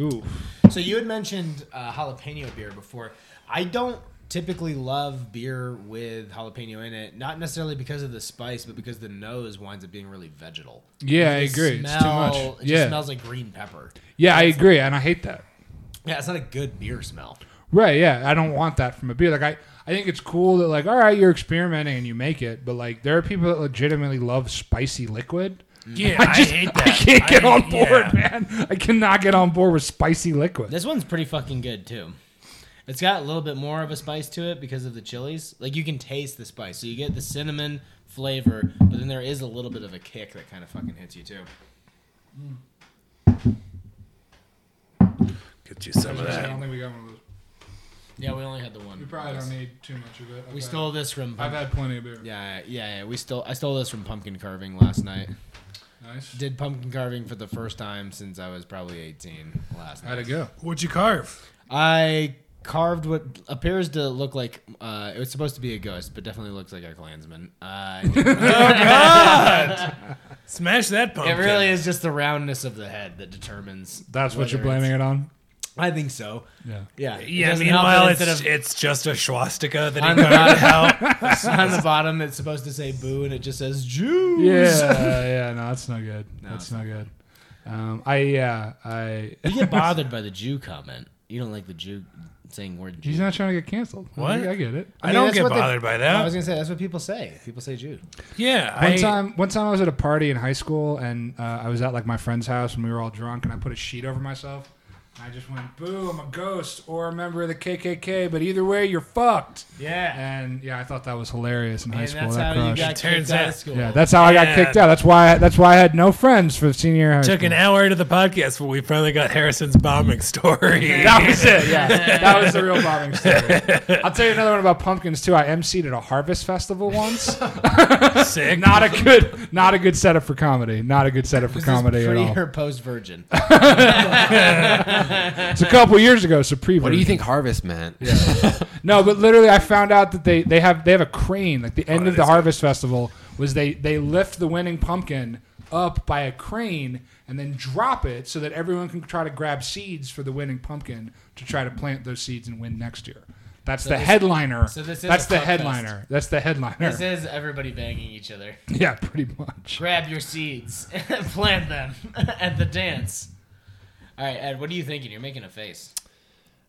C: Ooh,
A: So you had mentioned uh, jalapeno beer before. I don't typically love beer with jalapeno in it, not necessarily because of the spice, but because the nose winds up being really vegetal.
C: yeah, I
A: The
C: agree. it's too
A: smell-
C: much.
A: It just
C: yeah,
A: smells like green pepper.
C: yeah, I agree, and I hate that.
A: Yeah, it's not a good beer smell.
C: Right, yeah. I don't want that from a beer. Like I, I think it's cool that like, all right, you're experimenting and you make it, but like there are people that legitimately love spicy liquid.
D: Yeah, I, hate that.
C: I can't get on board,
D: yeah.
C: man. I cannot get on board with spicy liquid.
A: This one's pretty fucking good too. It's got a little bit more of a spice to it because of the chilies. Like you can taste the spice, so you get the cinnamon flavor, but then there is a little bit of a kick that kind of fucking hits you too.
D: Get you some of
C: I
D: that.
C: don't think we got one of those.
A: Yeah, we only had the one.
C: We probably don't need too much of it.
A: We stole this from.
C: I've had plenty of beer.
A: Yeah, yeah, yeah. We stole. I stole this from pumpkin carving last night.
C: Nice.
A: Did pumpkin carving for the first time since I was probably 18 last
C: How'd
A: night.
C: it go?
D: What'd you carve?
A: I carved what appears to look like uh, it was supposed to be a ghost, but definitely looks like a Klansman. Uh,
D: Smash that pumpkin.
A: it really is just the roundness of the head that determines.
C: That's what you're
A: whether
C: blaming it on.
A: it's- I think so.
C: Yeah.
A: Yeah. it
D: Yeah.
A: doesn't help
D: Meanwhile,
A: that
D: it's
A: instead of-
D: it's just a swastika that
A: On
D: he
A: the
D: carved out.
A: on the bottom, it's supposed to say "boo" and it just says "Jew."
C: Yeah, yeah. No, that's not good. that's not good. Um, I yeah, I.
A: You get bothered by the Jew comment. You don't like the Jew saying word Jew.
C: He's not trying to get canceled.
D: What?
C: I, get it.
D: I,
A: mean,
D: don't
A: that's
D: get
A: what they-
D: bothered by
A: I
D: that.
A: was gonna say that's what people say. People say Jew.
D: yeah,
C: One
D: I,
C: time, one time I was at a party in high school, and uh, I was at like my friend's house, and we were all drunk, and I put a sheet over myself, and I just went, "Boo! I'm a ghost or a member of the KKK, but either way, you're fucked."
A: Yeah.
C: And yeah, I thought that was hilarious in high
A: And
C: school.
A: that's
C: that
A: how you
C: crushed.
A: got
D: It
A: kicked
D: turns
A: out of
D: out-
A: school.
C: yeah, that's how I got
D: Yeah.
C: kicked out. That's why. That's why I had no friends for senior year high
D: took
C: school.
D: an hour to the podcast where we finally got Harrison's bombing story.
C: That was it. Yeah, that was the real bombing story. I'll tell you another one about pumpkins too. I emceed at a harvest festival once.
D: sick.
C: Not a good, not a good setup for comedy. Not a good setup for
A: Is this
C: comedy at
A: pre
C: all.
A: or post virgin?
C: It's a couple years ago, so pre.
E: what do you think harvest meant
C: No, but literally, I found out that they, they have they have a crane. Like the end
D: that
C: of the
D: is
C: harvest festival was they they lift the winning pumpkin up by a crane and then drop it so that everyone can try to grab seeds for the winning pumpkin to try to plant those seeds and win next year. That's the
A: this-
C: headliner.
A: so this is
C: That's
A: a
C: the
A: fuck fest.
C: headliner. That's the headliner.
A: This is everybody banging each other.
C: yeah, pretty much.
A: Grab your seeds, plant them at the dance. All right, Ed, what are you thinking? You're making a face.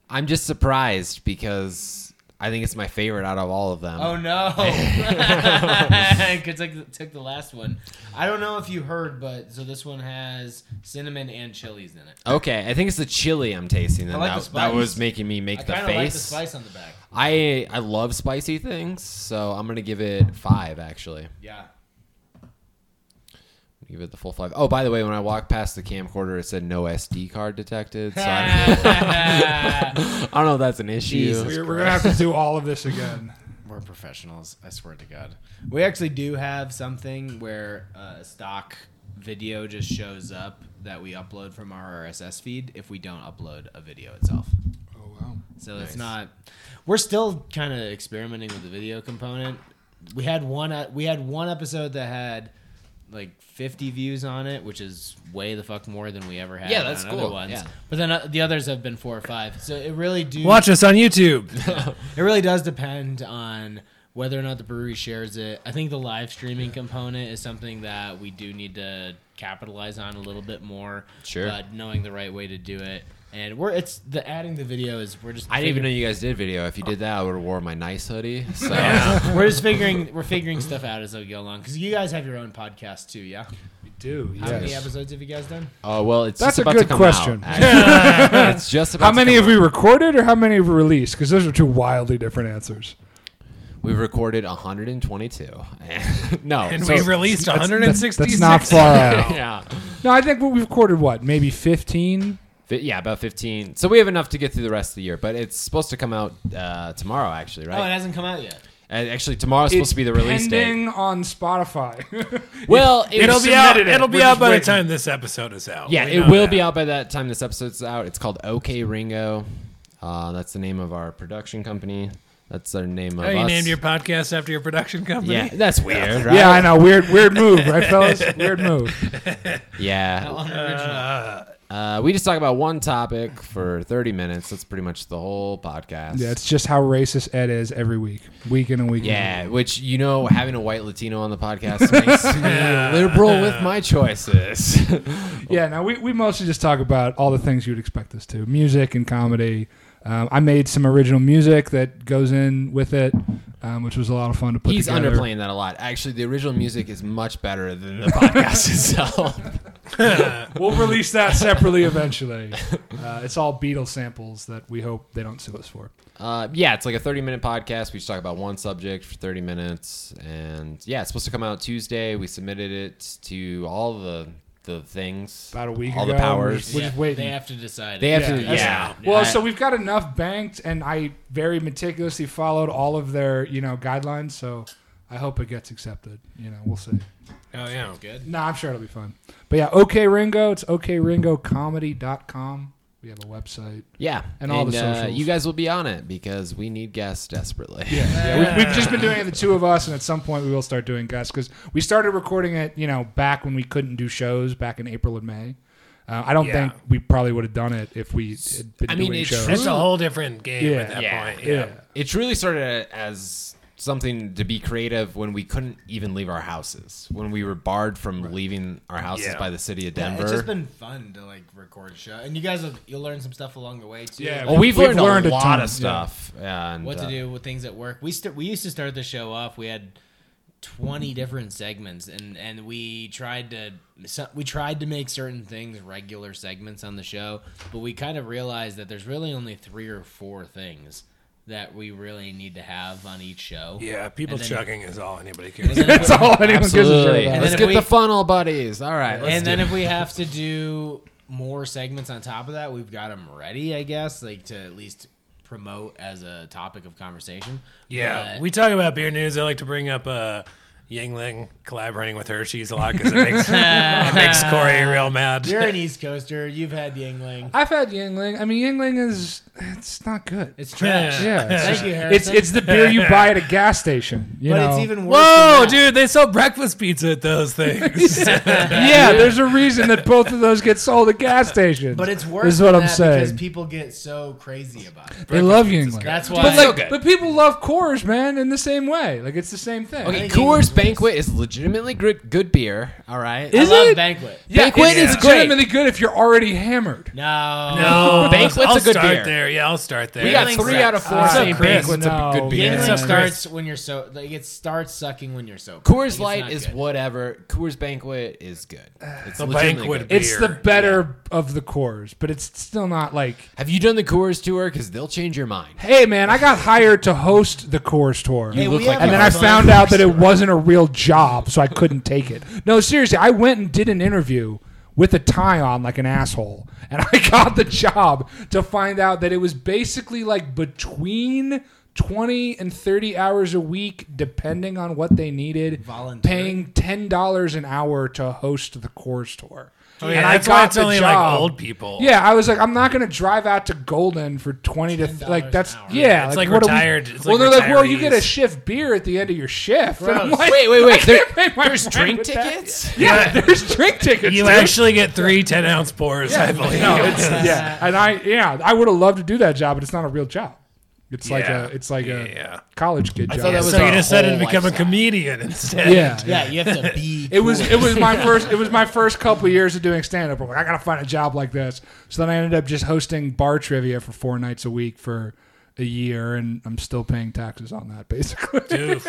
E: i'm just surprised because i think it's my favorite out of all of them
A: Oh no! Because I took the last one. I don't know if you heard, but so this one has cinnamon and chilies in it.
E: Okay, I think it's the chili I'm tasting. Then
A: I like
E: that,
A: the
E: that was
A: spice.
E: making me make
A: I
E: the
A: kind of like the
E: face.
A: spice on the back.
E: I I love spicy things, so I'm gonna give it five actually.
A: Yeah.
E: Give it the full five. Oh, by the way, when I walked past the camcorder, it said no SD card detected. So I don't, I don't know if that's an issue.
C: We're, we're gonna have to do all of this again.
A: We're professionals, I swear to God. We actually do have something where uh, stock video just shows up that we upload from our RSS feed if we don't upload a video itself.
C: Oh wow.
A: So it's not. We're still kind of experimenting with the video component. We had one. uh, We had one episode that had like 50 views on it, which is way the fuck more than we ever had.
E: Yeah, that's
A: on other
E: cool.
A: Ones.
E: Yeah.
A: But then uh, the others have been four or five. So it really do.
D: Watch us on YouTube.
A: It really does depend on whether or not the brewery shares it. I think the live streaming component is something that we do need to capitalize on a little bit more.
E: Sure.
A: But knowing the right way to do it. And we're it's the adding the video is we're just
E: I didn't even know
A: figuring-
E: you guys did video. If you did that, I would have wore my nice hoodie. So
A: we're just figuring we're figuring stuff out as we go along because you guys have your own podcast too, yeah.
C: We do.
A: How many
C: yes.
A: episodes have you guys done?
E: Oh well, it's
C: That's
E: just
C: a
E: about
C: good
E: to come
C: question.
E: out, actually. it's just about.
C: How
E: to
C: many
E: come
C: have we
E: out.
C: recorded, or how many have we released? Because those are two wildly different answers.
E: We've recorded 122. no,
D: And
E: so-
D: we released 166.
C: That's not far out.
E: yeah,
C: No, I think we've recorded what, maybe fifteen.
E: Fi- yeah, about 15. So we have enough to get through the rest of the year. But it's supposed to come out uh, tomorrow, actually,
A: Oh, it
E: right?
A: hasn't come out yet.
E: and Uh, actually, tomorrow's supposed to be the release date.
C: pending on Spotify.
E: Well, it
D: It'll
E: was-
D: be out.
C: submitted it.
D: It'll be
C: We're
D: out
C: just
D: by the
C: waiting.
D: time this episode is out.
E: Yeah,
D: We
E: it
D: know
E: will
D: that.
E: be out by that time this episode's out. It's called OK Ringo. Uh, that's the name of our production company. That's our name of
D: Oh, you
E: us.
D: named your podcast after your production company.
E: yeah, that's weird, right?
C: yeah, I know. Weird, weird move, right, fellas? Weird move.
E: Yeah. Uh, we just talk about one topic for 30 minutes. That's pretty much the whole podcast.
C: Yeah, it's just how racist Ed is every week, week in and week.
E: yeah,
C: out.
E: which, you know, having a white Latino on the podcast makes me liberal with my choices.
C: yeah. Now we, we mostly just talk about all the things you'd expect us to: music and comedy. Um, I made some original music that goes in with it, um, which was a lot of fun to put
E: He's
C: together.
E: underplaying that a lot. Actually, the original music is much better than the podcast itself.
C: We'll release that separately eventually. Uh, it's all Beatles samples that we hope they don't sue us for.
E: Uh, yeah, it's like a 30 minute podcast. We just talk about one subject for 30 minutes. And yeah, it's supposed to come out Tuesday. We submitted it to all the the things.
C: About a week
E: All
C: ago,
E: the powers.
C: We're just waiting.
A: They have to decide.
E: They have to,
C: Yeah.
E: yeah.
C: Well,
E: I-
C: so we've got enough banked, and I very meticulously followed all of their, you know, guidelines. So I hope it gets accepted. You know, we'll see.
D: Oh yeah.
C: No, I'm sure it'll be fun. But yeah, OK Ringo. It's okringocomedy.com. We have a website.
E: Yeah,
C: And all the
E: uh,
C: socials.
E: you guys will be on it because we need guests desperately.
C: Yeah, we've, we've just been doing it the two of us, and at some point we will start doing guests because we started recording it, you know, back when we couldn't do shows back in April and May. Uh, I don't
D: Yeah.
C: think we probably would have done it if we had been
E: I mean,
C: doing
E: it's
C: shows.
E: true.
D: It's a whole different game
C: Yeah.
D: at that
E: Yeah.
D: point.
C: yeah.
D: Yeah.
E: It truly started as something to be creative when we couldn't even leave our houses, when we were barred from leaving our houses
D: Yeah.
E: by the city of
A: Yeah,
E: Denver.
A: it's just been fun to like record show, and you guys will, you'll learn some stuff along the way too.
C: Yeah.
E: well, we've,
C: We've
E: learned,
C: learned
E: a
C: a
E: lot
C: ton,
E: of stuff. And,
A: what to
E: uh,
A: do with things at work. We st- we used to start the show off. We had twenty different segments, and and we tried to so- we tried to make certain things regular segments on the show, but we kind of realized that there's really only three or four things that we really need to have on each show.
D: Yeah, people
A: And then-
D: chugging is all anybody
A: And
D: cares.
A: then if
C: That's all anyone gives a shit
E: Absolutely.
C: about.
A: And
E: Let's
A: then
E: get
A: if
E: the
A: we-
E: funnel buddies. All right, let's
A: and
E: do
A: then
E: it.
A: if we have to do more segments on top of that, we've got them ready, I guess, like to at least promote as a topic of conversation.
D: Yeah,
A: But-
D: we talk about beer news. I like to bring up uh, Yingling collaborating with Hershey's a lot because it makes it makes Corey real mad.
A: you're an East Coaster. You've had Yingling.
C: I've had Yingling. I mean, Yingling is it's not good.
A: It's trash.
C: yeah, it's,
A: Thank
C: just-
A: you,
C: it's
A: Harrison.
C: it's the beer you buy at a gas station. You
A: but
C: know?
A: it's even worse.
D: Whoa,
A: than that.
D: dude, they sell breakfast pizza at those things.
C: yeah. There's a reason that both of those get sold at gas stations.
A: But it's worse.
C: This is what
A: than
C: I'm
A: that
C: saying.
A: because people get so crazy about it.
C: They love Yingling.
A: That's why.
C: But like, but people love Coors, man, in the same way. Like it's the same thing.
E: Okay,
A: I think
E: Coors
A: English-
E: Banquet is legitimately good, good beer. All right.
A: I
C: Is
A: love
C: it?
A: banquet.
C: Yeah,
E: Banquet
C: it's
E: is great.
C: legitimately good if you're already hammered.
A: No.
D: no,
E: Banquet's
D: I'll
E: a good
D: start
E: beer.
D: there. Yeah, I'll start there.
E: we got
A: Yingling's
E: three
A: sucks.
E: out of four
C: Ah,
E: saying
C: Chris,
E: Banquet's a
C: no,
E: good beer.
A: Yingling
D: Yeah.
A: starts when you're so like it starts sucking when you're so.
E: Coors Light is whatever. Coors Banquet is good. It's
D: The
E: legitimately
D: banquet
E: good.
D: beer.
C: It's the better of the Coors, but it's still not like,
E: Have you done the Coors tour? Because they'll change your mind.
C: hey man, I got hired to host the Coors tour,
E: look like
C: and then
I: "Oh,
E: you
C: I found out that it wasn't a real job, so I couldn't take it. No, seriously, I went and did an interview with a tie on like an asshole, and I got the job to find out that it was basically like between. 20 and 30 hours a week depending on what they needed
I: Voluntary?
C: paying $10 an hour to host the course tour
D: Oh, yeah, that's why it's only like old people.
C: yeah, I was like, I'm not gonna drive out to Golden for twenty to th- like that's yeah.
D: It's like
C: what are we-
D: retired- it's
C: well,
D: like
C: they're like, well, you get a
D: retirees.
C: shift beer at the end of your shift. And I'm like,
E: Wait, wait, wait.
C: I
E: There,
C: can't pay my
E: there's
C: rent
E: drink
C: with that.
E: tickets?
C: Yeah, there's drink tickets.
D: You
C: dude.
D: actually get three 10 ounce pours, I believe.
C: No, it's- yeah, and I yeah, I would have loved to do that job, but it's not a real job. It's like
D: Yeah.
C: a it's like a
D: Yeah.
C: college kid job.
D: Yeah,
E: that was
D: so you
E: our
D: decided to
E: whole
D: become a
E: lifestyle.
D: comedian instead.
C: yeah, yeah.
I: Yeah, you have to be.
C: It was it was my first it was my first couple years of doing stand up. I gotta find a job like this. So then I ended up just hosting bar trivia for four nights a week for a year, and I'm still paying taxes on that basically.
D: Oof.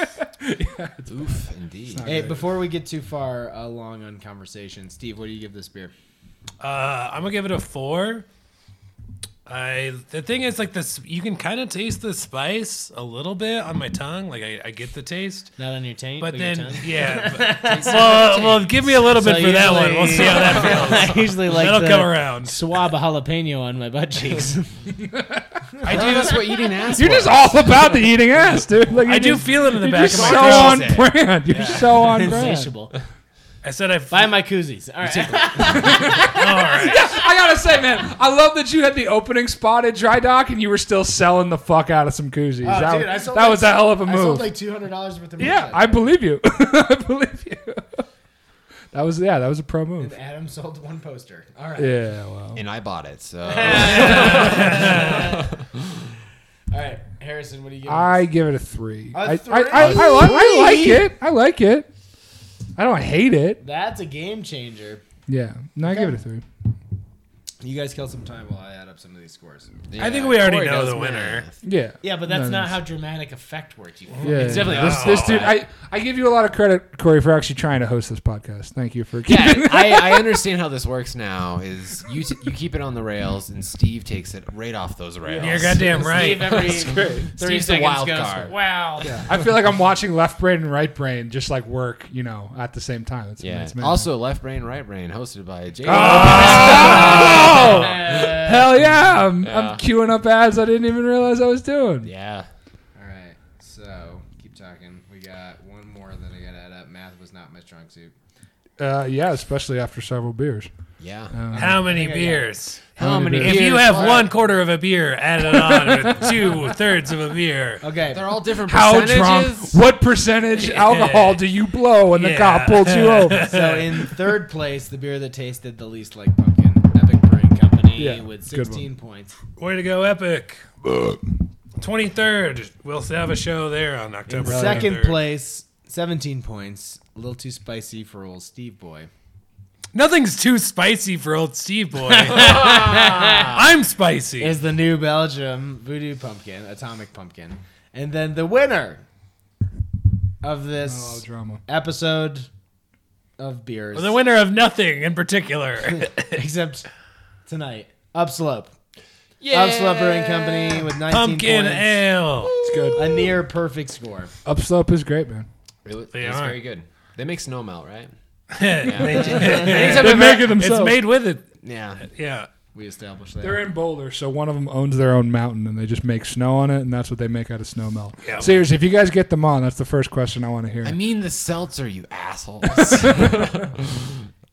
E: Oof, indeed.
I: Hey, before we get too far along on conversation, Steve, what do you give this beer?
D: Uh, I'm gonna give it a four. I the thing is like this, you can kind of taste the spice a little bit on my tongue. Like I, I get the taste,
I: Not on your taint,
D: but then yeah. But, well, uh, well, give me a little bit for that one. We'll see how that feels.
I: I usually like
D: That'll
I: to
D: come around.
I: swab a jalapeno on my butt cheeks.
E: I do that's what eating ass.
C: You're just all about the eating ass, dude. Like,
D: I
C: you're
D: do
C: just-
D: feel it in the
C: You're
D: back of
C: so
D: my
C: on
D: throat.
C: brand. You're so on brand.
I: Insatiable.
D: I said I.
I: Buy my koozies. All right.
D: all right.
C: I gotta say, man, I love that you had the opening spot at Dry Dock and you were still selling the fuck out of some koozies.
D: Oh,
C: that
I: dude, I
C: that
I: sold like-
C: was a hell of a
I: I
C: move.
I: sold like two hundred dollars worth of
C: Yeah, I believe you. I believe you. That was yeah, that was a pro move.
I: Adam sold one poster. All right.
C: Yeah, well.
E: And I bought it, so
I: All right, Harrison, what do you give?
C: I give it a three. I
I: three?
C: I, I, I, like, I like it. I like it. I don't hate it.
I: That's a game changer.
C: Yeah. No, I give it a three.
I: You guys kill some time while I add up some of these scores.
D: I think we already
E: Corey
D: know
E: does
D: the winner.
C: Yeah.
I: Yeah, but that's
C: No,
I: not
C: it's-
I: how dramatic effect works. You
C: Yeah,
E: It's definitely
C: this, this dude. I, I give you a lot of credit, Corey, for actually trying to host this podcast. Thank you for keeping.
E: yeah,
I: uh,
E: I, I understand how this works now. Is you t- you keep it on the rails, and Steve takes it right off those rails.
D: You're goddamn
I: Steve
D: right.
I: every
C: great.
I: thirty
E: Steve's the
I: seconds
E: wild
I: goes.
E: card.
I: Wow.
C: I feel like I'm watching left brain and right brain just like work, you know, at the same time. It's,
E: Yeah.
C: it's amazing.
E: Also, left brain, right brain, hosted by Jay.
A: Ah.
I: Uh,
C: Oh! hell yeah, I'm,
E: Yeah.
C: I'm queuing up ads I didn't even realize I was doing.
E: Yeah.
I: all right. So keep talking. We got one more that I got to add up. Math was not my strong suit.
C: Uh, yeah, especially after several beers. Uh,
E: Yeah.
D: How many beers?
E: how many?
C: many
D: If you
E: beers?
D: have
E: What?
D: one quarter of a beer added on with two thirds of a beer,
I: Okay.
E: they're all different
C: How drunk?
E: percentages.
C: What percentage alcohol do you blow when the
D: Yeah.
C: cop pulls you over?
I: So in third place, the beer that tasted the least like pumpkin, Epic Brewing Company,
C: Yeah,
I: with
C: good one.
I: 16 points.
D: way to go, Epic. 23rd, we'll have a show there on October
I: Second
D: 23rd.
I: place, 17 points. A little too spicy for old Steve Boy.
D: Nothing's too spicy for old Steve Boy. I'm spicy.
I: Is the new Belgium Voodoo Pumpkin, Atomic Pumpkin. And then the winner of
C: Oh,
I: this
C: drama.
I: episode of beers,
D: the winner of nothing in particular.
I: except tonight, Upslope.
E: Yeah.
I: Upslope Brewing Company with 19
D: Pumpkin
I: points.
D: ale.
C: It's good.
I: a near perfect score.
C: Upslope is great, man.
E: It was,
D: They
E: it was
D: are.
E: very good. They make snow melt, right?
C: They make it
D: It's
C: themselves.
D: made with it.
E: Yeah.
D: Yeah.
I: We established that.
C: They're in Boulder, so one of them owns their own mountain, and they just make snow on it, and that's what they make out of snow melt.
D: Yeah.
C: Seriously, if you guys get them on, that's the first question I want to hear.
E: I mean the seltzer, you assholes.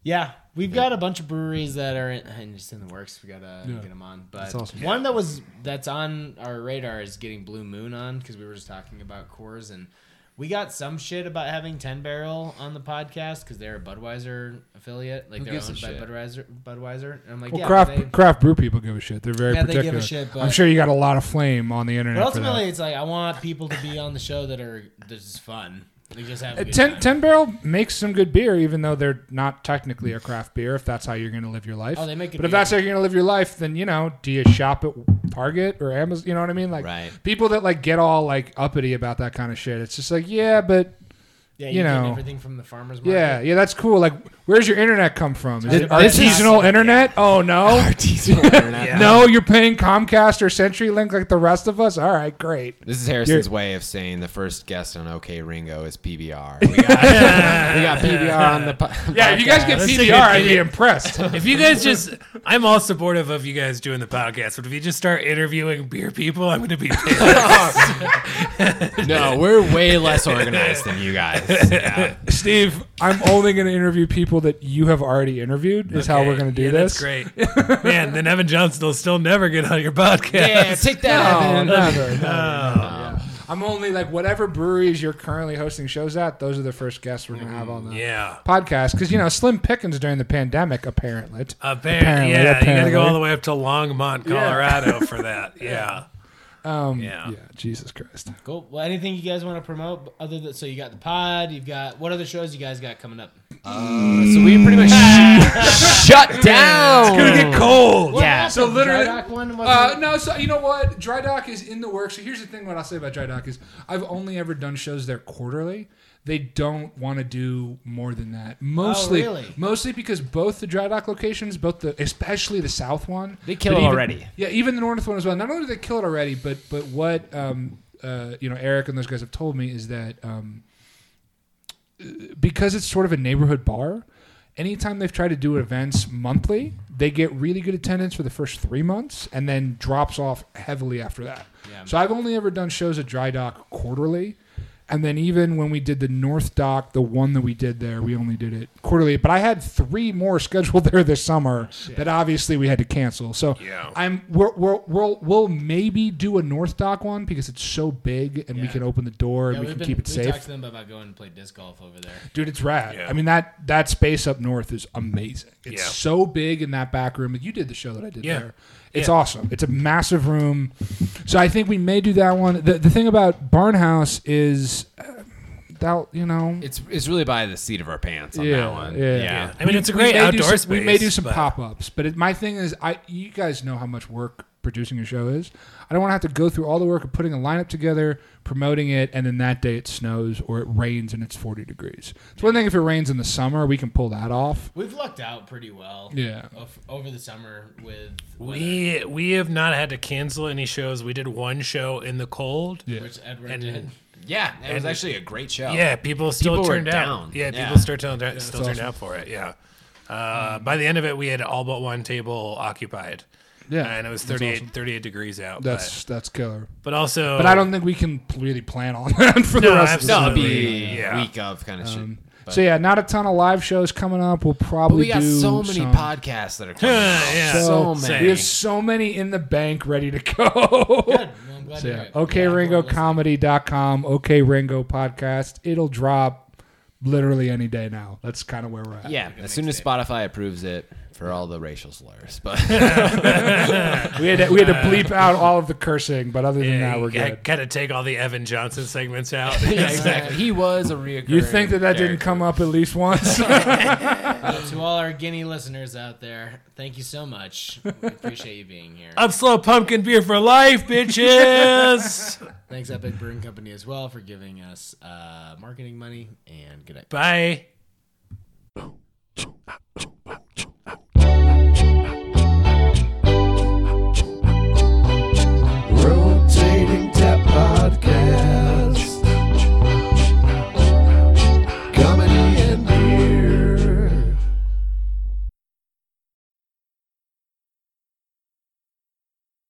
I: Yeah, we've got a bunch of breweries that are in, and just in the works. We gotta get 'em get them on, but
C: awesome.
I: one that was that's on our radar is getting Blue Moon on because we were just talking about Coors and we got some shit about having Ten Barrel on the podcast because they're a Budweiser affiliate, like they're
E: gives a
I: owned by
E: shit?
I: Budweiser. Budweiser, and I'm like,
C: well,
I: yeah,
C: craft
I: but they-
C: craft brew people give a shit. They're very
I: Yeah, they
C: particular.
I: give a shit, but-
C: I'm sure you got a lot of flame on the internet.
I: but
C: for that.
I: ultimately, it's like I want people to be on the show that are that's just fun. They just have a
C: Uh,
I: good
C: Ten,
I: time.
C: ten Barrel makes some good beer, even though they're not technically a craft beer. If that's how you're going to live your life,
I: Oh, they make good
C: But if
I: beer.
C: that's how you're going to live your life, then you know, do you shop at Target or Amazon? You know what I mean? Like
E: Right.
C: people that like get all like uppity about that kind of shit. It's just like, yeah, but
I: Yeah,
C: you
I: you, get
C: know.
I: everything from the farmers market.
C: Yeah, yeah, that's cool. Like, where's your internet come from? Is it
I: This is-
C: artisanal internet? Oh no, artisanal internet. No, you're paying Comcast or CenturyLink like the rest of us. All right, great.
E: This is Harrison's
C: You're-
E: way of saying the first guest on OK Ringo is PBR. We got, we got PBR on the po-
C: Yeah, if you guys get
D: Let's take
C: PBR,
D: it
C: I'd be
D: easy.
C: impressed.
D: If you guys just, I'm all supportive of you guys doing the podcast, but if you just start interviewing beer people, I'm going to be pissed.
E: No, we're way less organized than you guys. Yeah.
C: Steve, I'm only going to interview people that you have already interviewed. Is how we're going to do
D: Yeah,
C: this.
D: That's great. Man, then Evan Johnson will still never get on your podcast.
E: take that.
I: Oh.
C: No, never, never, never, yeah. I'm only like whatever breweries you're currently hosting shows at. Those are the first guests we're going to have on the
D: Mm, Yeah.
C: podcast because you know Slim Pickens during the pandemic apparently.
D: Apparently, yeah, you got to
C: apparently.
D: go all the way up to Longmont, Colorado for that. Yeah.
C: Um,
D: Yeah.
C: yeah, Jesus Christ.
I: Cool. Well, anything you guys want to promote other than so you got the pod, you've got what other shows you guys got coming up?
E: So we pretty much shut down.
C: Oh.
D: Get cold.
I: Yeah.
C: So literally-
I: one
C: Uh, no, so you know what? Dry Dock is in the works. So here's the thing: what I'll say about Dry Dock is I've only ever done shows there quarterly. They don't want to do more than that. Mostly,
A: Oh,
I: really?
C: mostly because both the Dry Dock locations, both the especially the south one,
A: They kill
C: but
A: it
C: even-
A: already.
C: Yeah, even the north one as well. Not only did they kill it already, but but what um, uh, you know Eric and those guys have told me is that. Um, because it's sort of a neighborhood bar, anytime they've tried to do events monthly, they get really good attendance for the first three months and then drops off heavily after that. So I've only ever done shows at Dry Dock quarterly. And then even when we did the North Dock, the one that we did there, we only did it quarterly. But I had three more scheduled there this summer that obviously we had to cancel. So
D: Yeah.
C: I'm we're, we're, we'll we'll maybe do a North Dock one because it's so big and we
I: Yeah.
C: can open the door and we can keep it
I: we
C: safe
I: talked to them about going to play disc golf over there.
C: dude it's rad
D: Yeah.
C: i mean that that space up north is amazing it's
D: Yeah.
C: so big in that back room you did the show that i did
D: Yeah.
C: there it's awesome it's a massive room so i think we may do that one the, the thing about barnhouse is uh, that you know
E: It's it's really by the seat of our pants on
C: Yeah,
E: that one.
C: yeah.
D: Yeah. I mean, it's a great
C: may do
D: outdoor
C: some- We may
D: space,
C: do some
D: but-
C: pop ups, but it, my thing is, I you guys know how much work producing a show is. I don't want to have to go through all the work of putting a lineup together, promoting it, and then that day it snows or it rains and it's forty degrees. It's one thing if it rains in the summer, we can pull that off.
I: We've lucked out pretty well.
C: Yeah.
D: Oh,
I: of- Over the summer with weather,
D: We we have not had to cancel any shows. We did one show in the cold. Yeah.
I: which Edward
D: And
I: did.
E: Yeah, it was actually a great show.
D: Yeah, people still
E: People were
D: turned
E: down.
D: out. Yeah,
E: Yeah.
D: people still turned out, still turned out for it. Yeah. Uh,
C: Mm-hmm.
D: by the end of it, we had all but one table occupied.
C: Yeah,
D: and it was
C: that's
D: 38,
C: awesome.
D: 38 degrees out.
C: That's that's killer.
D: but, but also,
C: But I don't think we can really plan on that for the
D: No,
C: rest of the
D: absolutely.
E: No,
C: summer.
E: it'd be
D: Yeah.
E: week of kind of shit.
C: So yeah, not a ton of live shows coming up. We'll
E: But
C: probably
E: we got
C: do
E: so many
C: some-
E: podcasts that are coming. out.
D: Yeah,
E: so,
C: So
E: many.
C: We have so many in the bank ready to go.
I: Good. Well, I'm glad
C: So,
I: to
C: yeah.
I: hear it. Yeah, everyone listened.
C: OKRingoComedy.com, OK Ringo Podcast. It'll drop literally any day now. That's kind of where we're at.
E: Yeah, as soon as Spotify approves it for all the racial slurs, but
C: We had to, we had to bleep out all of the cursing, but other than that, we're good.
D: got to take all the Evan Johnson segments out.
E: yeah, exactly. He was a reoccurring.
C: You think that that didn't
E: character.
C: come up at least once?
I: Well, to all our Guinea listeners out there, thank you so much. We appreciate you being here.
D: Upslow pumpkin beer for life, bitches.
I: Thanks, Epic Brewing Company, as well, for giving us uh, marketing money. And good night.
D: Bye.
J: Bye.